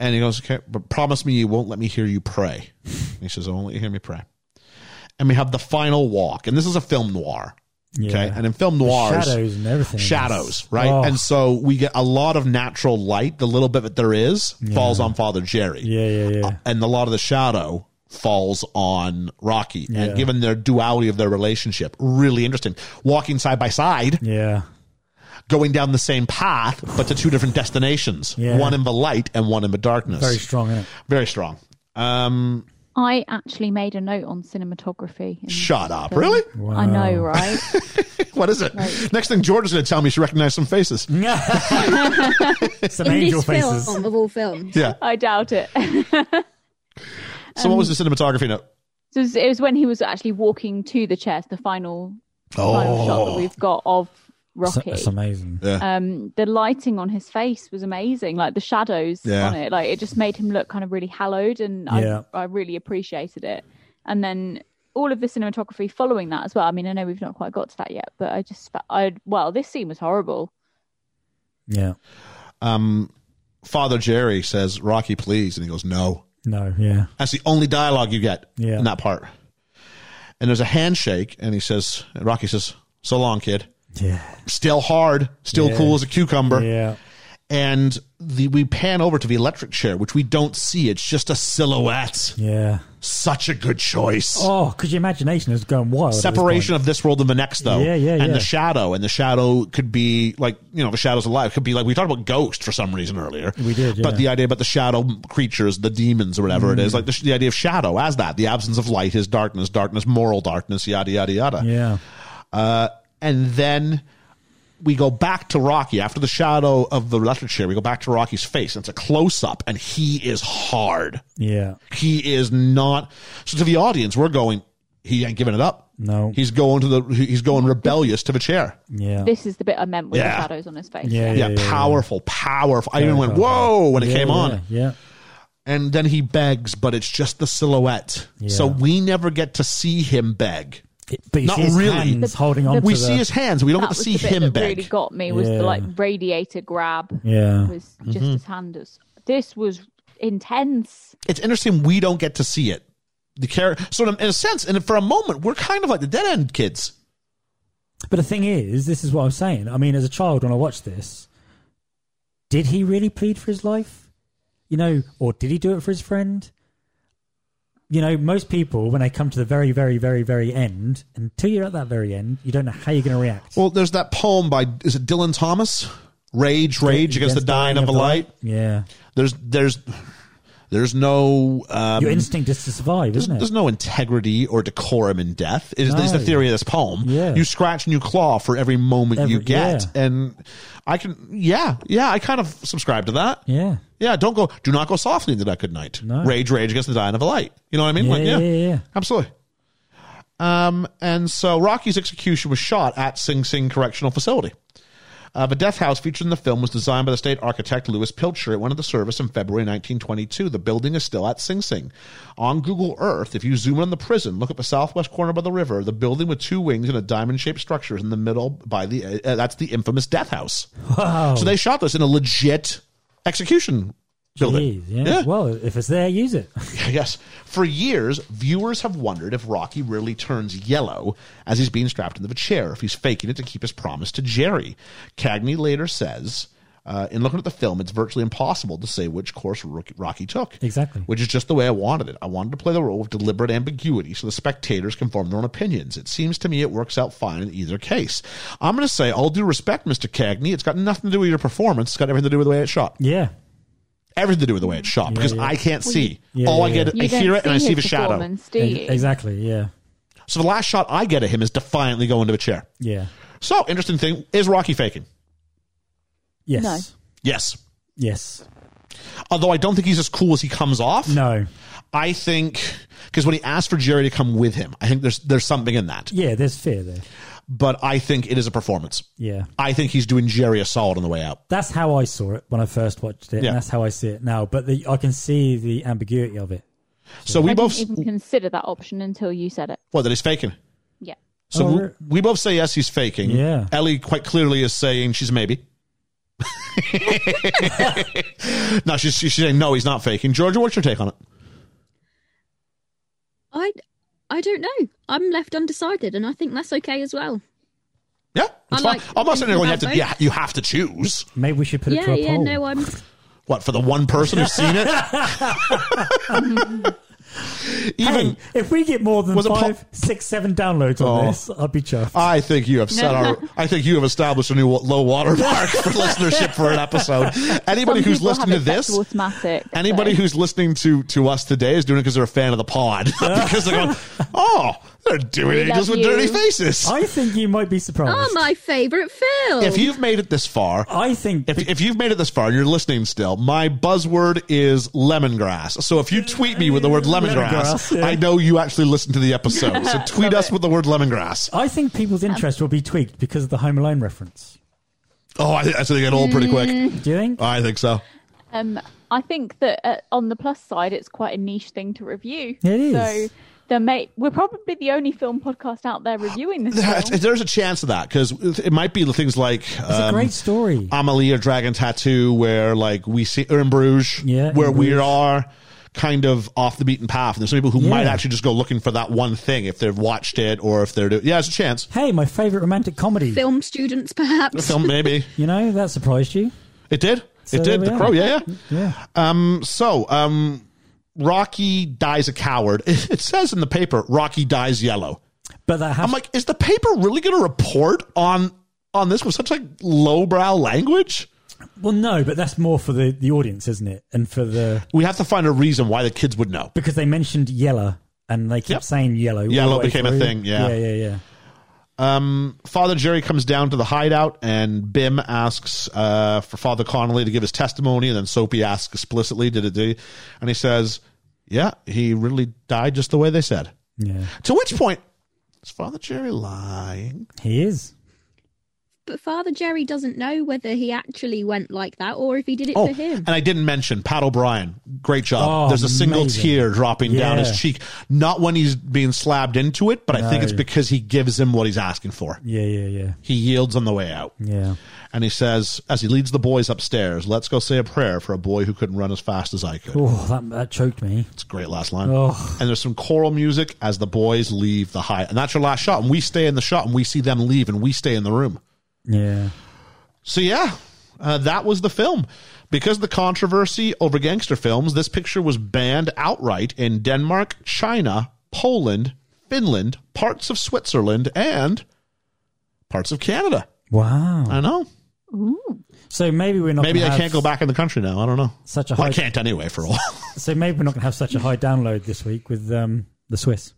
And he goes, Okay, but promise me you won't let me hear you pray. And he says, I won't let you hear me pray. And we have the final walk. And this is a film noir.
Yeah.
Okay. And in film noirs,
shadows and everything.
shadows, right?
Oh.
And so we get a lot of natural light. The little bit that there is falls on Father Jerry. Uh,
Yeah, yeah, yeah.
And a lot of the shadow falls on Rocky.
Yeah.
And given their duality of their relationship, really interesting. Walking side by side,
yeah.
going down the same path, but to two different destinations
Yeah.
one in the light and one in the darkness.
Very strong, is
Very strong. Um,
I actually made a note on cinematography. in
shut up.
film.
Really?
I know, right?
*laughs* What is it? Next thing, George is going to tell me she recognized some faces.
Mm. *laughs* Some
In
angel
this
faces.
film of all films,
Yeah.
I doubt it. *laughs*
So, what was the cinematography note?
So it was- it was when he was actually walking to the chairs, the final, the final shot
Oh.
that we've got of
So-
Rocky.
That's amazing.
um, the lighting on his face was amazing, like the shadows
Yeah.
on it. Like it just made him look kind of really hallowed, and
Yeah.
I, I really appreciated it. And then all of the cinematography following that as well. I mean, I know we've not quite got to that yet, but I just, fe- I well, this scene was horrible.
Yeah.
Um, Father Jerry says, Rocky, please. And he goes, no.
No, yeah.
That's the only dialogue you get
Yeah.
in that part. And there's a handshake, and he says, and Rocky says, so long, kid.
Yeah.
Still hard, still
Yeah.
cool as a cucumber.
Yeah.
And the, we pan over to the electric chair, which we don't see. It's just a silhouette.
Yeah.
Such a good choice.
Oh, because your imagination is going wild. at this
Separation of this world and the next, though.
Yeah, yeah,
And
yeah.
the shadow. And the shadow could be like, you know, the shadow's alive. Could be like, we talked about ghost for some reason earlier.
We did, yeah. Mm.
But the idea about the shadow creatures, the demons or whatever it is, like the, the idea of shadow as that. The absence of light is darkness, darkness, moral darkness, yada, yada, yada.
point. Yeah.
And then we go back to Rocky after the shadow of the electric chair. We go back to Rocky's face. And it's a close up, and he is hard.
Yeah.
He is not. So to the audience, we're going. He ain't giving it up.
No.
he's going to the. He's going rebellious to the chair.
Yeah.
This is the bit I meant with
Yeah.
the shadows on his face.
Yeah.
Yeah, powerful, powerful. I even went whoa when it
Yeah,
came
yeah,
on,
Yeah.
and then he begs, but it's just the silhouette.
Yeah.
So we never get to see him beg.
It- but you
Not
see his
really.
hands holding on.
We
to
see
the,
his hands. We don't
That
get to
was
see
the bit
him
that
beg.
really got me was
Yeah.
the like radiator grab
Yeah.
was
Mm-hmm.
just his hand. As, this was intense.
it's interesting. We don't get to see it. The character. So in a- in a sense, and for a moment, we're kind of like the dead end kids.
But the thing is, this is what I'm saying. I mean, as a child, when I watched this, did he really plead for his life? You know, or did he do it for his friend? You know, most people, when they come to the very, very, very, very end, until you're at that very end, you don't know how you're going to react.
Well, there's that poem by is it Dylan Thomas? Rage, rage against, the dying, of the light.
Yeah.
There's there's there's no um,
Your instinct is to survive,
there's,
isn't it?
there's no integrity or decorum in death. Is is the
No.
theory of this poem?
Yeah.
you scratch and you claw for every moment you
Every-
get,
yeah.
and I can yeah yeah I kind of subscribe to that.
yeah.
Yeah, don't go. Do not go softly into that good night.
No.
Rage, rage against the dying of a light. You know what I mean?
Yeah,
Like,
yeah, yeah, yeah.
absolutely. Um, and so Rocky's execution was shot at Sing Sing Correctional Facility. Uh, the death house featured in the film was designed by the state architect Louis Pilcher. It went into service in February 1922. The building is still at Sing Sing. On Google Earth, if you zoom in on the prison, look at the southwest corner by the river. The building with two wings and a diamond-shaped structure is in the middle. By the uh, that's the infamous death house.
Wow.
So they shot this in a legit execution building.
Jeez, yeah. Well, if it's there, use it. *laughs*
*laughs* yes. For years, viewers have wondered if Rocky really turns yellow as he's being strapped into the chair, if he's faking it to keep his promise to Jerry. Cagney later says. Uh, in looking at the film, it's virtually impossible to say which course Rocky- Rocky took.
Exactly.
Which is just the way I wanted it. I wanted to play the role of deliberate ambiguity so the spectators can form their own opinions. It seems to me it works out fine in either case. I'm going to say, all due respect, Mr. Cagney, it's got nothing to do with your performance. It's got everything to do with the way it's shot
yeah.
everything to do with the way it's shot because
yeah.
I can't see.
yeah,
All I
yeah,
get,
You
I
don't
hear it and I
his
see the shadow.
performance, do you?
Ex- E- Exactly. Yeah.
So the last shot I get of him is defiantly going to a chair.
Yeah.
So interesting thing is Rocky faking?
Yes.
No.
Yes.
Yes.
Although I don't think he's as cool as he comes off.
No.
I think because when he asked for Jerry to come with him, I think there's there's something in that.
Yeah. There's fear there.
But I think it is a performance.
Yeah.
I think he's doing Jerry a solid on the way out.
That's how I saw it when I first watched it,
Yeah.
and that's how I see it now. But the, I can see the ambiguity of it.
So we
I
both
didn't even consider that option until you said it.
well that he's faking.
Yeah.
So
Oh,
we-
we're-
we both say yes, he's faking.
Yeah.
Ellie quite clearly is saying she's a
*laughs*
maybe. no, she's, she's saying no, he's not faking. Georgia, what's your take on it?
I, I don't know. I'm left undecided, and I think that's okay as well.
Yeah, it's
I
fine.
like
I'm not saying
thinking
you have
about
to.
both.
Yeah, you have to choose.
Maybe we should put it
Yeah,
to a
yeah.
poll.
No, I'm.
What for the one person who's seen
*laughs*
it? Even
Hey, if we get more than
Was
five,
it
six,
po-
seven downloads on
Oh.
this, I'd be chuffed.
I think you have set our. I think you have established a new low watermark
*laughs*
for listenership for an episode. Anybody
Some
who's
people have
listening to
it
this,
set to automatic.
Anybody
so-
who's listening to to us today is doing it because they're a fan of the pod. *laughs* because they're going, oh, they're doing
We
angels
love
with dirty
you."
faces.
I think you might be surprised.
Oh, my favourite film.
if you've made it this far,
I think
if, if you've made it this far and you're listening still, my buzzword is lemongrass. So if you tweet me with the word lemongrass,
Lemongrass, yeah.
I know you actually listened to the episode. So tweet
*laughs* Love
us
it.
with the word lemongrass.
I think people's interest will be tweaked because of the Home Alone reference.
Oh, I, I think they get old pretty quick.
Mm.
Do you think?
I think so.
Um, I think that uh, on the plus side, it's quite a niche thing to review.
It is.
So there may we're probably the only film podcast out there reviewing this.
There-
film.
There's a chance of that because it might be things like
It's a
um,
great story.
Amelie or Dragon Tattoo, where like we see or in Bruges,
Yeah,
where
in
we
Bruges.
are kind of off the beaten path. And there's some people who
Yeah.
might actually just go looking for that one thing if they've watched it or if they're do- yeah, it's a chance.
Hey, my favourite romantic comedy.
film students,
*laughs*
perhaps.
Film maybe
You know, that surprised you.
it did,
So
it
there
did.
we
The
are.
Crow, yeah, yeah.
Yeah.
Um, so um, Rocky dies a coward. *laughs* It says in the paper, Rocky dies yellow.
But that has
I'm like, is the paper really going to report on on this with such like lowbrow language?
Well, no, but that's more for the, the audience, isn't it? And for the
We have to find a reason why the kids would know.
because they mentioned yellow and they keep
Yep.
saying yellow. all
Yellow
the way
became a
through.
thing, yeah.
yeah, yeah, yeah.
Um, Father Jerry comes down to the hideout, and Bim asks uh, for Father Connolly to give his testimony, and then Soapy asks explicitly, "Did it do?" And he says, "Yeah, he really died just the way they said."
Yeah.
To which point, is Father Jerry lying?
He is.
But Father Jerry doesn't know whether he actually went like that or if he did it
Oh,
for him.
and I didn't mention Pat O'Brien. Great job.
Oh,
There's a single
amazing.
tear dropping down
Yeah.
his cheek, not when he's being slabbed into it, but I think
No.
it's because he gives him what he's asking for.
Yeah, yeah, yeah.
He yields on the way out.
Yeah.
And he says, as he leads the boys upstairs, let's go say a prayer for a boy who couldn't run as fast as I could.
Oh, that, that choked me.
It's a great last line.
Oh.
And there's some choral music as the boys leave the high. And that's your last shot. And we stay in the shot and we see them leave and we stay in the room.
Yeah.
So, yeah, Uh, that was the film. Because of the controversy over gangster films, this picture was banned outright in Denmark, China, Poland, Finland, parts of Switzerland, and parts of Canada.
Wow.
I know.
So maybe we're not.
Uh, Maybe
gonna
I
have
can't go back in the country now. I don't know.
Such a
Well, I
high.
can't anyway for a *laughs* while.
So maybe we're not going to have such a high download this week with um,
*laughs*
the Swiss.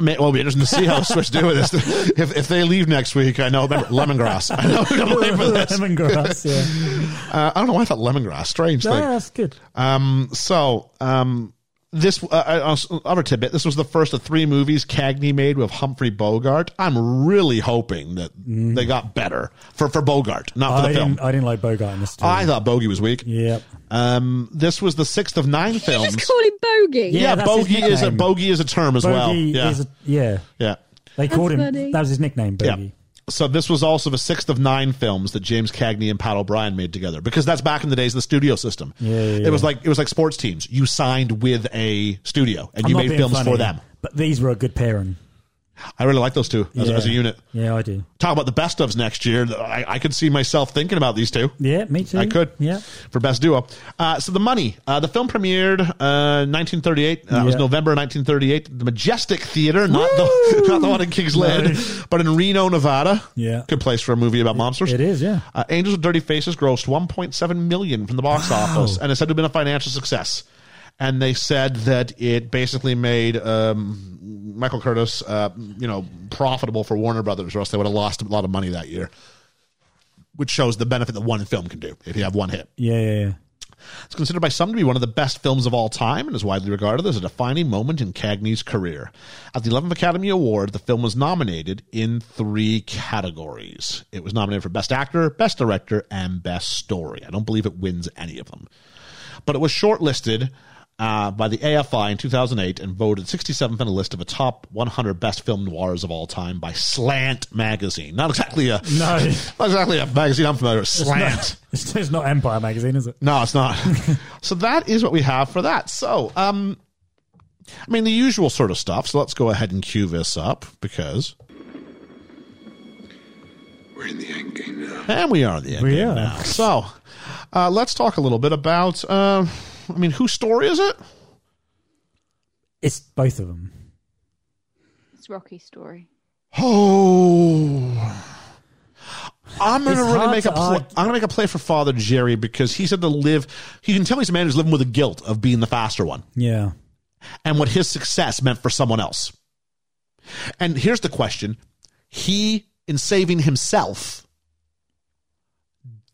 I mean, Well, it'll be interesting to see how Swiss do with this. *laughs* If, if they leave next week, I know. Remember, lemongrass. *laughs* I know. we're gonna play for
*laughs*
this.
Lemongrass, yeah.
Uh, I don't know why I thought lemongrass. Strange
No,
thing.
that's good.
Um, so, um, this uh, uh, other tidbit. This was the first of three movies Cagney made with Humphrey Bogart. I'm really hoping that they got better for for Bogart, not for
Mm. I
the film.
didn't, I didn't like Bogart in this story.
I thought Bogey was weak.
Yep.
Um, this was the sixth of nine
You
films.
just call him Bogey.
yeah,
Yeah, that's his
Bogey is a
nickname.
Bogey is a term as
Bogey
well. Yeah,
is a, yeah.
yeah.
They called him.
funny.
That was his nickname, Bogey.
Yeah. So this was also the sixth of nine films that James Cagney and Pat O'Brien made together because that's back in the days of the studio system.
Yeah, yeah, yeah.
It was like it was like sports teams. You signed with a studio and you
I'm not
made
being
films
funny,
for them.
But these were a good pairing.
I really like those two as,
yeah.
as a unit.
Yeah, I do.
Talk about the best ofs next year. I, I could see myself thinking about these two.
Yeah, me too.
I could.
Yeah.
For best duo. Uh, so the money. Uh, the film premiered uh, 1938. That was
Yeah.
November 1938. The Majestic Theater, not the *laughs* not the one in Kings Lynn,
Nice.
but in Reno, Nevada.
Yeah.
Good place for a movie about monsters.
It is, yeah.
Uh, Angels with Dirty Faces grossed 1.7 million from the box office and it's said to have been a financial success. And they said that it basically made um, Michael Curtis, uh, you know, profitable for Warner Brothers, or else they would have lost a lot of money that year. Which shows the benefit that one film can do if you have one hit.
Yeah, yeah, yeah.
It's considered by some to be one of the best films of all time and is widely regarded as a defining moment in Cagney's career. At the 11th Academy Award, the film was nominated in three categories. It was nominated for Best Actor, Best Director, and Best Story. I don't believe it wins any of them. But it was shortlisted uh, by the AFI in 2008 and voted 67th in a list of the top 100 best film noirs of all time by Slant magazine. Not exactly a *laughs*
No.
not exactly a magazine I'm familiar with. Slant.
*laughs* It's, it's not Empire magazine, is it?
No, it's
*laughs*
not. so that is what we have for that. So, um, I mean, the usual sort of stuff. So let's go ahead and cue this up because,
We're in the end game now.
and we are in the end
We
game
are.
now. So, uh, let's talk a little bit about. Uh, I mean, whose story is it?
It's both of them.
It's Rocky's story.
Oh. I'm gonna
It's
really
hard
make a
to
pl- I'm
argue-
gonna make a play for Father Jerry because he said to live. He can tell he's a man who's living with the guilt of being the faster one.
Yeah.
and what his success meant for someone else. And here's the question He, in saving himself,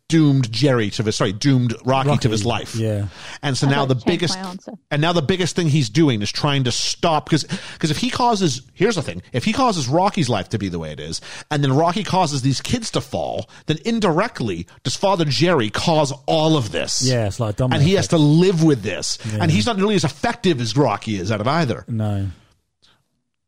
doomed Jerry to his, sorry, doomed Rocky, to his life.
Yeah.
And so
I'd
now
like
the
to change
biggest,
my answer.
and now the biggest thing he's doing is trying to stop because because if he causes, here's the thing: if he causes Rocky's life to be the way it is, and then Rocky causes these kids to fall, then indirectly does Father Jerry cause all of this?
Yeah, it's like a domino
and he has
effect.
to live with this, and he's not nearly as effective as Rocky is out of either.
No.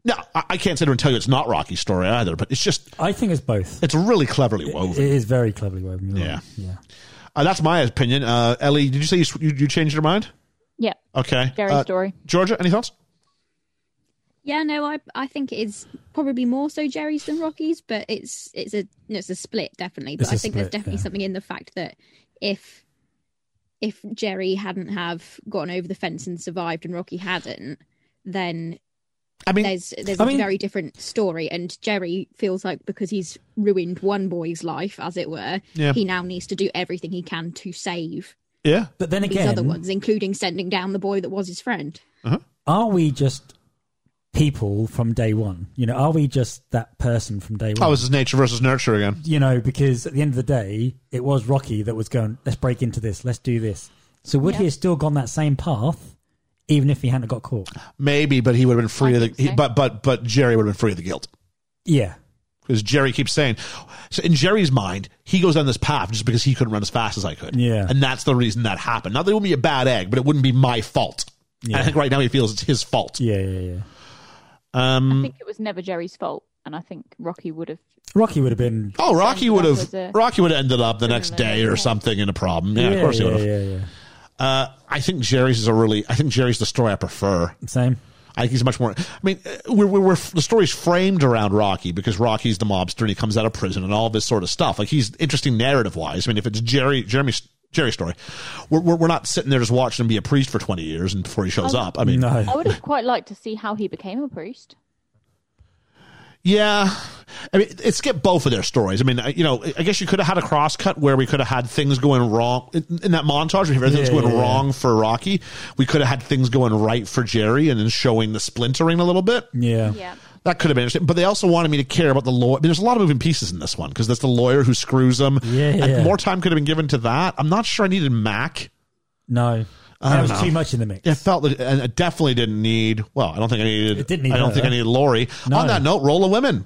No, I, I can't sit here and tell you it's not Rocky's story either, but it's just
I think it's both.
it's really cleverly
It
woven.
is very cleverly woven. you're
Yeah.
right. Yeah.
Uh, that's my opinion. Uh, Ellie, did you say you, sw- you, you changed your mind?
Yeah.
Okay,
Jerry's
Uh,
story.
Georgia, any thoughts?
Yeah, no, I I think it is probably more so Jerry's than Rocky's, but it's it's a no, it's a split definitely. But
It's
I
a
think there's
split,
definitely
yeah.
something in the fact that if if Jerry hadn't have gone over the fence and survived, and Rocky hadn't, then
I mean,
there's there's
I
a
mean-
very different story. And Jerry feels like because he's ruined one boy's life, as it were,
Yeah.
he now needs to do everything he can to save
yeah,
But then
these
again,
other ones, including sending down the boy that was his friend.
are we just people from day one? You know, are we just that person from day one?
oh, this is nature versus nurture again.
you know, because at the end of the day, it was Rocky that was going, let's break into this, let's do this. So would he have still gone that same path, even if he hadn't got caught?
Maybe, but he would have been free
I
of the,
think
he,
so.
but but but Jerry would have been free of the guilt
Yeah.
because Jerry keeps saying. So in Jerry's mind, he goes down this path just because he couldn't run as fast as I could.
Yeah.
and that's the reason that happened. Not that it would be a bad egg, but it wouldn't be my fault. And I think right now he feels it's his fault.
Yeah, yeah, yeah.
Um,
I think it was never Jerry's fault, and I think Rocky would have.
Rocky would have been.
Oh, Rocky
ended
would
up as
have
a-
Rocky would have ended up the next day or something in a problem. Yeah, of course he
yeah,
would have.
yeah, yeah.
Uh, I think Jerry's is a really. I think Jerry's the story I prefer.
Same.
I think he's much more. I mean, uh, we're, we're, we're the story's framed around Rocky because Rocky's the mobster and he comes out of prison and all this sort of stuff. Like he's interesting narrative wise. I mean, if it's Jerry Jeremy's Jerry story, we're, we're we're not sitting there just watching him be a priest for twenty years and before he shows
Um,
up. I mean,
No.
I would have quite liked to see how he became a priest.
Yeah, I mean, it skipped both of their stories. I mean, I- you know, I guess you could have had a cross cut where we could have had things going wrong in, in that montage. If everything's
Yeah,
going
yeah, yeah.
wrong for Rocky, we could have had things going right for Jerry, and then showing the splintering a little bit.
Yeah.
Yeah.
That could have been interesting, but they also wanted me to care about the lawyer. I mean, there's a lot of moving pieces in this one because that's the lawyer who screws him.
Yeah, yeah,
And
yeah.
more time could have been given to that. I'm not sure I needed Mac.
No.
don't
That was
know.
too much in the mix.
It felt that and I definitely didn't need. Well, I don't think I needed.
It didn't need
I don't
her.
think I needed Lori.
No.
On that note, roll of women.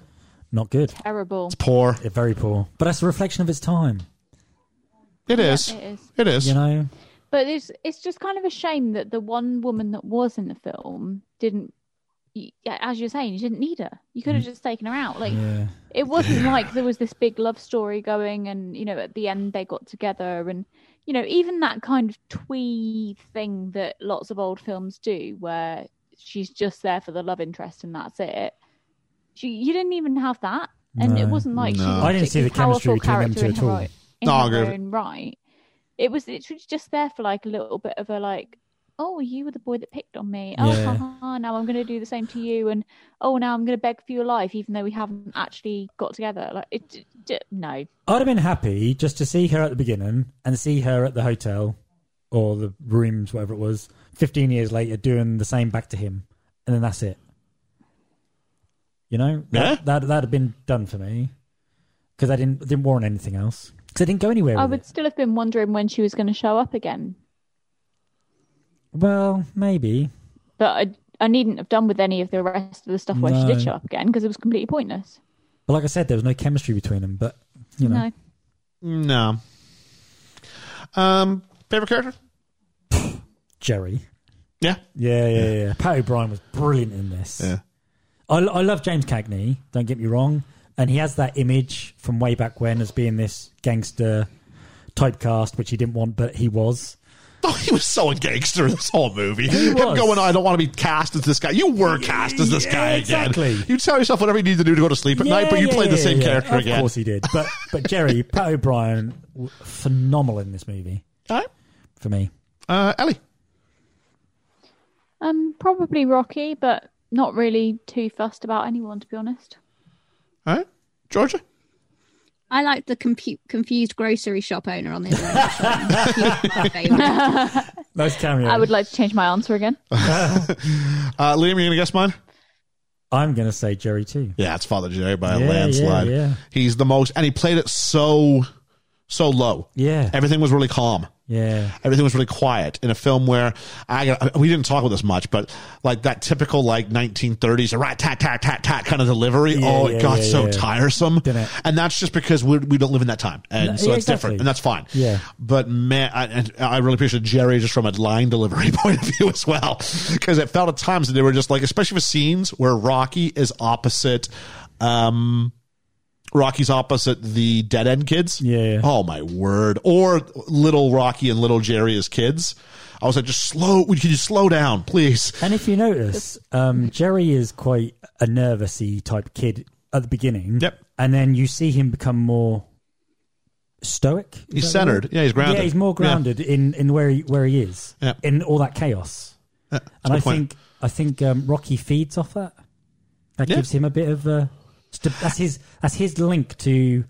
Not good.
Terrible.
Poor.
Yeah, very poor. But that's a reflection of its time,
It is.
it is.
It is.
you know?
But it's it's just kind of a shame that the one woman that was in the film didn't. y- yeah, As you're saying, you didn't need her. You could have
Mm.
just taken her out. Like
Yeah.
it wasn't like there was this big love story going, and you know, at the end they got together, and you know, even that kind of twee thing that lots of old films do, where she's just there for the love interest and that's it. She, you didn't even have that, and it
No.
wasn't like she
No.
was
I didn't
a
see the chemistry
powerful
between them
character in
two at
her
all.
own-
No, I
in
agree
her
with-
own right it was it was just there for like a little bit of a like oh you were the boy that picked on me oh
Yeah.
ha, ha, now i'm going to do the same to you and oh now i'm going to beg for your life even though we haven't actually got together like it, d- d- no
I'd have been happy just to see her at the beginning and see her at the hotel or the rooms, whatever it was, 15 years later doing the same back to him. And then that's it. You know?
Yeah.
That, that, that'd have been done for me because I didn't, didn't warrant anything else. Because I didn't go anywhere
i
with
would
it.
still have been wondering when she was going to show up again
Well, maybe.
but i I needn't have done with any of the rest of the stuff where she
No.
did show up again because it was completely pointless.
But like I said, there was no chemistry between them. But, you know.
No,
No. Um, favorite character?
Jerry.
Yeah.
Yeah, yeah, yeah. Pat O'Brien was brilliant in this.
Yeah.
I, I love James Cagney, don't get me wrong. And he has that image from way back when as being this gangster typecast, which he didn't want, but he was.
Oh, he was so a gangster in this whole movie. Him
was.
going, I don't want to be cast as this guy. You were cast as this
Yeah,
guy again.
exactly.
You tell yourself whatever you need to do to go to sleep at night, but you
yeah,
played
yeah,
the same
yeah.
character
of
again.
Of course he did. But but
*laughs*
Jerry, Pat O'Brien, w- phenomenal in this movie
All right.
for me.
Uh, Ellie.
um, probably Rocky, but not really too fussed about anyone to be honest.
All right. Georgia.
I like the compu- confused grocery shop owner on this. one. He's my favourite.
Nice cameo.
I would like to change my answer again.
Uh, Liam, you going to guess mine?
I'm going to say Jerry too.
Yeah, it's Father Jerry by
Yeah,
a
yeah,
landslide.
yeah.
He's the most, and he played it so, so low.
Yeah.
Everything was really calm.
Yeah.
everything was really quiet in a film where I got, we didn't talk about this much, but like that typical like 1930s rat tat tat tat tat kind of delivery.
Yeah,
oh, it
yeah,
got
yeah,
so
yeah.
tiresome,
Didn't it?
and that's just because we, we don't live in that time, and
No,
so
yeah,
it's
exactly.
different, and that's fine.
Yeah.
but man, I, and I really appreciate Jerry just from a line delivery *laughs* point of view as well, because it felt at times that they were just like, especially with scenes where Rocky is opposite. Um, Rocky's opposite the dead end kids.
Yeah, yeah.
Oh my word! Or little Rocky and little Jerry as kids. I was like, just slow. Would you slow down, please?
And if you notice, um, Jerry is quite a nervousy type kid at the beginning.
Yep.
And then you see him become more stoic. Is
He's
that the word?
centered. Yeah, he's grounded.
Yeah, he's more
Yeah.
grounded in, in where he where he is
Yeah.
in all that chaos. and
a
I
good point.
think I think um, Rocky feeds off that. That
Yeah.
gives him a bit of a st- that's his that's his link to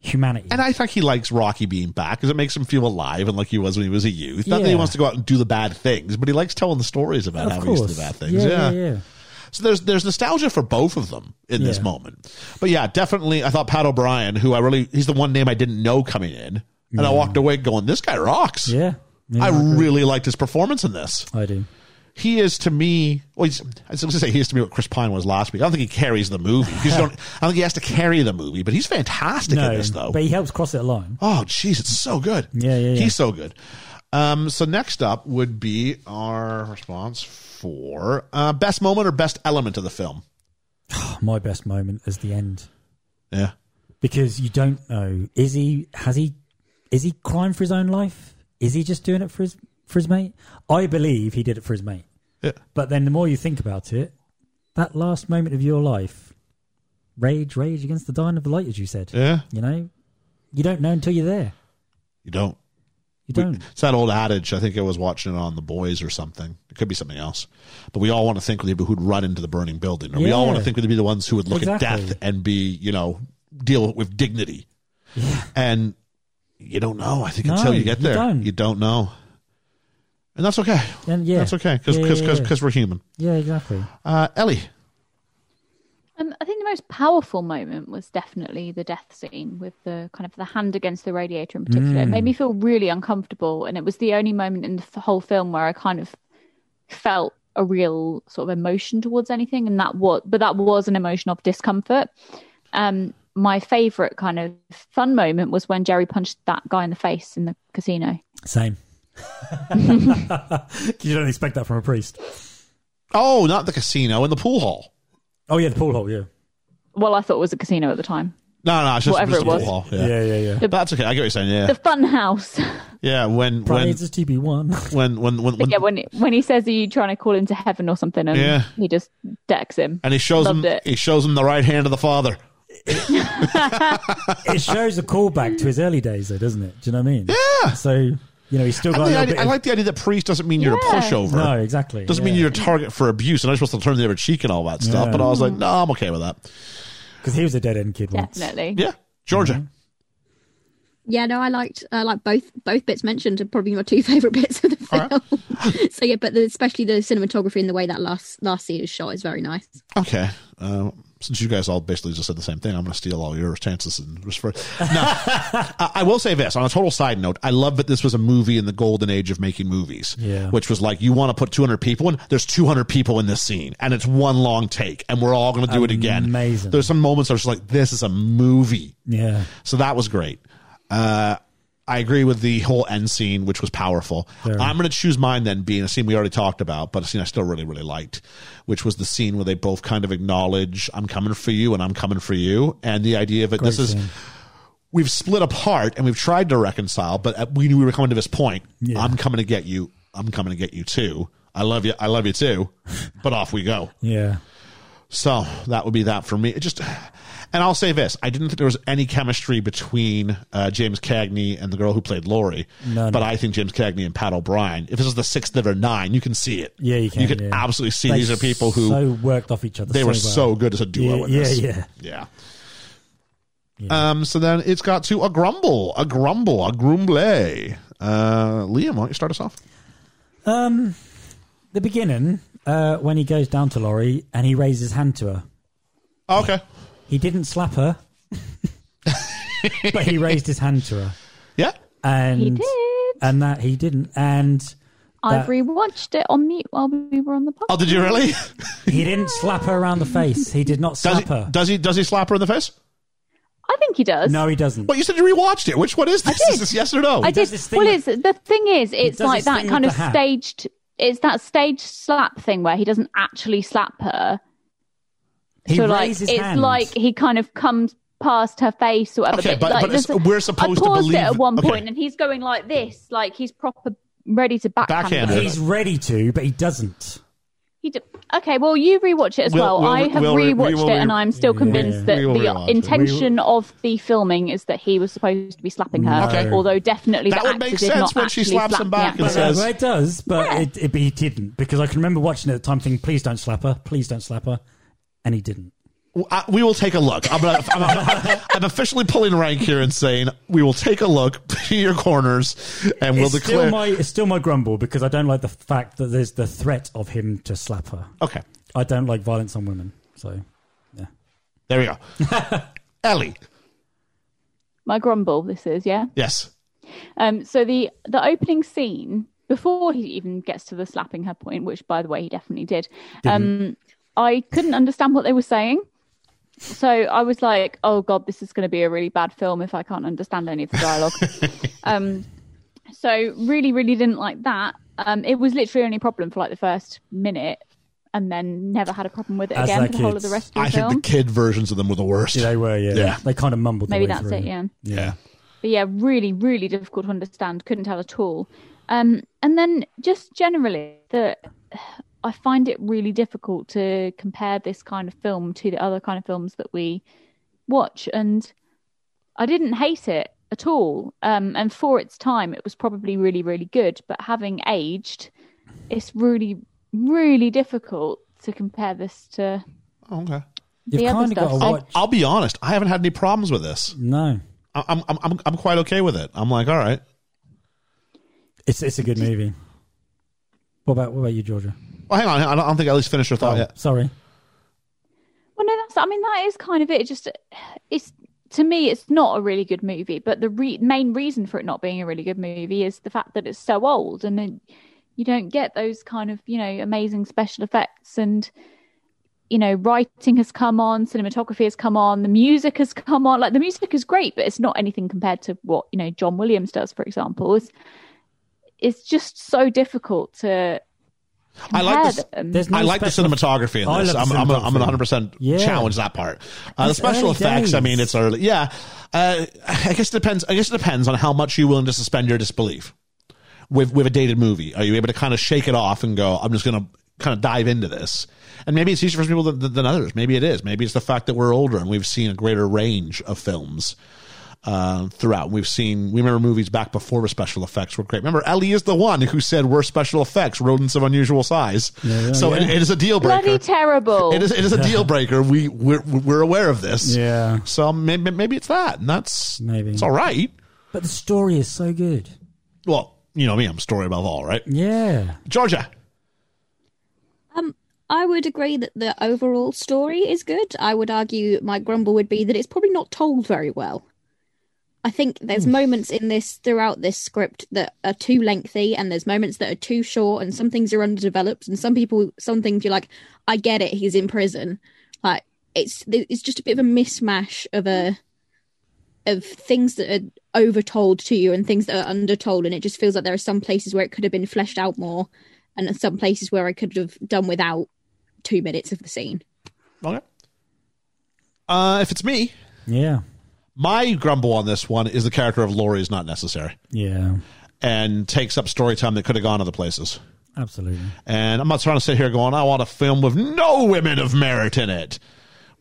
humanity.
And I think he likes Rocky being back because it makes him feel alive and like he was when he was a youth. Not that he
Yeah.
wants to go out and do the bad things, but he likes telling the stories about
of
how
course,
he used to do bad things.
yeah, yeah.
yeah.
yeah.
So there's there's nostalgia for both of them in this
Yeah.
moment. But yeah, definitely I thought Pat O'Brien, who I really he's the one name I didn't know coming in. And I walked away going, This guy rocks.
Yeah. Yeah,
I
agree.
really liked his performance in this.
I do.
He is to me. Well, he's, I was going to say he is to me what Chris Pine was last week. I don't think he carries the movie. He's don't, I don't think he has to carry the movie, but he's fantastic
No,
in this though.
but he helps cross it a line.
Oh, jeez, it's so good.
Yeah, yeah, yeah.
He's so good. Um, so next up would be our response for uh, best moment or best element of the film.
My best moment is the end.
Yeah.
because you don't know is he has he is he crying for his own life is he just doing it for his for his mate i believe he did it for his mate
Yeah.
But then the more you think about it, that last moment of your life, rage, rage against the dying of the light, as you said.
Yeah.
You know, you don't know until you're there.
You don't.
You
We-
don't.
it's that old adage. I think I was watching it on The Boys or something. It could be something else. But we all want to think we're the people who'd run into the burning building. Or we all
Yeah.
want to think we'd be the ones who would look at
Exactly.
death and be, you know, deal with dignity. And you don't know, I think,
No,
until you get
you
there.
don't.
You don't know. And that's okay.
And yeah,
That's okay. Because
Yeah, yeah, yeah.
we're human.
Yeah, exactly.
Uh, Ellie.
Um, I think the most powerful moment was definitely the death scene with the kind of the hand against the radiator in particular. It made
Mm.
me feel really uncomfortable, and it was the only moment in the f- whole film where I kind of felt a real sort of emotion towards anything, and that was, but that was an emotion of discomfort. Um, my favorite kind of fun moment was when Jerry punched that guy in the face in the casino.
*laughs*
Same. *laughs* you don't expect that from a priest.
Oh, not the casino, in the pool hall.
Oh yeah, the pool hole. Yeah,
Well, I thought it was a casino at the time.
No, no, it's just,
Whatever
just
it
the
was.
pool hall. Yeah.
yeah, yeah, yeah.
That's okay. I get what you're saying. Yeah.
*laughs*
The fun house. *laughs*
yeah. When, when,
Prizes to be won.
when, when, when, when,
yeah, when when he says, "Are you trying to call into heaven or something?" and
Yeah.
he just decks him.
and he shows
Loved
him,
it.
he shows him the right hand of the father.
it shows a callback to his early days, though, doesn't it? Do you know what I mean? Yeah. So you know he's still
I,
got a
like the
little
idea,
bit.
I
of-
like the idea that priest doesn't mean you're a
Yeah.
pushover.
no, exactly.
Doesn't mean you're a target for abuse, and I'm supposed to turn the other cheek and all that stuff.
Yeah.
But I was like, no, I'm okay with that.
because he was a dead end kid once.
Definitely.
Yeah, Georgia.
Mm-hmm.
Yeah, no, I liked I like both both bits mentioned are probably my two *laughs* favourite bits of the film. *laughs* so yeah, but the, especially the cinematography and the way that last last scene is shot is very nice.
Okay. Uh, since you guys all basically just said the same thing, I'm going to steal all your chances and *laughs* refer. No, I I will say this on a total side note. I love that this was a movie in the golden age of making movies,
Yeah.
which was like you want to put 200 people in. There's 200 people in this scene, and it's one long take, and we're all going to do it again.
Amazing.
There's some moments that are just like this is a movie.
Yeah.
So that was great. Uh, I agree with the whole end scene, which was powerful. I'm going to choose mine then, being a scene we already talked about, but a scene I still really, really liked, which was the scene where they both kind of acknowledge, I'm coming for you and I'm coming for you. And the idea of it, this is,
scene.
we've split apart and we've tried to reconcile, but uh, we knew we were coming to this point.
Yeah.
I'm coming to get you. I'm coming to get you too. I love you. I love you too. but off we go.
Yeah.
So that would be that for me. It just, and I'll say this: I didn't think there was any chemistry between uh, James Cagney and the girl who played Laurie.
No,
but
no.
I think James Cagney and Pat O'Brien. If this is the sixth of their nine, you can see it.
Yeah, you can.
You can
yeah.
absolutely see
They
these are people who
so worked off each other.
they
so
were
well.
so good as a duo.
Yeah,
in this.
yeah,
yeah, Um. So then it's got to a grumble, a grumble, a grumble. Uh, Liam, why don't you start us off?
Um, the beginning uh, when he goes down to Laurie and he raises his hand to her.
Oh, okay.
He didn't slap her, but he raised his hand to her,
Yeah.
and
He did.
and that he didn't, and
I've
that-
rewatched it on mute while we were on the podcast.
Oh, did you
*laughs*
really?
he didn't slap her around the face. He did not
Does
slap
he,
her.
does he? Does he slap her in the face?
I think he does.
no, he doesn't.
Well, you said you rewatched it. Which one is this?
did.
Is this yes or no?
I
does
did.
this thing
Well, it's
with-
the thing is, it's
does
like
this
that
thing
kind
with
of
the hat.
staged. It's that staged slap thing where he doesn't actually slap her.
he
so like,
raised
it's
his hand.
like he kind of comes past her face or whatever.
Okay, but-
like,
but it's-
there's a-
we're
I
supposed to
paused it
believe-
at one
okay.
point, and he's going like this, like he's proper ready to backhand. her.
Backhand her.
he's ready to, but he doesn't.
He d okay, well, you rewatch it as
We'll-
well.
we'll-
I have
we'll re- we
rewatched
will
it, and
re-
I'm still convinced that
We will
the
rewatch it.
intention of the filming is that he was supposed to be slapping her.
Okay.
Although definitely
That
the
would
actor
make
did
sense
not
when she
actually
slaps
slap
him
the
back and
actor.
But
says-
well, it does, but it, it, he didn't because I can remember watching it at the time, thinking, "Please don't slap her, please don't slap her," and he didn't.
I- we will take a look. I'm, gonna, I'm, I'm, I'm officially pulling rank here and saying we will take a look *laughs* to your corners and we'll
it's
declare.
still my it's still my grumble because I don't like the fact that there's the threat of him to slap her.
okay,
I don't like violence on women, so
there we go.
*laughs*
Ellie,
My grumble, this is yeah.
yes,
Um, so the the opening scene before he even gets to the slapping her point, which by the way he definitely did. Um, I couldn't understand what they were saying. So I was like, "Oh God, this is going to be a really bad film if I can't understand any of the dialogue." um, so really, really didn't like that. Um, it was literally only a problem for like the first minute, and then never had a problem with it
As
again
their
for the whole of
kids.
the rest of
I
the
think the
film.
kid versions of them were the worst.
they were yeah,
Yeah.
they kind of mumbled.
Maybe
the way
that's
through.
it. Yeah.
yeah.
But yeah, really, really difficult to understand. Couldn't tell at all. Um, and then just generally the I find it really difficult to compare this kind of film to the other kind of films that we watch. And I didn't hate it at all. Um, and for its time, it was probably really, really good. But having aged, it's really, really difficult to compare this to
Oh, okay.
You've
The other
kind of got
stuff.
to
I'll,
watch.
I'll be honest. I haven't had any problems with this.
No,
I- I'm, I'm, I'm, I'm quite okay with it. I'm like, all right.
it's it's a good movie. What about what about you, Georgia?
Well, hang on. I don't, I don't think I at least finished your
Oh.
thought yet.
Sorry.
Well, no, that's. I mean, that is kind of it. It just, it's to me, it's not a really good movie. But the re- main reason for it not being a really good movie is the fact that it's so old, and then you don't get those kind of you know amazing special effects, and you know writing has come on, cinematography has come on, the music has come on. Like the music is great, but it's not anything compared to what you know John Williams does, for example. It's it's just so difficult to
I like
compare
this.
them.
There's no
I like the
special-
cinematography in
I
this.
love
I'm,
the
I'm, I'm
cinematography.
going to 100%
Yeah.
challenge that part. Uh, the
It's
special
early
effects, I mean,
days.
it's early. Yeah. Uh, I guess it depends. I guess it depends on how much you're willing to suspend your disbelief with, with a dated movie. Are you able to kind of shake it off and go, I'm just going to kind of dive into this? And maybe it's easier for some people than, than others. Maybe it is. Maybe it's the fact that we're older and we've seen a greater range of films uh, throughout. We've seen, we remember movies back before the special effects were great. Remember, Ellie is the one who said we're special effects, rodents of unusual size.
Yeah,
so
yeah.
It, it is a deal breaker.
bloody terrible.
it is it is a deal breaker. We we're, we're aware of this.
Yeah.
So maybe maybe it's that, and that's
Maybe.
it's all right.
But the story is so good.
Well, you know me, I'm story above all, right?
Yeah.
Georgia,
Um, I would agree that the overall story is good. I would argue my grumble would be that it's probably not told very well. I think there's moments in this throughout this script that are too lengthy, and there's moments that are too short, and some things are underdeveloped, and some people, some things you're like, I get it, he's in prison. Like it's it's just a bit of a mismash of a of things that are overtold to you and things that are undertold, and it just feels like there are some places where it could have been fleshed out more and at some places where I could have done without two minutes of the scene.
okay. Uh, if it's me,
Yeah.
my grumble on this one is the character of Laurie is not necessary
Yeah.
and takes up story time that could have gone other places.
Absolutely.
And I'm not trying to sit here going, I want a film with no women of merit in it.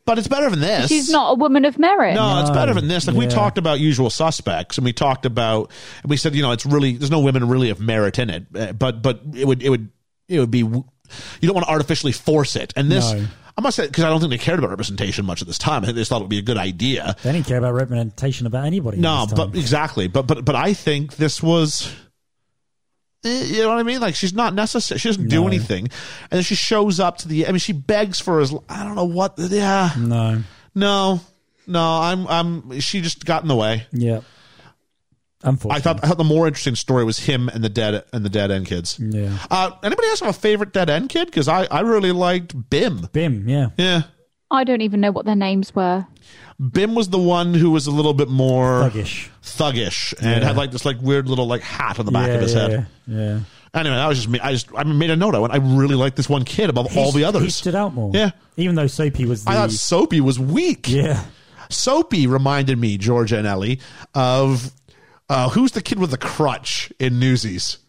But it's better than this.
She's not a woman of merit.
No, it's better than this. Like we
Yeah.
talked about usual suspects, and we talked about, and we said, you know, it's really there's no women really of merit in it, Uh, but but it would it would it would be you don't want to artificially force it. And this,
No.
I must say, because I don't think they cared about representation much at this time. I think they just thought it would be a good idea.
They didn't care about representation about anybody.
No,
this time.
but exactly, but but but I think this was. eh, You know what I mean? Like she's not necessary. She doesn't do
No.
anything, and then she shows up to the. I mean, she begs for his. I don't know what. Yeah,
no.
no, no. I'm. I'm. She just got in the way.
Yeah.
I
Unfortunately.
thought, I thought the more interesting story was him and the dead and the dead end kids.
Yeah.
Uh, anybody else have a favorite dead end kid? Because I, I really liked Bim.
Bim. Yeah.
Yeah,
I don't even know what their names were.
Bim was the one who was a little bit more
Thuggish.
thuggish and
Yeah.
had like this like weird little like hat on the back
yeah,
of his
yeah,
head.
Yeah.
Anyway, that was just me. I just I made a note. I went. I really like this one kid above all
He's-
the
He
others.
stood out more.
Yeah.
Even though Soapy was the.
I thought Soapy was weak.
yeah.
Soapy reminded me Georgia and Ellie of uh, who's the kid with the crutch in Newsies.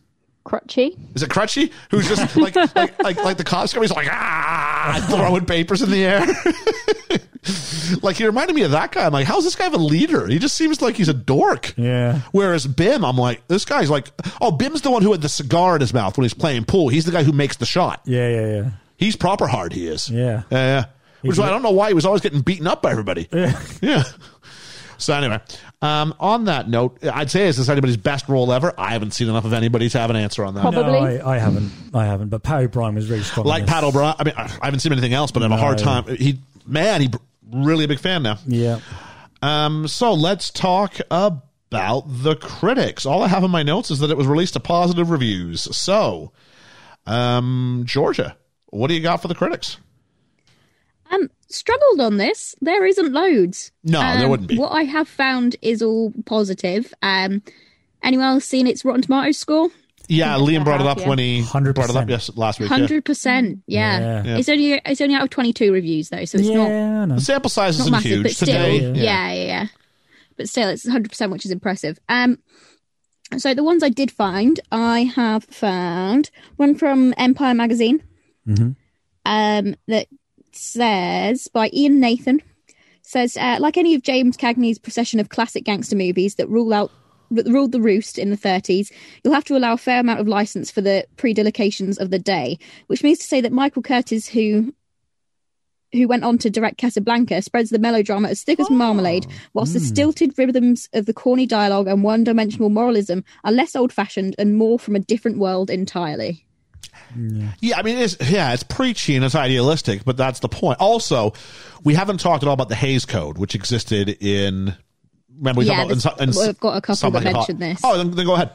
Crutchy.
Is it Crutchy? Who's
*laughs*
just like like, like like the cops come? He's like ah, throwing papers in the air. *laughs* like he reminded me of that guy. I'm like, how's this guy of a leader? He just seems like he's a dork.
Yeah.
Whereas Bim, I'm like, this guy's like, oh, Bim's the one who had the cigar in his mouth when he's playing pool. He's the guy who makes the shot.
Yeah. Yeah. Yeah.
He's proper hard. He is.
Yeah.
Yeah. Which is why I
He's-
don't know why he was always getting beaten up by everybody.
Yeah.
*laughs* Yeah. So anyway, um, on that note, I'd say is this anybody's best role ever? I haven't seen enough of anybody to have an answer on that.
Probably.
No, I, I haven't. I haven't. But Pat O'Brien was really strong. in
like
this.
Pat O'Brien. I mean, I haven't seen anything else, but I have a hard
No.
time. He, man, he really a big fan now.
Yeah.
Um, so let's talk about the critics. All I have in my notes is that it was released to positive reviews. So, um, Georgia, what do you got for the critics?
Um, struggled on this. There isn't loads.
No, there
Um,
wouldn't be.
What I have found is all positive. Um, anyone else seen its Rotten Tomatoes score?
Yeah,
I
Liam brought it
have,
up
yeah.
when he
100%.
brought it up yes last week. Yeah.
Hundred percent. Yeah.
Yeah.
Yeah.
It's only it's only out of twenty two reviews though, so it's not
yeah. no.
The sample size
not
isn't
massive,
huge
but still,
today.
yeah. Yeah. yeah, But still, it's 100%, which is impressive. Um, so the ones I did find, I have found one from Empire Magazine,
Mm-hmm.
um, that says by Ian Nathan says uh, like any of James Cagney's procession of classic gangster movies that rule out that ruled the roost in the 30s you'll have to allow a fair amount of license for the predelications of the day which means to say that michael curtis who who went on to direct casablanca spreads the melodrama as
Oh.
thick as marmalade whilst
Hmm.
the stilted rhythms of the corny dialogue and one-dimensional moralism are less old-fashioned and more from a different world entirely
Yeah, I mean, it's yeah, it's preachy and it's idealistic, but that's the point. Also, we haven't talked at all about the Hayes Code, which existed in. Remember, we
Yeah,
talked about in,
this-
in,
we've got a couple
Sound
that
Like It Hot.
mentioned this.
Oh, then, then go ahead.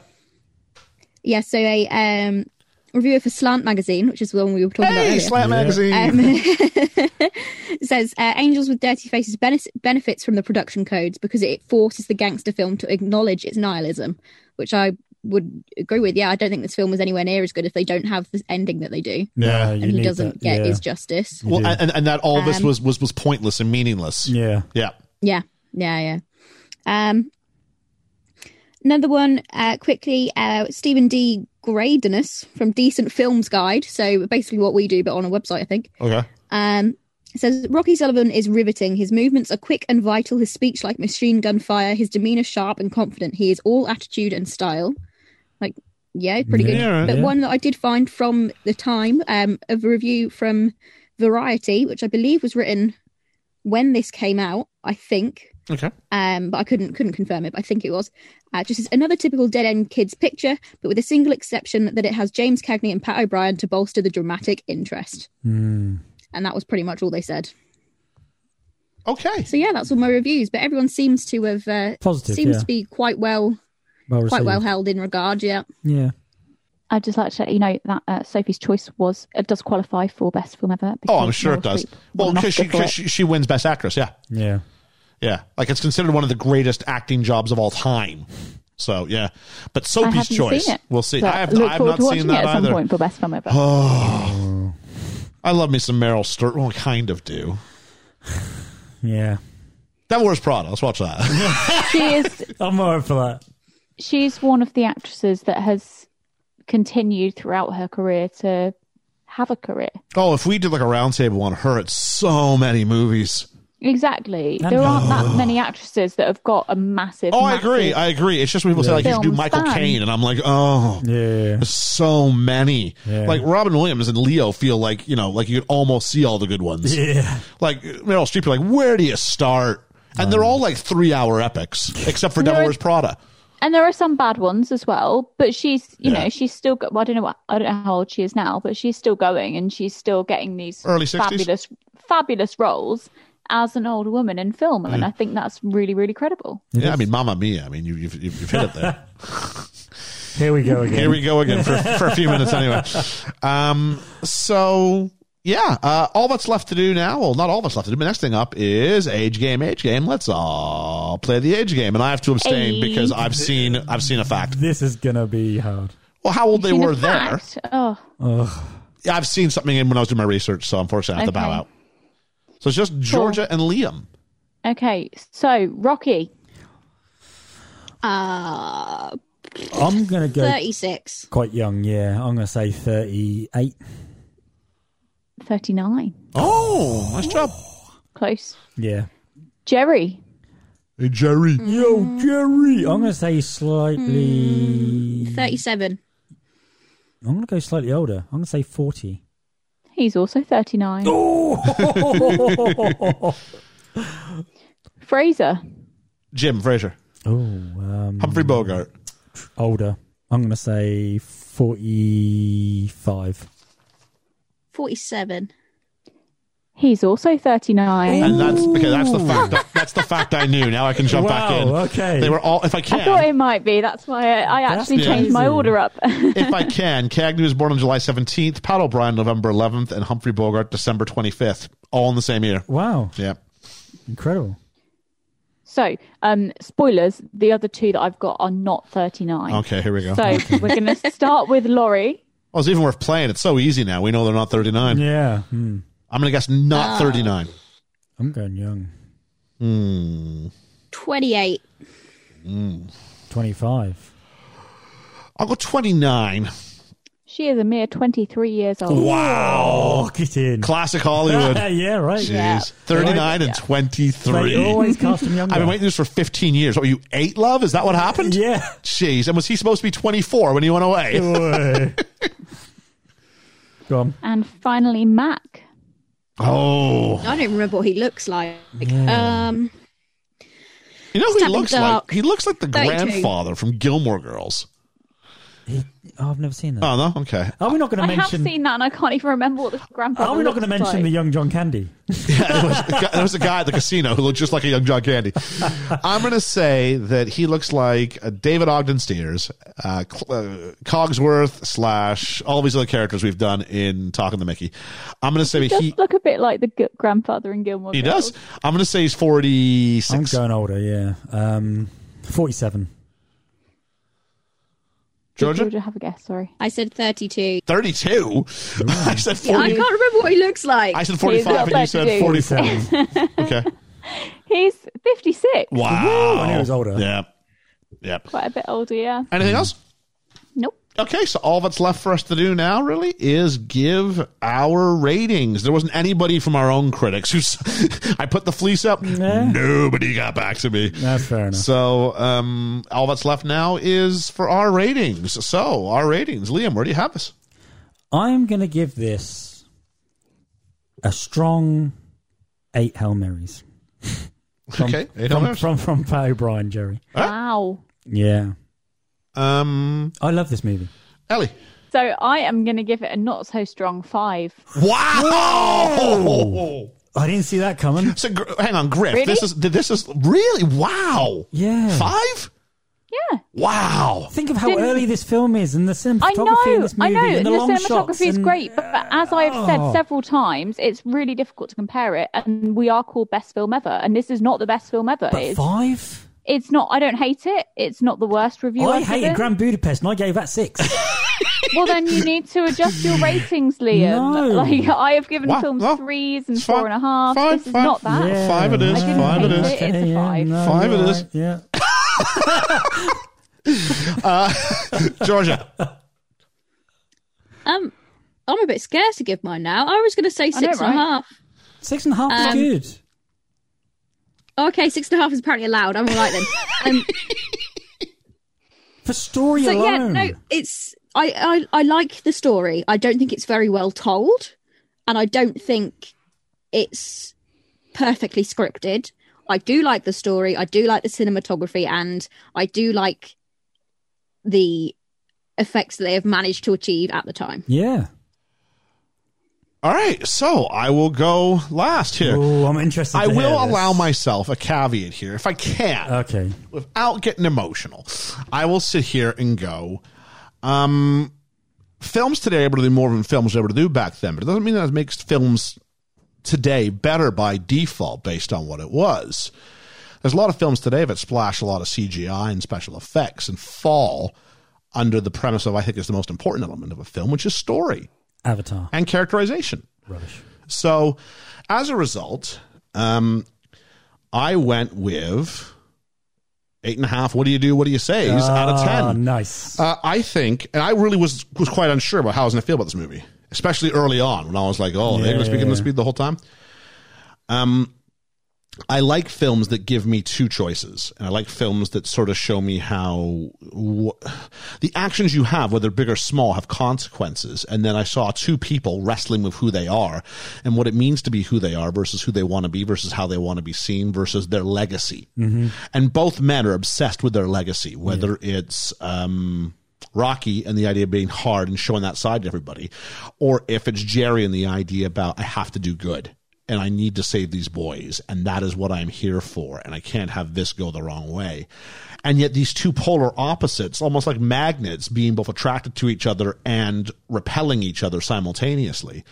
yeah so a um reviewer for slant magazine which is the one we were talking about
Hey,
earlier.
Slant
Yeah.
Magazine.
Um, says uh, angels with dirty faces benef- benefits from the production codes because it forces the gangster film to acknowledge its nihilism which i would agree with yeah i don't think this film was anywhere near as good if they don't have the ending that they do
Yeah, Mm, you
and he
need
doesn't
that,
get
yeah.
his justice
well,
do.
and, and that all this
Um,
was, was was pointless and meaningless.
Yeah.
Yeah.
Yeah, yeah, yeah. Um, another one uh, quickly. Uh, Stephen D. Gradenus from Decent Films Guide. So basically, what we do, but on a website, I think.
Okay.
Um, says Rocky Sullivan is riveting. His movements are quick and vital. His speech like machine gun fire. His demeanor sharp and confident. He is all attitude and style. Like, yeah, pretty good.
Yeah,
but
yeah.
one that I did find from the time um, of a review from Variety, which I believe was written when this came out. I think
Okay.
um, but I couldn't couldn't confirm it. But I think it was uh, just as another typical dead end kids picture, but with a single exception that it has James Cagney and Pat O'Brien to bolster the dramatic interest.
Hmm.
And that was pretty much all they said.
Okay.
So yeah, that's all my reviews. But everyone seems to have uh,
Positive,
seems
yeah.
to be quite well
Well received.
quite well held in regard. Yeah,
Yeah.
I'd just like to let you know that uh, Sophie's Choice was it does qualify for best film ever.
Oh,
because
I'm sure
Meryl
it does.
Streep won
Well,
an
because she,
Oscar for
'cause
it.
she she wins Best Actress. Yeah.
Yeah.
Yeah. Like it's considered one of the greatest acting jobs of all time. So yeah, but
I
Soapy's
haven't
Choice.
seen it.
We'll see.
So
I have,
look
I have
forward
not
to watching
seen that
it at
either.
some point for best film ever.
*sighs* I love me some Meryl Streep. Well, I kind of do.
Yeah.
That Wars Prada. Let's watch that. *laughs*
she is
I'm all right for that.
she's one of the actresses that has continued throughout her career to have a career.
oh, if we did like a roundtable on her, it's so many movies.
Exactly.
And-
there aren't that many actresses that have got a massive.
Oh, I
massive-
agree. I agree. It's just when people say like you should do
Film
Michael
span.
Caine, and I'm like, oh,
Yeah.
there's so many.
Yeah.
Like Robin Williams and Leo feel like you know, like you could almost see all the good ones.
Yeah.
Like Meryl Streep, you're like, where do you start? And they're all like three hour epics, except for Devil
There-
Wears Prada.
and there are some bad ones as well. But she's, you
Yeah.
know, she's still. Go- well, I don't know. What, I don't know how old she is now, but she's still going, and she's still getting these
Early 60s?
fabulous, fabulous roles as an old woman in film, and I think that's really, really credible.
Yeah, I mean, Mamma Mia. I mean, you, you've, you've you've hit it there.
Here we go again.
Here we go again for, for a few minutes anyway. Um, so yeah, uh, all that's left to do now. Well, not all that's left to do. But next thing up is age game. Age game. Let's all play the age game, and I have to abstain
Age.
because I've seen I've seen a fact.
This is gonna be hard.
Well, how old they
Seen a
were there.
fact- Oh,
I've seen something in when I was doing my research, so unfortunately I have to bow
Okay.
out. So it's just Georgia and Liam.
okay. So Rocky,
uh,
I'm gonna go
thirty six.
quite young. Yeah. I'm gonna say 38.
thirty-nine,
Oh, nice job.
close.
Yeah.
Jerry,
Hey Jerry.
Yo, Jerry. I'm gonna say slightly.
Thirty seven.
I'm gonna go slightly older. I'm gonna say 40.
he's also thirty-nine.
oh.
Fraser,
Jim Fraser.
Um,
Humphrey Bogart.
older. I'm gonna say 45.
Forty seven.
he's also thirty-nine.
And that's okay. That's the fact. That's the fact I knew. Now I can jump back
Wow,
in.
okay.
They were all. If I
I *laughs* thought
can,
it might be. That's why I, I actually changed my
crazy.
order up. *laughs*
if I can, Cagney was born on July seventeenth, Pat O'Brien November eleventh, and Humphrey Bogart December twenty fifth, all in the same year.
Wow.
Yeah.
Incredible.
so, um, spoilers: the other two that I've got are not thirty-nine.
Okay. Here we go.
So we're going to start with Laurie.
oh, it's even worth playing. It's so easy now. We know they're not thirty nine.
Yeah. Hmm.
I'm gonna guess not
Ah.
thirty nine.
I'm going young.
Twenty eight.
25.
I'll go twenty nine.
She is a mere 23 years old.
Wow.
Oh, get in.
Classic Hollywood.
*laughs* yeah, right.
Jeez.
Yeah.
39 and
They
23.
always cast them younger.
I've been waiting this for 15 years. What were you, eight, love? Is that what happened?
Yeah.
Jeez. And was he supposed to be 24 when he went away?
Oi. *laughs* Go on.
And finally, Mac.
Oh.
I don't remember what he looks like. Um,
You know who he
Step in
looks like?
dark.
He looks like the
32.
grandfather from Gilmore Girls.
Oh, I've never seen that.
Oh, no? Okay. *laughs*
Are we not going
I
to mention?
have seen that, and I can't even remember what the grandfather.
Are we not going to
looks
mention the
like.
young John Candy?
Yeah, there was, a guy- there was a guy at the casino who looked just like a young John
*laughs*
Candy. I'm going to say that he looks like uh, David Ogden Steers, uh, Cl- uh, Cogsworth slash all these other characters we've done in Talking to Mickey. I'm going to say
Does
he
look a bit like the g- grandfather in Gilmore.
he
Girls.
does. I'm going to say he's 46.
I'm going older. Yeah, um, forty-seven.
Did
Georgia,
Georgia have a guess? Sorry.
I said 32.
32.
Mm.
*laughs* I said
I
40.
can't remember what he looks like.
I said 45, and you said 44.
47.
Okay.
He's 56.
Wow.
I knew he was older.
Yeah. Yeah.
Quite a bit older, yeah.
Anything else?
Nope.
Okay, so all that's left for us to do now really is give our ratings. There wasn't anybody from our own critics who s- *laughs* I put the fleece up.
Yeah.
Nobody got back to me.
*laughs* That's fair enough.
So um, all that's left now is for our ratings. So our ratings, Liam, where do you have us?
I'm going to give this a strong eight Hail Marys. From,
Okay, eight Hail
from,
Marys.
from from Pat O'Brien, Jerry.
Huh?
Wow.
Yeah,
Um,
I love this movie.
Ellie.
So I am going to give it a not so strong five.
Wow. *laughs*
I didn't see that coming.
So gr- hang on, Griff.
Really?
This is this is really wow.
Yeah.
Five.
Yeah.
Wow.
Think of how
Didn't-
early this film is and the cinematography
I
in
know,
this
I
movie.
know.
and the,
The,
long shots
cinematography is
and-
great, but, but as I have said
Oh.
several times, it's really difficult to compare it. And we are called best film ever, and this is not the best film ever.
But
it's,
five?
it's not. I don't hate it. It's not the worst review.
I
I've
hated
given.
Grand Budapest and I gave that six.
Well, then you need to
*laughs*
adjust your ratings, Liam.
No.
Like I have given
Wow,
films
well,
threes and
it's fine,
four and a half.
fine,
This is
fine.
not that.
Yeah. Five it is,
I didn't
five it
hate
is.
it, it's a five.
Five it
you're
is.
right, Yeah.
Georgia. *laughs*
Um, I'm a bit scared to give mine now. I was going to say
know,
six and a half.
right?
Six and a half is
Um,
good.
Okay, six and a half is apparently allowed. I'm all right then. Um,
For story
so yeah,
alone.
no, it's I, I I like the story. I don't think it's very well told, and I don't think it's perfectly scripted. I do like the story. I do like the cinematography, and I do like the effects that they have managed to achieve at the time.
Yeah.
All right, so I will go last here.
Oh, I'm interested.
I
to hear
will
this.
allow myself a caveat here, if I can,
Okay.
without getting emotional. I will sit here and go. Um, films today are able to do more than films were able to do back then, but it doesn't mean that it makes films today better by default based on what it was. There's a lot of films today that splash a lot of CGI and special effects and fall under the premise of I think is the most important element of a film, which is story
Avatar.
and characterization.
Rubbish.
So, as a result, um, I went with eight and a half. What do you do? What do you say? out of
Ah,
ten.
nice.
Uh, I think, and I really was was quite unsure about how I was going to feel about this movie, especially early on when I was like, "Oh, they're going to speak in
Yeah.
the speed the whole time." Um, I like films that give me two choices, and I like films that sort of show me how wh- the actions you have, whether big or small, have consequences. And then I saw two people wrestling with who they are and what it means to be who they are versus who they want to be versus how they want to be seen versus their legacy. And both men are obsessed with their legacy, whether it's um, Rocky and the idea of being hard and showing that side to everybody, or if it's Jerry and the idea about I have to do good and I need to save these boys, and that is what I'm here for, and I can't have this go the wrong way. And yet, these two polar opposites, almost like magnets, being both attracted to each other and repelling each other simultaneously.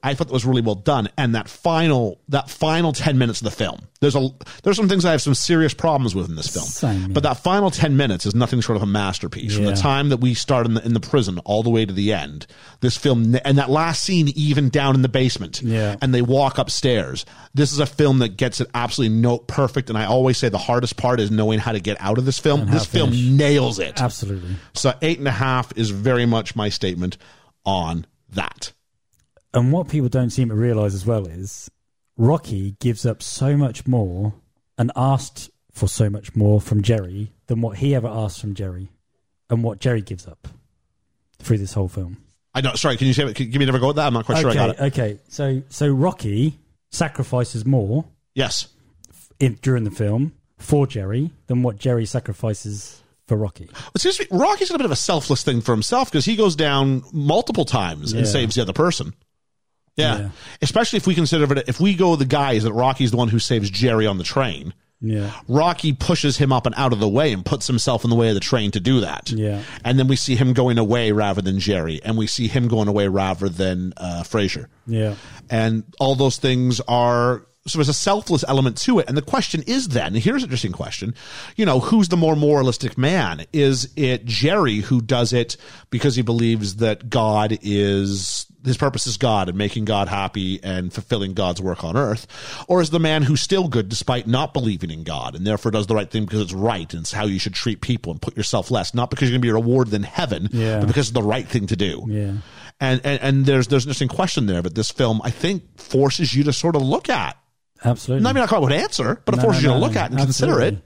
I thought that was really well done, and that final that final ten minutes of the film. There's a there's some things I have some serious problems with in this film,
Same, yeah.
but that final ten minutes is nothing short of a masterpiece. From the
Yeah.
time that we start in the, in the prison all the way to the end, this film ne- and that last scene, even down in the basement,
Yeah.
and they walk upstairs. This is a film that gets it absolutely note perfect, and I always say the hardest part is knowing how to get out of this film.
how
This
to finish.
film nails it.
Absolutely.
So eight and a half is very much my statement. on that.
And what people don't seem to realize as well is Rocky gives up so much more and asked for so much more from Jerry than what he ever asked from Jerry and what Jerry gives up through this whole film.
I know. Sorry, can you say? Can you give me another go at that? I'm not quite sure I
okay, uh,
got it.
okay. So so Rocky sacrifices more
Yes.
in, during the film for Jerry than what Jerry sacrifices for Rocky.
It seems to me Rocky's done a bit of a selfless thing for himself because he goes down multiple times and
Yeah.
saves the other person. Yeah.
Yeah.
Especially if we consider it, if we go the guys that Rocky's the one who saves Jerry on the train,
Yeah.
Rocky pushes him up and out of the way and puts himself in the way of the train to do that.
Yeah.
And then we see him going away rather than Jerry, and we see him going away rather than uh, Frazier.
Yeah.
and all those things are so there's a selfless element to it and the question is then and here's an interesting question you know who's the more moralistic man is it jerry who does it because he believes that god is his purpose is god and making god happy and fulfilling god's work on earth or is the man who's still good despite not believing in god and therefore does the right thing because it's right and it's how you should treat people and put yourself less not because you're going to be rewarded in heaven
Yeah.
but because it's the right thing to do
Yeah.
and, and and there's there's an interesting question there, but this film I think forces you to sort of look at.
Absolutely.
I mean, I can't would answer, but it
No,
forces
no,
you to
no,
look at and consider it.
absolutely.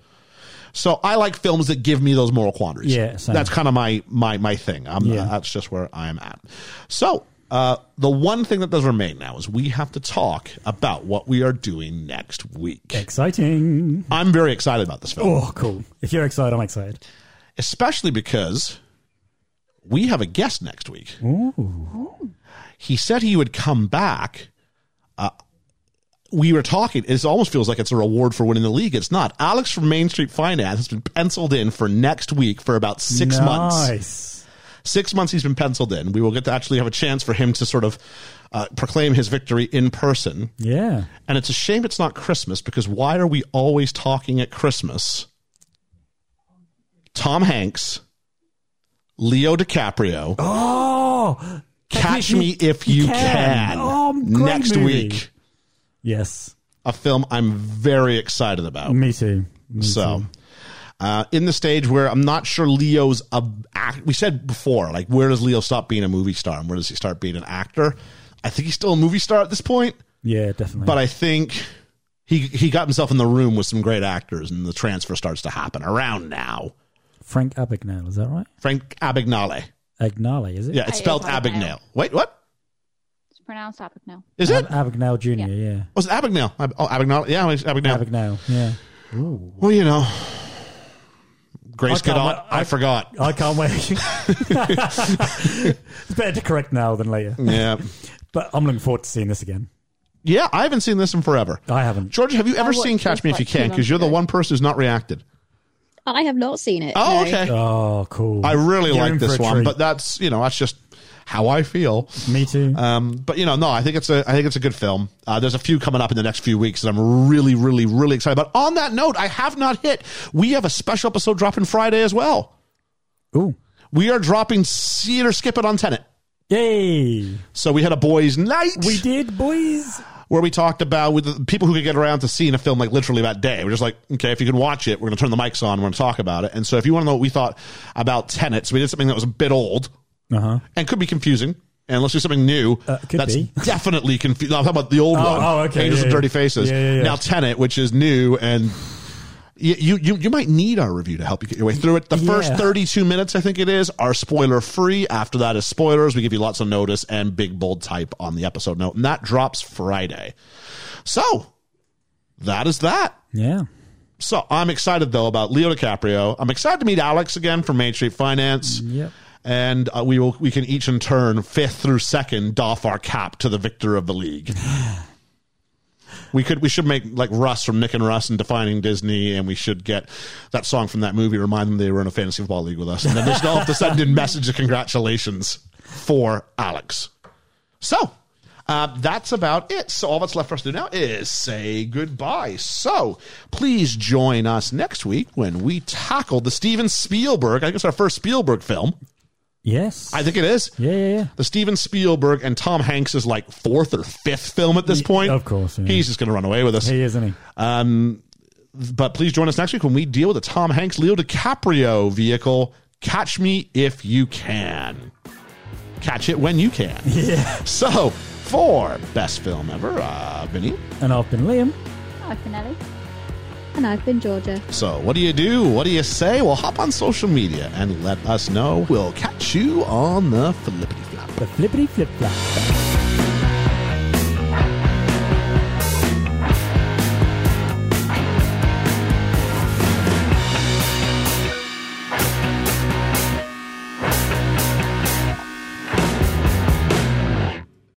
So I like films that give me those moral quandaries.
Yeah, same.
that's kind of my my my thing. I'm,
Yeah.
uh, that's just where I am at. So uh, the one thing that does remain now is we have to talk about what we are doing next week.
Exciting.
I'm very excited about this film.
Oh, cool. If you're excited, I'm excited.
especially because we have a guest next week. He said he would come back. Uh, we were talking. It almost feels like it's a reward for winning the league. It's not. Alex from Main Street Finance has been penciled in for next week for about six months
Nice.
six months he's been penciled in. We will get to actually have a chance for him to sort of uh, proclaim his victory in person.
Yeah.
And it's a shame it's not Christmas because why are we always talking at Christmas? Tom Hanks, Leo DiCaprio,
Oh,
Catch Me If You Can,
Oh, great
next
movie.
week.
Yes,
A film I'm very excited about.
me too. Me
So,
too.
uh, in the stage where I'm not sure Leo's a act, we said before, like where does Leo stop being a movie star and where does he start being an actor? I think he's still a movie star at this point,
yeah, definitely.
but I think he he got himself in the room with some great actors, and the transfer starts to happen around now.
Frank Abagnale, is that right?
Frank Abagnale,
Agnale, is it?
yeah, it's
I-
spelled
I-
Abagnale. Wait, what
It's pronounced Abagnale.
is
Ab-
it?
Abagnale Jr. Yeah,
Was it Abagnale? Ab- Oh, Abagnale. Yeah, it's Abagnale.
Abagnale. Yeah,
Well, you know, Grace
I can't
Goddard.
wa-
I,
I-
forgot.
I
*laughs*
can't wait. it's better to correct now than later.
yeah,
But I'm looking forward to seeing this again.
yeah. I haven't seen this in forever.
I haven't.
Georgia, have you ever
I
seen
watched
Catch
this
Me If You
like two
Can? Because you're the
months ago.
one person who's not reacted.
I have not seen it.
Oh,
no.
okay.
Oh, cool.
I really
You're
like
in for
this
a
one,
treat.
but that's you know that's just how I feel.
me too.
Um, but you know, no, I think it's a I think it's a good film. Uh, there's a few coming up in the next few weeks that I'm really, really, really excited about. On that note, I have not hit. We have a special episode dropping Friday as well.
Ooh,
We are dropping See It or Skip It on Tenet.
yay!
So we had a boys' night.
We did, boys.
where we talked about with the people who could get around to seeing a film like literally that day. We're just like, okay, if you can watch it, we're going to turn the mics on. We're going to talk about it. And so, if you want to know what we thought about Tenet, so we did something that was a bit old
Uh huh.
and could be confusing. And let's do something new.
Uh, could
that's
be.
definitely confusing. No, I'm talking about the old
Oh,
one.
oh, okay,
Angels with
yeah, yeah.
Dirty Faces.
Yeah, yeah, yeah.
Now Tenet, which is new and. y- You, you you might need our review to help you get your way through it. The first
Yeah.
32 minutes, I think it is, are spoiler free. After that is spoilers. We give you lots of notice and big bold type on the episode note. And that drops Friday. So that is that.
Yeah.
So I'm excited though about Leo DiCaprio. I'm excited to meet Alex again from Main Street Finance.
Yep.
And uh, we will we can each in turn fifth through second doff our cap to the victor of the league. We could we should make like Russ from Nick and Russ and defining Disney, and we should get that song from that movie. Remind them they were in a fantasy football league with us, and then they should all have to send in message of congratulations for Alex. So uh, that's about it. So all that's left for us to do now is say goodbye. So please join us next week when we tackle the Steven Spielberg. I think it's our first Spielberg film.
Yes.
I think it is.
Yeah, yeah, yeah.
The Steven Spielberg and Tom Hanks is like fourth or fifth film at this point.
of course, yeah.
He's just going to run away with us.
He is, isn't he?
Um, But please join us next week when we deal with the Tom Hanks Leo DiCaprio vehicle. Catch me if you can. Catch it when you can. Yeah. So, for best film ever, uh, Benny.
And I've been Liam.
I've been Ellie.
And I've been Georgia.
So, what do you do? What do you say? Well, hop on social media and let us know. We'll catch you on the flippity flop.
The flippity flip flop.